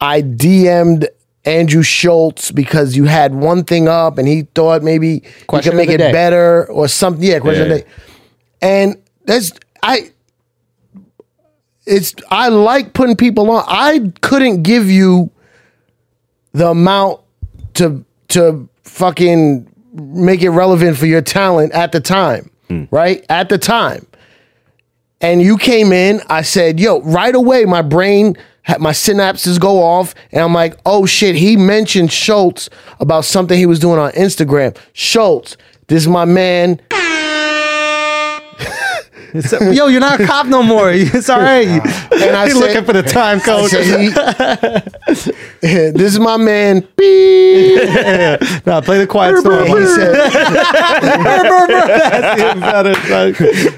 [SPEAKER 2] I DM'd Andrew Schultz because you had one thing up and he thought maybe you
[SPEAKER 1] Question
[SPEAKER 2] could
[SPEAKER 1] of
[SPEAKER 2] make
[SPEAKER 1] the
[SPEAKER 2] it
[SPEAKER 1] day.
[SPEAKER 2] better or something. Yeah, question
[SPEAKER 3] Yeah.
[SPEAKER 2] of the day. And that's I it's I like putting people on. I couldn't give you the amount to to fucking make it relevant for your talent at the time, right? At the time. And you came in, I said, "Yo, right away my brain had my synapses go off and I'm like, "Oh shit, he mentioned Schultz about something he was doing on Instagram. Schultz, this is my man.
[SPEAKER 1] Yo, you're not a cop no more. It's all right.
[SPEAKER 2] And I
[SPEAKER 4] He's
[SPEAKER 2] said,
[SPEAKER 4] looking for the time
[SPEAKER 2] I
[SPEAKER 4] code.
[SPEAKER 2] said he- this is my man. Beep.
[SPEAKER 1] Nah, play the quiet
[SPEAKER 2] And he
[SPEAKER 1] storm.
[SPEAKER 2] said,
[SPEAKER 1] That's even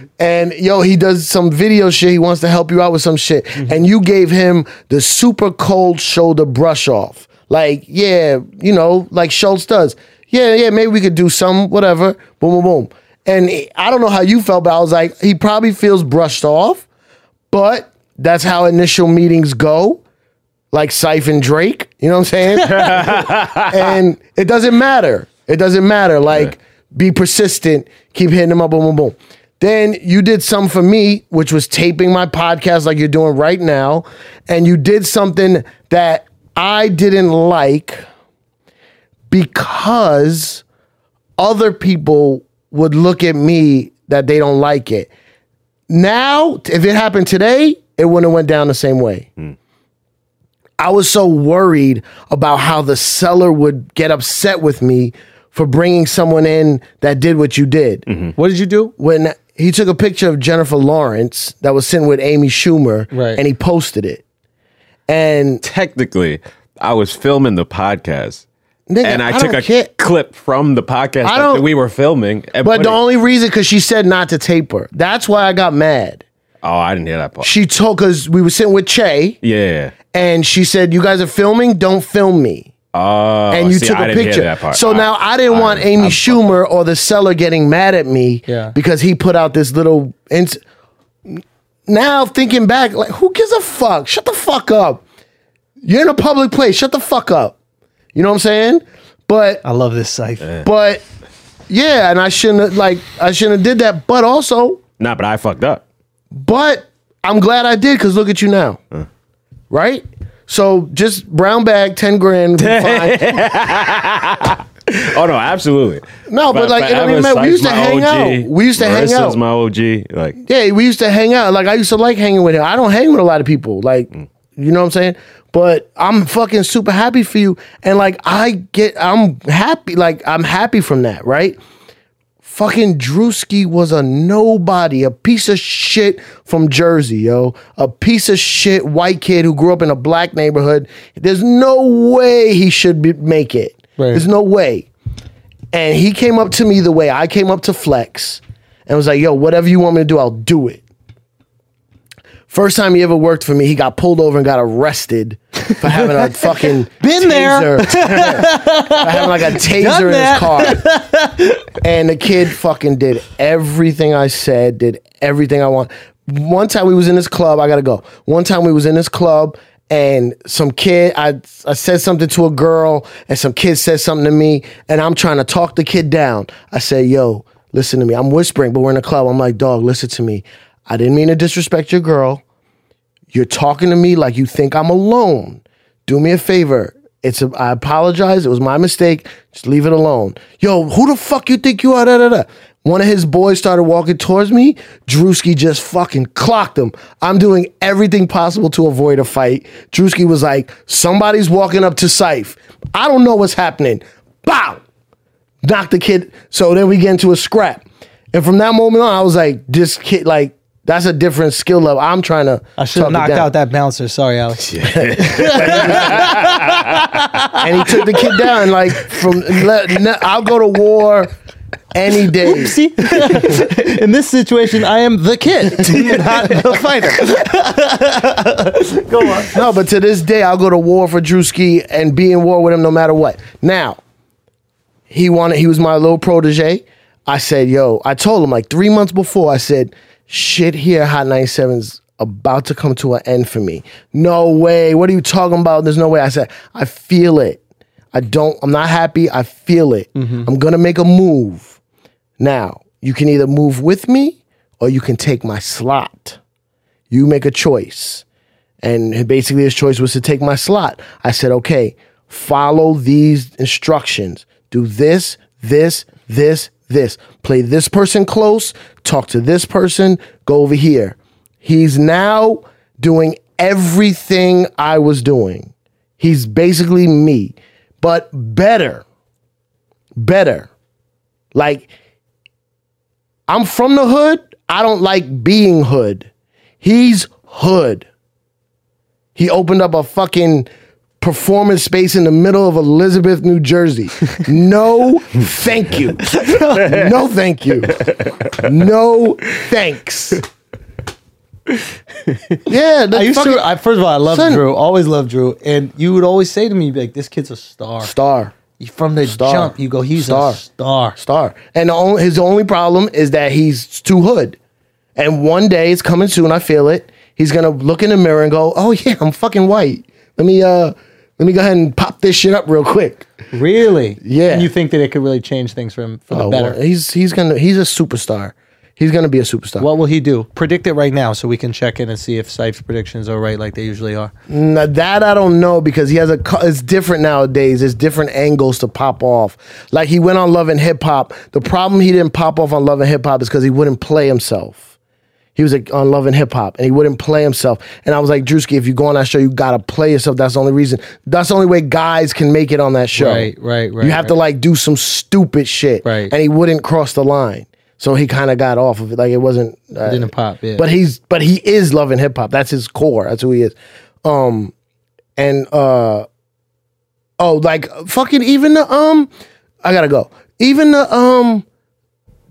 [SPEAKER 1] better.
[SPEAKER 2] and yo, he does some video shit. He wants to help you out with some shit. And you gave him the super cold shoulder brush off. Like, yeah, you know, like Schultz does. Yeah, yeah, maybe we could do some, whatever. Boom, boom, boom. And I don't know how you felt, but I was like, he probably feels brushed off, but that's how initial meetings go. Like Syph and Drake, you know what I'm saying? and it doesn't matter. It doesn't matter. Like, be persistent. Keep hitting them up. Boom, boom, boom. Then you did some for me, which was taping my podcast like you're doing right now, and you did something that I didn't like because other people would look at me that they don't like it. Now, if it happened today, it wouldn't have went down the same way. I was so worried about how the seller would get upset with me for bringing someone in that did what you did.
[SPEAKER 3] Mm-hmm.
[SPEAKER 1] What did you do?
[SPEAKER 2] When he took a picture of Jennifer Lawrence that was sitting with Amy Schumer
[SPEAKER 1] Right.
[SPEAKER 2] and he posted it. And
[SPEAKER 3] Technically, I was filming the podcast.
[SPEAKER 2] nigga,
[SPEAKER 3] and I, took
[SPEAKER 2] don't
[SPEAKER 3] a
[SPEAKER 2] care.
[SPEAKER 3] clip from the podcast
[SPEAKER 2] I
[SPEAKER 3] that
[SPEAKER 2] don't-
[SPEAKER 3] we were filming. And
[SPEAKER 2] But
[SPEAKER 3] put
[SPEAKER 2] the
[SPEAKER 3] it-
[SPEAKER 2] only reason, because she said not to tape her. That's why I got mad.
[SPEAKER 3] oh, I didn't hear that part.
[SPEAKER 2] She told, because we were sitting with Che
[SPEAKER 3] Yeah.
[SPEAKER 2] and she said, You guys are filming? Don't film me.
[SPEAKER 3] Oh,
[SPEAKER 2] and you
[SPEAKER 3] see,
[SPEAKER 2] took
[SPEAKER 3] I
[SPEAKER 2] a
[SPEAKER 3] didn't hear
[SPEAKER 2] picture.
[SPEAKER 3] that part.
[SPEAKER 2] So
[SPEAKER 3] I-
[SPEAKER 2] now I didn't want Amy Schumer or the seller getting mad at me
[SPEAKER 1] Yeah.
[SPEAKER 2] because he put out this little. Ins- now thinking back, like who gives a fuck? Shut the fuck up. You're in a public place. Shut the fuck up. You know what I'm saying? But
[SPEAKER 1] I love this site.
[SPEAKER 2] but yeah, and I shouldn't have, like I shouldn't have did that. But also,
[SPEAKER 3] Nah, but I fucked up.
[SPEAKER 2] but I'm glad I did because look at you now, right? So just brown bag, ten grand. we fine.
[SPEAKER 3] Oh no, absolutely.
[SPEAKER 2] No, but,
[SPEAKER 3] Fa-
[SPEAKER 2] like it don't
[SPEAKER 3] forever
[SPEAKER 2] even matter. We used to
[SPEAKER 3] Sykes my
[SPEAKER 2] hang
[SPEAKER 3] OG.
[SPEAKER 2] out. We used to
[SPEAKER 3] Marissa's
[SPEAKER 2] hang out.
[SPEAKER 3] my OG. Like
[SPEAKER 2] yeah, we used to hang out. Like I used to like hanging with him. I don't hang with a lot of people. Like you know what I'm saying? But I'm fucking super happy for you. And like I get I'm happy. Like I'm happy from that, right? Fucking Drewski was a nobody, a piece of shit from Jersey, yo. A piece of shit white kid who grew up in a black neighborhood. There's no way he should be, make it.
[SPEAKER 1] Right.
[SPEAKER 2] There's no way. And he came up to me the way I came up to Flex and was like, yo, whatever you want me to do, I'll do it. First time he ever worked for me, he got pulled over and got arrested for having a fucking
[SPEAKER 1] Been there.
[SPEAKER 2] taser. for having like a taser
[SPEAKER 1] Done
[SPEAKER 2] in his
[SPEAKER 1] that.
[SPEAKER 2] car. and the kid fucking did everything I said, did everything I want. One time we was in this club, I gotta go. One time we was in this club and some kid I I said something to a girl and some kid said something to me and I'm trying to talk the kid down. I say, yo, listen to me. I'm whispering, but we're in a club. I'm like, dog, listen to me. I didn't mean to disrespect your girl. You're talking to me like you think I'm alone. Do me a favor. It's a, I apologize. It was my mistake. Just leave it alone. Yo, who the fuck you think you are? Da, da, da. One of his boys started walking towards me. Drewski just fucking clocked him. I'm doing everything possible to avoid a fight. Drewski was like, somebody's walking up to Syfe. I don't know what's happening. Bow! knocked the kid. So then we get into a scrap. And from that moment on, I was like, this kid, like, that's a different skill level. I'm trying to.
[SPEAKER 1] I should have knocked out that bouncer. Sorry, Alex.
[SPEAKER 2] And he took the kid down. and, Like, from le- ne- I'll go to war any day.
[SPEAKER 1] See, in this situation, I am the kid, not the fighter.
[SPEAKER 2] No, but to this day, I'll go to war for Drewski and be in war with him no matter what. Now, he wanted. He was my little protege. I said, "Yo," I told him like three months before. I said, "Shit here, Hot 97's about to come to an end for me. No way. What are you talking about? There's no way." I said, "I feel it. I don't. I'm not happy. I feel it. I'm gonna make a move. Now you can either move with me or you can take my slot. You make a choice." And basically, his choice was to take my slot. I said, okay, follow these instructions. Do this, this, this, this. Play this person close, talk to this person, go over here. He's now doing everything I was doing. He's basically me, but better. Better. Like, I'm from the hood. I don't like being hood. He's hood. He opened up a fucking performance space in the middle of Elizabeth, New Jersey. No, thank you. No, thank you. No, thanks. Yeah,
[SPEAKER 1] I
[SPEAKER 2] that's
[SPEAKER 1] used
[SPEAKER 2] fucking
[SPEAKER 1] to. I, first of all, I loved
[SPEAKER 2] Son.
[SPEAKER 1] Drew. Always loved Drew. And you would always say to me, like, "This kid's a star.
[SPEAKER 2] star,
[SPEAKER 1] From the
[SPEAKER 2] Star.
[SPEAKER 1] jump, you go, he's
[SPEAKER 2] Star.
[SPEAKER 1] a star.
[SPEAKER 2] star. And the only, his only problem is that he's too hood. And one day it's coming soon. I feel it. He's gonna look in the mirror and go, "Oh yeah, I'm fucking white. Let me uh, let me go ahead and pop this shit up real quick."
[SPEAKER 1] Really?
[SPEAKER 2] Yeah.
[SPEAKER 1] And you think that it could really change things for him for the
[SPEAKER 2] Oh,
[SPEAKER 1] better?
[SPEAKER 2] well, he's he's gonna he's a superstar. He's gonna be a superstar.
[SPEAKER 1] what will he do? Predict it right now, so we can check in and see if Sife's predictions are right, like they usually are.
[SPEAKER 2] Now, that I don't know because he has a. co- It's different nowadays. It's different angles to pop off. Like he went on Love and Hip Hop. The problem he didn't pop off on Love and Hip Hop is because he wouldn't play himself. He was like, on Love and Hip Hop and he wouldn't play himself. And I was like, Drewski, if you go on that show, you gotta play yourself. That's the only reason. That's the only way guys can make it on that show.
[SPEAKER 1] Right, right, right,
[SPEAKER 2] You have to
[SPEAKER 1] right.
[SPEAKER 2] like do some stupid shit.
[SPEAKER 1] Right.
[SPEAKER 2] And he wouldn't cross the line. So he kind of got off of it. Like it wasn't. Uh,
[SPEAKER 1] Didn't pop. Yeah.
[SPEAKER 2] but he's but he is loving hip hop. That's his core. That's who he is. Um and uh oh like fucking even the um I gotta go. Even the um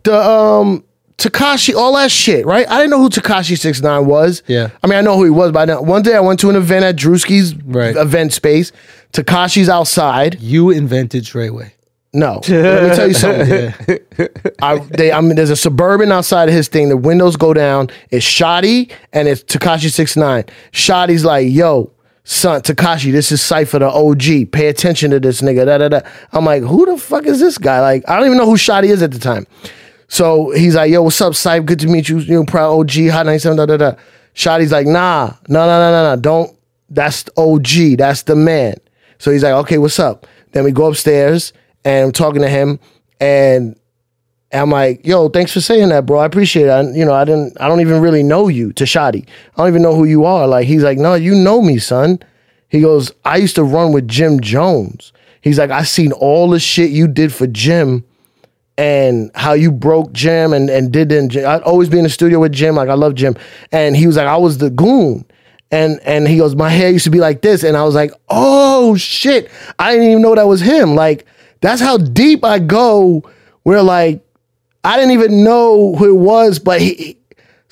[SPEAKER 2] the um Takashi, all that shit, right? I didn't know who Takashi 69 was.
[SPEAKER 1] Yeah.
[SPEAKER 2] I mean, I know who he was, but I didn't- one day I went to an event at Drewski's
[SPEAKER 1] Right.
[SPEAKER 2] event space. Takashi's outside.
[SPEAKER 1] you invented Treyway.
[SPEAKER 2] No, let me tell you something. I, they, I mean, there's a suburban outside of his thing. The windows go down. It's Shoddy and it's Takashi 69. Shoddy's like, yo, son, Takashi, this is Cypher the OG. Pay attention to this nigga. Da, da, da. I'm like, who the fuck is this guy? Like, I don't even know who Shoddy is at the time. So he's like, yo, what's up, Cypher? Good to meet you. You know, proud OG, hot 97, da da da. Shoddy's like, nah, no, no, no, no, no. Don't that's the OG. That's the man. So he's like, okay, what's up? Then we go upstairs and I'm talking to him and and I'm like, yo, thanks for saying that, bro. I appreciate it. I, you know, I didn't, I don't even really know you, Tashadi. I don't even know who you are. Like, he's like, no, you know me, son. He goes, I used to run with Jim Jones. He's like, I seen all the shit you did for Jim and how you broke Jim and, and did in Jim. I'd always be in the studio with Jim. Like I love Jim. And he was like, I was the goon. And and he goes, My hair used to be like this. And I was like, Oh shit. I didn't even know that was him. Like, that's how deep I go where like I didn't even know who it was, but he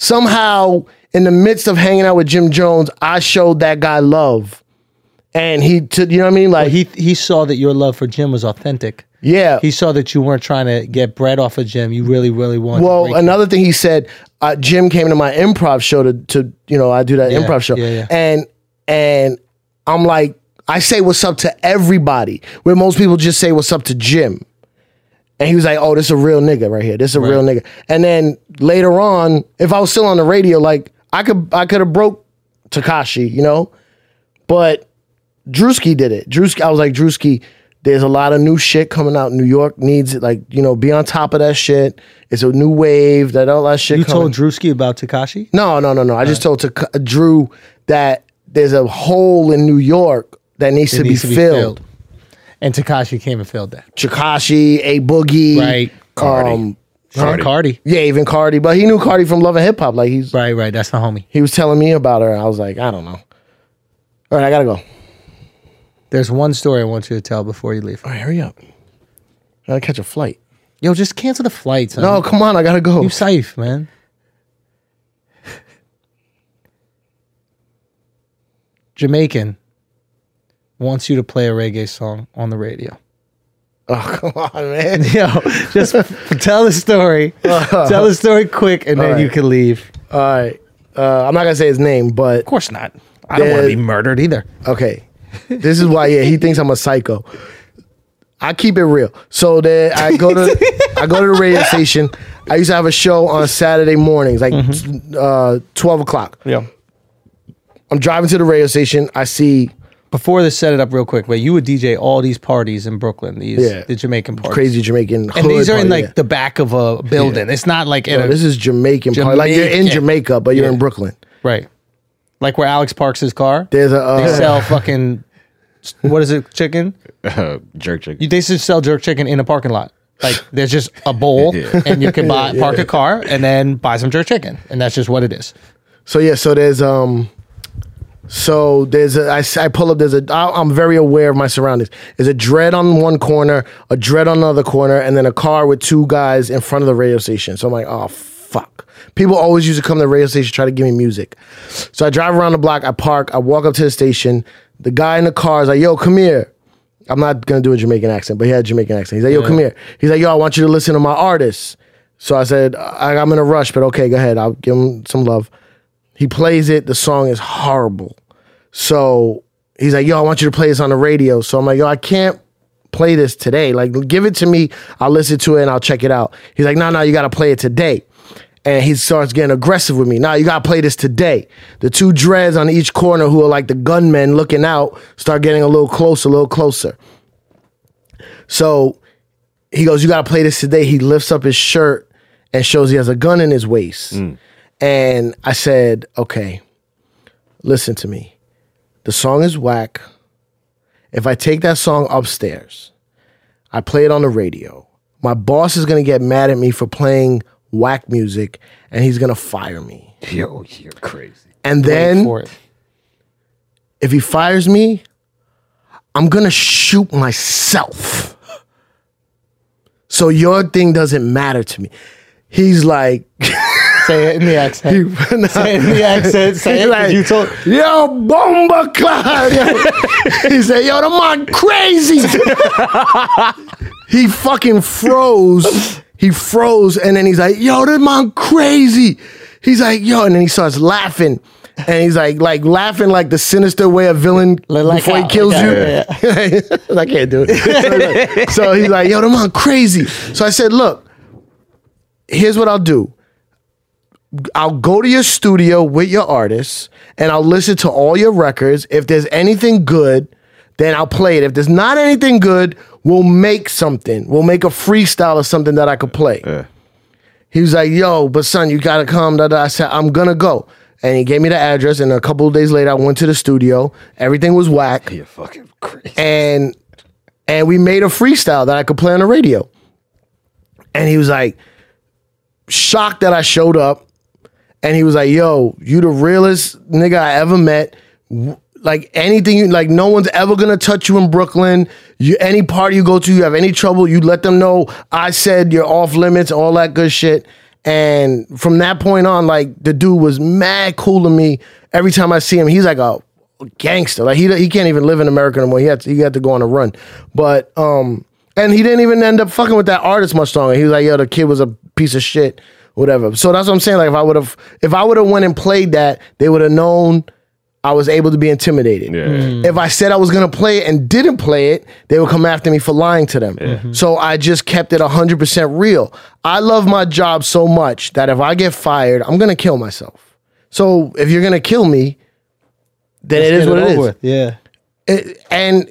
[SPEAKER 2] somehow in the midst of hanging out with Jim Jones, I showed that guy love. And he took, you know what I mean? Like,
[SPEAKER 1] He he saw that your love for Jim was authentic.
[SPEAKER 2] yeah.
[SPEAKER 1] He saw that you weren't trying to get bread off of Jim. You really, really wanted. to
[SPEAKER 2] Well,
[SPEAKER 1] break-
[SPEAKER 2] another thing he said, uh, Jim came to my improv show to, to you know, I do that improv show,
[SPEAKER 1] yeah, yeah.
[SPEAKER 2] and and I'm like, I say what's up to everybody, where most people just say what's up to Jim, and he was like, oh, this a real nigga right here, this a real nigga, and then later on, if I was still on the radio, like I could I could have broke Takashi, you know, but Drewski did it. Drewski, I was like, Drewski, there's a lot of new shit coming out. New York needs it. Like, you know, be on top of that shit. It's a new wave. That all that shit.
[SPEAKER 1] you told
[SPEAKER 2] coming.
[SPEAKER 1] Drewski about Takashi.
[SPEAKER 2] No, no, no, no. I just told to c- Drew that there's a hole in New York that needs, to,
[SPEAKER 1] needs
[SPEAKER 2] be filled.
[SPEAKER 1] And Takashi came and filled that.
[SPEAKER 2] Chikashi, A Boogie,
[SPEAKER 1] Right.
[SPEAKER 2] Cardi.
[SPEAKER 1] Cardi. Cardi.
[SPEAKER 2] yeah, even Cardi. But he knew Cardi from Love and Hip Hop. Like he's
[SPEAKER 1] Right, right. That's the homie.
[SPEAKER 2] he was telling me about her. And I was like, I don't know. All right, I gotta go.
[SPEAKER 1] There's one story I want you to tell before you leave.
[SPEAKER 2] All right, hurry up. I gotta catch a flight.
[SPEAKER 1] Yo, just cancel the flights.
[SPEAKER 2] No, come on, I gotta go.
[SPEAKER 1] Um, You safe, man. Jamaican wants you to play a reggae song on the radio.
[SPEAKER 2] Oh, come on, man.
[SPEAKER 1] Yo, just tell the story. tell the story quick, and then you can leave.
[SPEAKER 2] All right. Uh, I'm not gonna say his name, but
[SPEAKER 1] Of course not. I don't want to
[SPEAKER 2] Yeah.
[SPEAKER 1] be murdered either.
[SPEAKER 2] okay. This is why, yeah, he thinks I'm a psycho. I keep it real. So then I go to I go to the radio station. I used to have a show on Saturday mornings, like
[SPEAKER 1] Mm-hmm.
[SPEAKER 2] uh, twelve o'clock.
[SPEAKER 1] Yeah.
[SPEAKER 2] I'm driving to the radio station. I see
[SPEAKER 1] Before this, set it up real quick. But you would DJ all these parties in Brooklyn. These
[SPEAKER 2] Yeah.
[SPEAKER 1] the Jamaican parties.
[SPEAKER 2] crazy Jamaican.
[SPEAKER 1] And these are in like
[SPEAKER 2] the
[SPEAKER 1] the back of a building. It's not like in a,
[SPEAKER 2] Oh, this is Jamaican, party. Like you're in
[SPEAKER 1] Jamaican.
[SPEAKER 2] Jamaica, but you're
[SPEAKER 1] Yeah.
[SPEAKER 2] in Brooklyn.
[SPEAKER 1] right, like where Alex parks his car.
[SPEAKER 2] There's a uh,
[SPEAKER 1] They sell fucking what is it? Chicken.
[SPEAKER 3] Uh, jerk
[SPEAKER 1] You-
[SPEAKER 3] chicken.
[SPEAKER 1] They should sell jerk chicken in a parking lot. Like there's just a bowl,
[SPEAKER 3] Yeah.
[SPEAKER 1] and you can buy park a car and then buy some jerk chicken, and that's just what it is.
[SPEAKER 2] So yeah, so there's um, so there's a I, s- I pull up. There's a I, I'm very aware of my surroundings. There's a dread on one corner, a dread on another corner, and then a car with two guys in front of the radio station. So I'm like, oh fuck. People always used to come to the radio station to try to give me music. So I drive around the block. I park. I walk up to the station. The guy in the car is like, yo, come here. I'm not gonna do a Jamaican accent, but he had a Jamaican accent. He's like, yo, come here. He's like, yo, I want you to listen to my artists. So I said, I, I'm in a rush, but okay, go ahead. I'll give him some love. He plays it. The song is horrible. So he's like, yo, I want you to play this on the radio. So I'm like, yo, I can't play this today. Like, give it to me. I'll listen to it and I'll check it out. He's like, no, no, you got to play it today. And he starts getting aggressive with me. Now you gotta play this today. The two dreads on each corner, who are like the gunmen looking out, start getting a little closer, a little closer. So he goes, You gotta play this today. He lifts up his shirt and shows he has a gun in his waist.
[SPEAKER 3] Mm.
[SPEAKER 2] And I said, Okay, listen to me. The song is whack. If I take that song upstairs, I play it on the radio, my boss is gonna get mad at me for playing whack music and he's gonna fire me.
[SPEAKER 3] Yo, you're crazy.
[SPEAKER 2] And
[SPEAKER 1] Wait
[SPEAKER 2] then
[SPEAKER 1] for it.
[SPEAKER 2] if he fires me, I'm gonna shoot myself. So your thing doesn't matter to me. He's like,
[SPEAKER 1] Say it in the accent. say it in the accent. Say
[SPEAKER 2] He
[SPEAKER 1] it. 'cause
[SPEAKER 2] like,
[SPEAKER 1] you told.
[SPEAKER 2] yo, bomba cloud. he said, yo, the man crazy. he fucking froze. He froze, and then he's like, yo, the man crazy. He's like, yo, and then he starts laughing. And he's like, like laughing like the sinister way a villain
[SPEAKER 1] Like
[SPEAKER 2] before
[SPEAKER 1] how-
[SPEAKER 2] he kills
[SPEAKER 1] yeah,
[SPEAKER 2] you.
[SPEAKER 1] yeah,
[SPEAKER 2] I can't do it. so he's like, yo, the man crazy. So I said, look, here's what I'll do. I'll go to your studio with your artists and I'll listen to all your records. If there's anything good, then I'll play it. If there's not anything good, we'll make something. We'll make a freestyle or something that I could play. He was like, yo, but son, you gotta come. Da, da. I said, I'm gonna go. And he gave me the address. And a couple of days later, I went to the studio. Everything was whack
[SPEAKER 3] You're fucking crazy.
[SPEAKER 2] and and we made a freestyle that I could play on the radio. and he was like shocked that I showed up, and he was like, "Yo, you the realest nigga I ever met." W- Like anything you like, no one's ever gonna touch you in Brooklyn. You any party you go to, you have any trouble, you let them know I said you're off limits, all that good shit. And from that point on, like the dude was mad cool to me. Every time I see him, he's like a gangster. Like he he can't even live in America anymore. He had to, he had to go on a run. But um, and he didn't even end up fucking with that artist much longer. He was like, yo, the kid was a piece of shit, whatever. So that's what I'm saying. Like if I would have if I would have went and played that, they would have known I was able to be intimidated.
[SPEAKER 3] Yeah. Mm.
[SPEAKER 2] If I said I was gonna play it and didn't play it, they would come after me for lying to them. So I just kept it 100% real. I love my job so much that if I get fired, I'm gonna kill myself. So if you're gonna kill me, then it is
[SPEAKER 1] Get
[SPEAKER 2] what it
[SPEAKER 1] over
[SPEAKER 2] is
[SPEAKER 1] with. Yeah.
[SPEAKER 2] it, and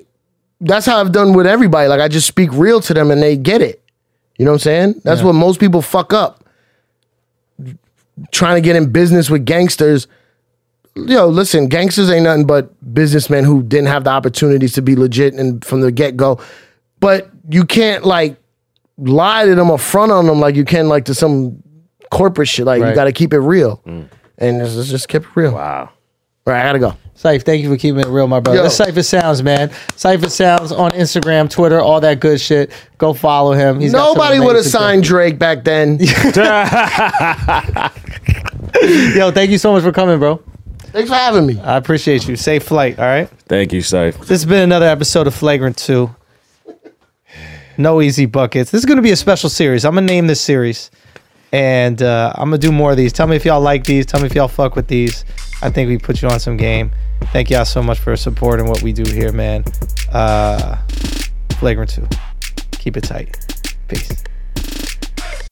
[SPEAKER 2] that's how I've done with everybody. Like I just speak real to them and they get it. You know what I'm saying? That's what most people fuck up. Trying to get in business with gangsters. Yo, listen, gangsters ain't nothing but businessmen who didn't have the opportunities to be legit and from the get go. But you can't like lie to them or front on them like you can like to some corporate shit. Like you
[SPEAKER 1] Right.
[SPEAKER 2] got to keep it real, and it's, it's just keep it real. All
[SPEAKER 3] Wow.
[SPEAKER 2] right, I gotta go.
[SPEAKER 1] Safe, thank you for keeping it real, my brother.
[SPEAKER 2] Yo.
[SPEAKER 1] That's Cypher Sounds, man. Cypher Sounds on Instagram, Twitter, all that good shit. Go follow him. He's got some
[SPEAKER 2] Nobody would have
[SPEAKER 1] amazing-
[SPEAKER 2] signed Drake back then.
[SPEAKER 1] Yo, thank you so much for coming, bro.
[SPEAKER 2] Thanks for having me.
[SPEAKER 1] I appreciate you. Safe flight, all right?
[SPEAKER 3] Thank you, Saif.
[SPEAKER 1] This has been another episode of Flagrant 2. No easy buckets. This is going to be a special series. I'm going to name this series. And uh, I'm going to do more of these. Tell me if y'all like these. Tell me if y'all fuck with these. I think we put you on some game. Thank y'all so much for supporting what we do here, man. Uh, Flagrant 2. Keep it tight. Peace.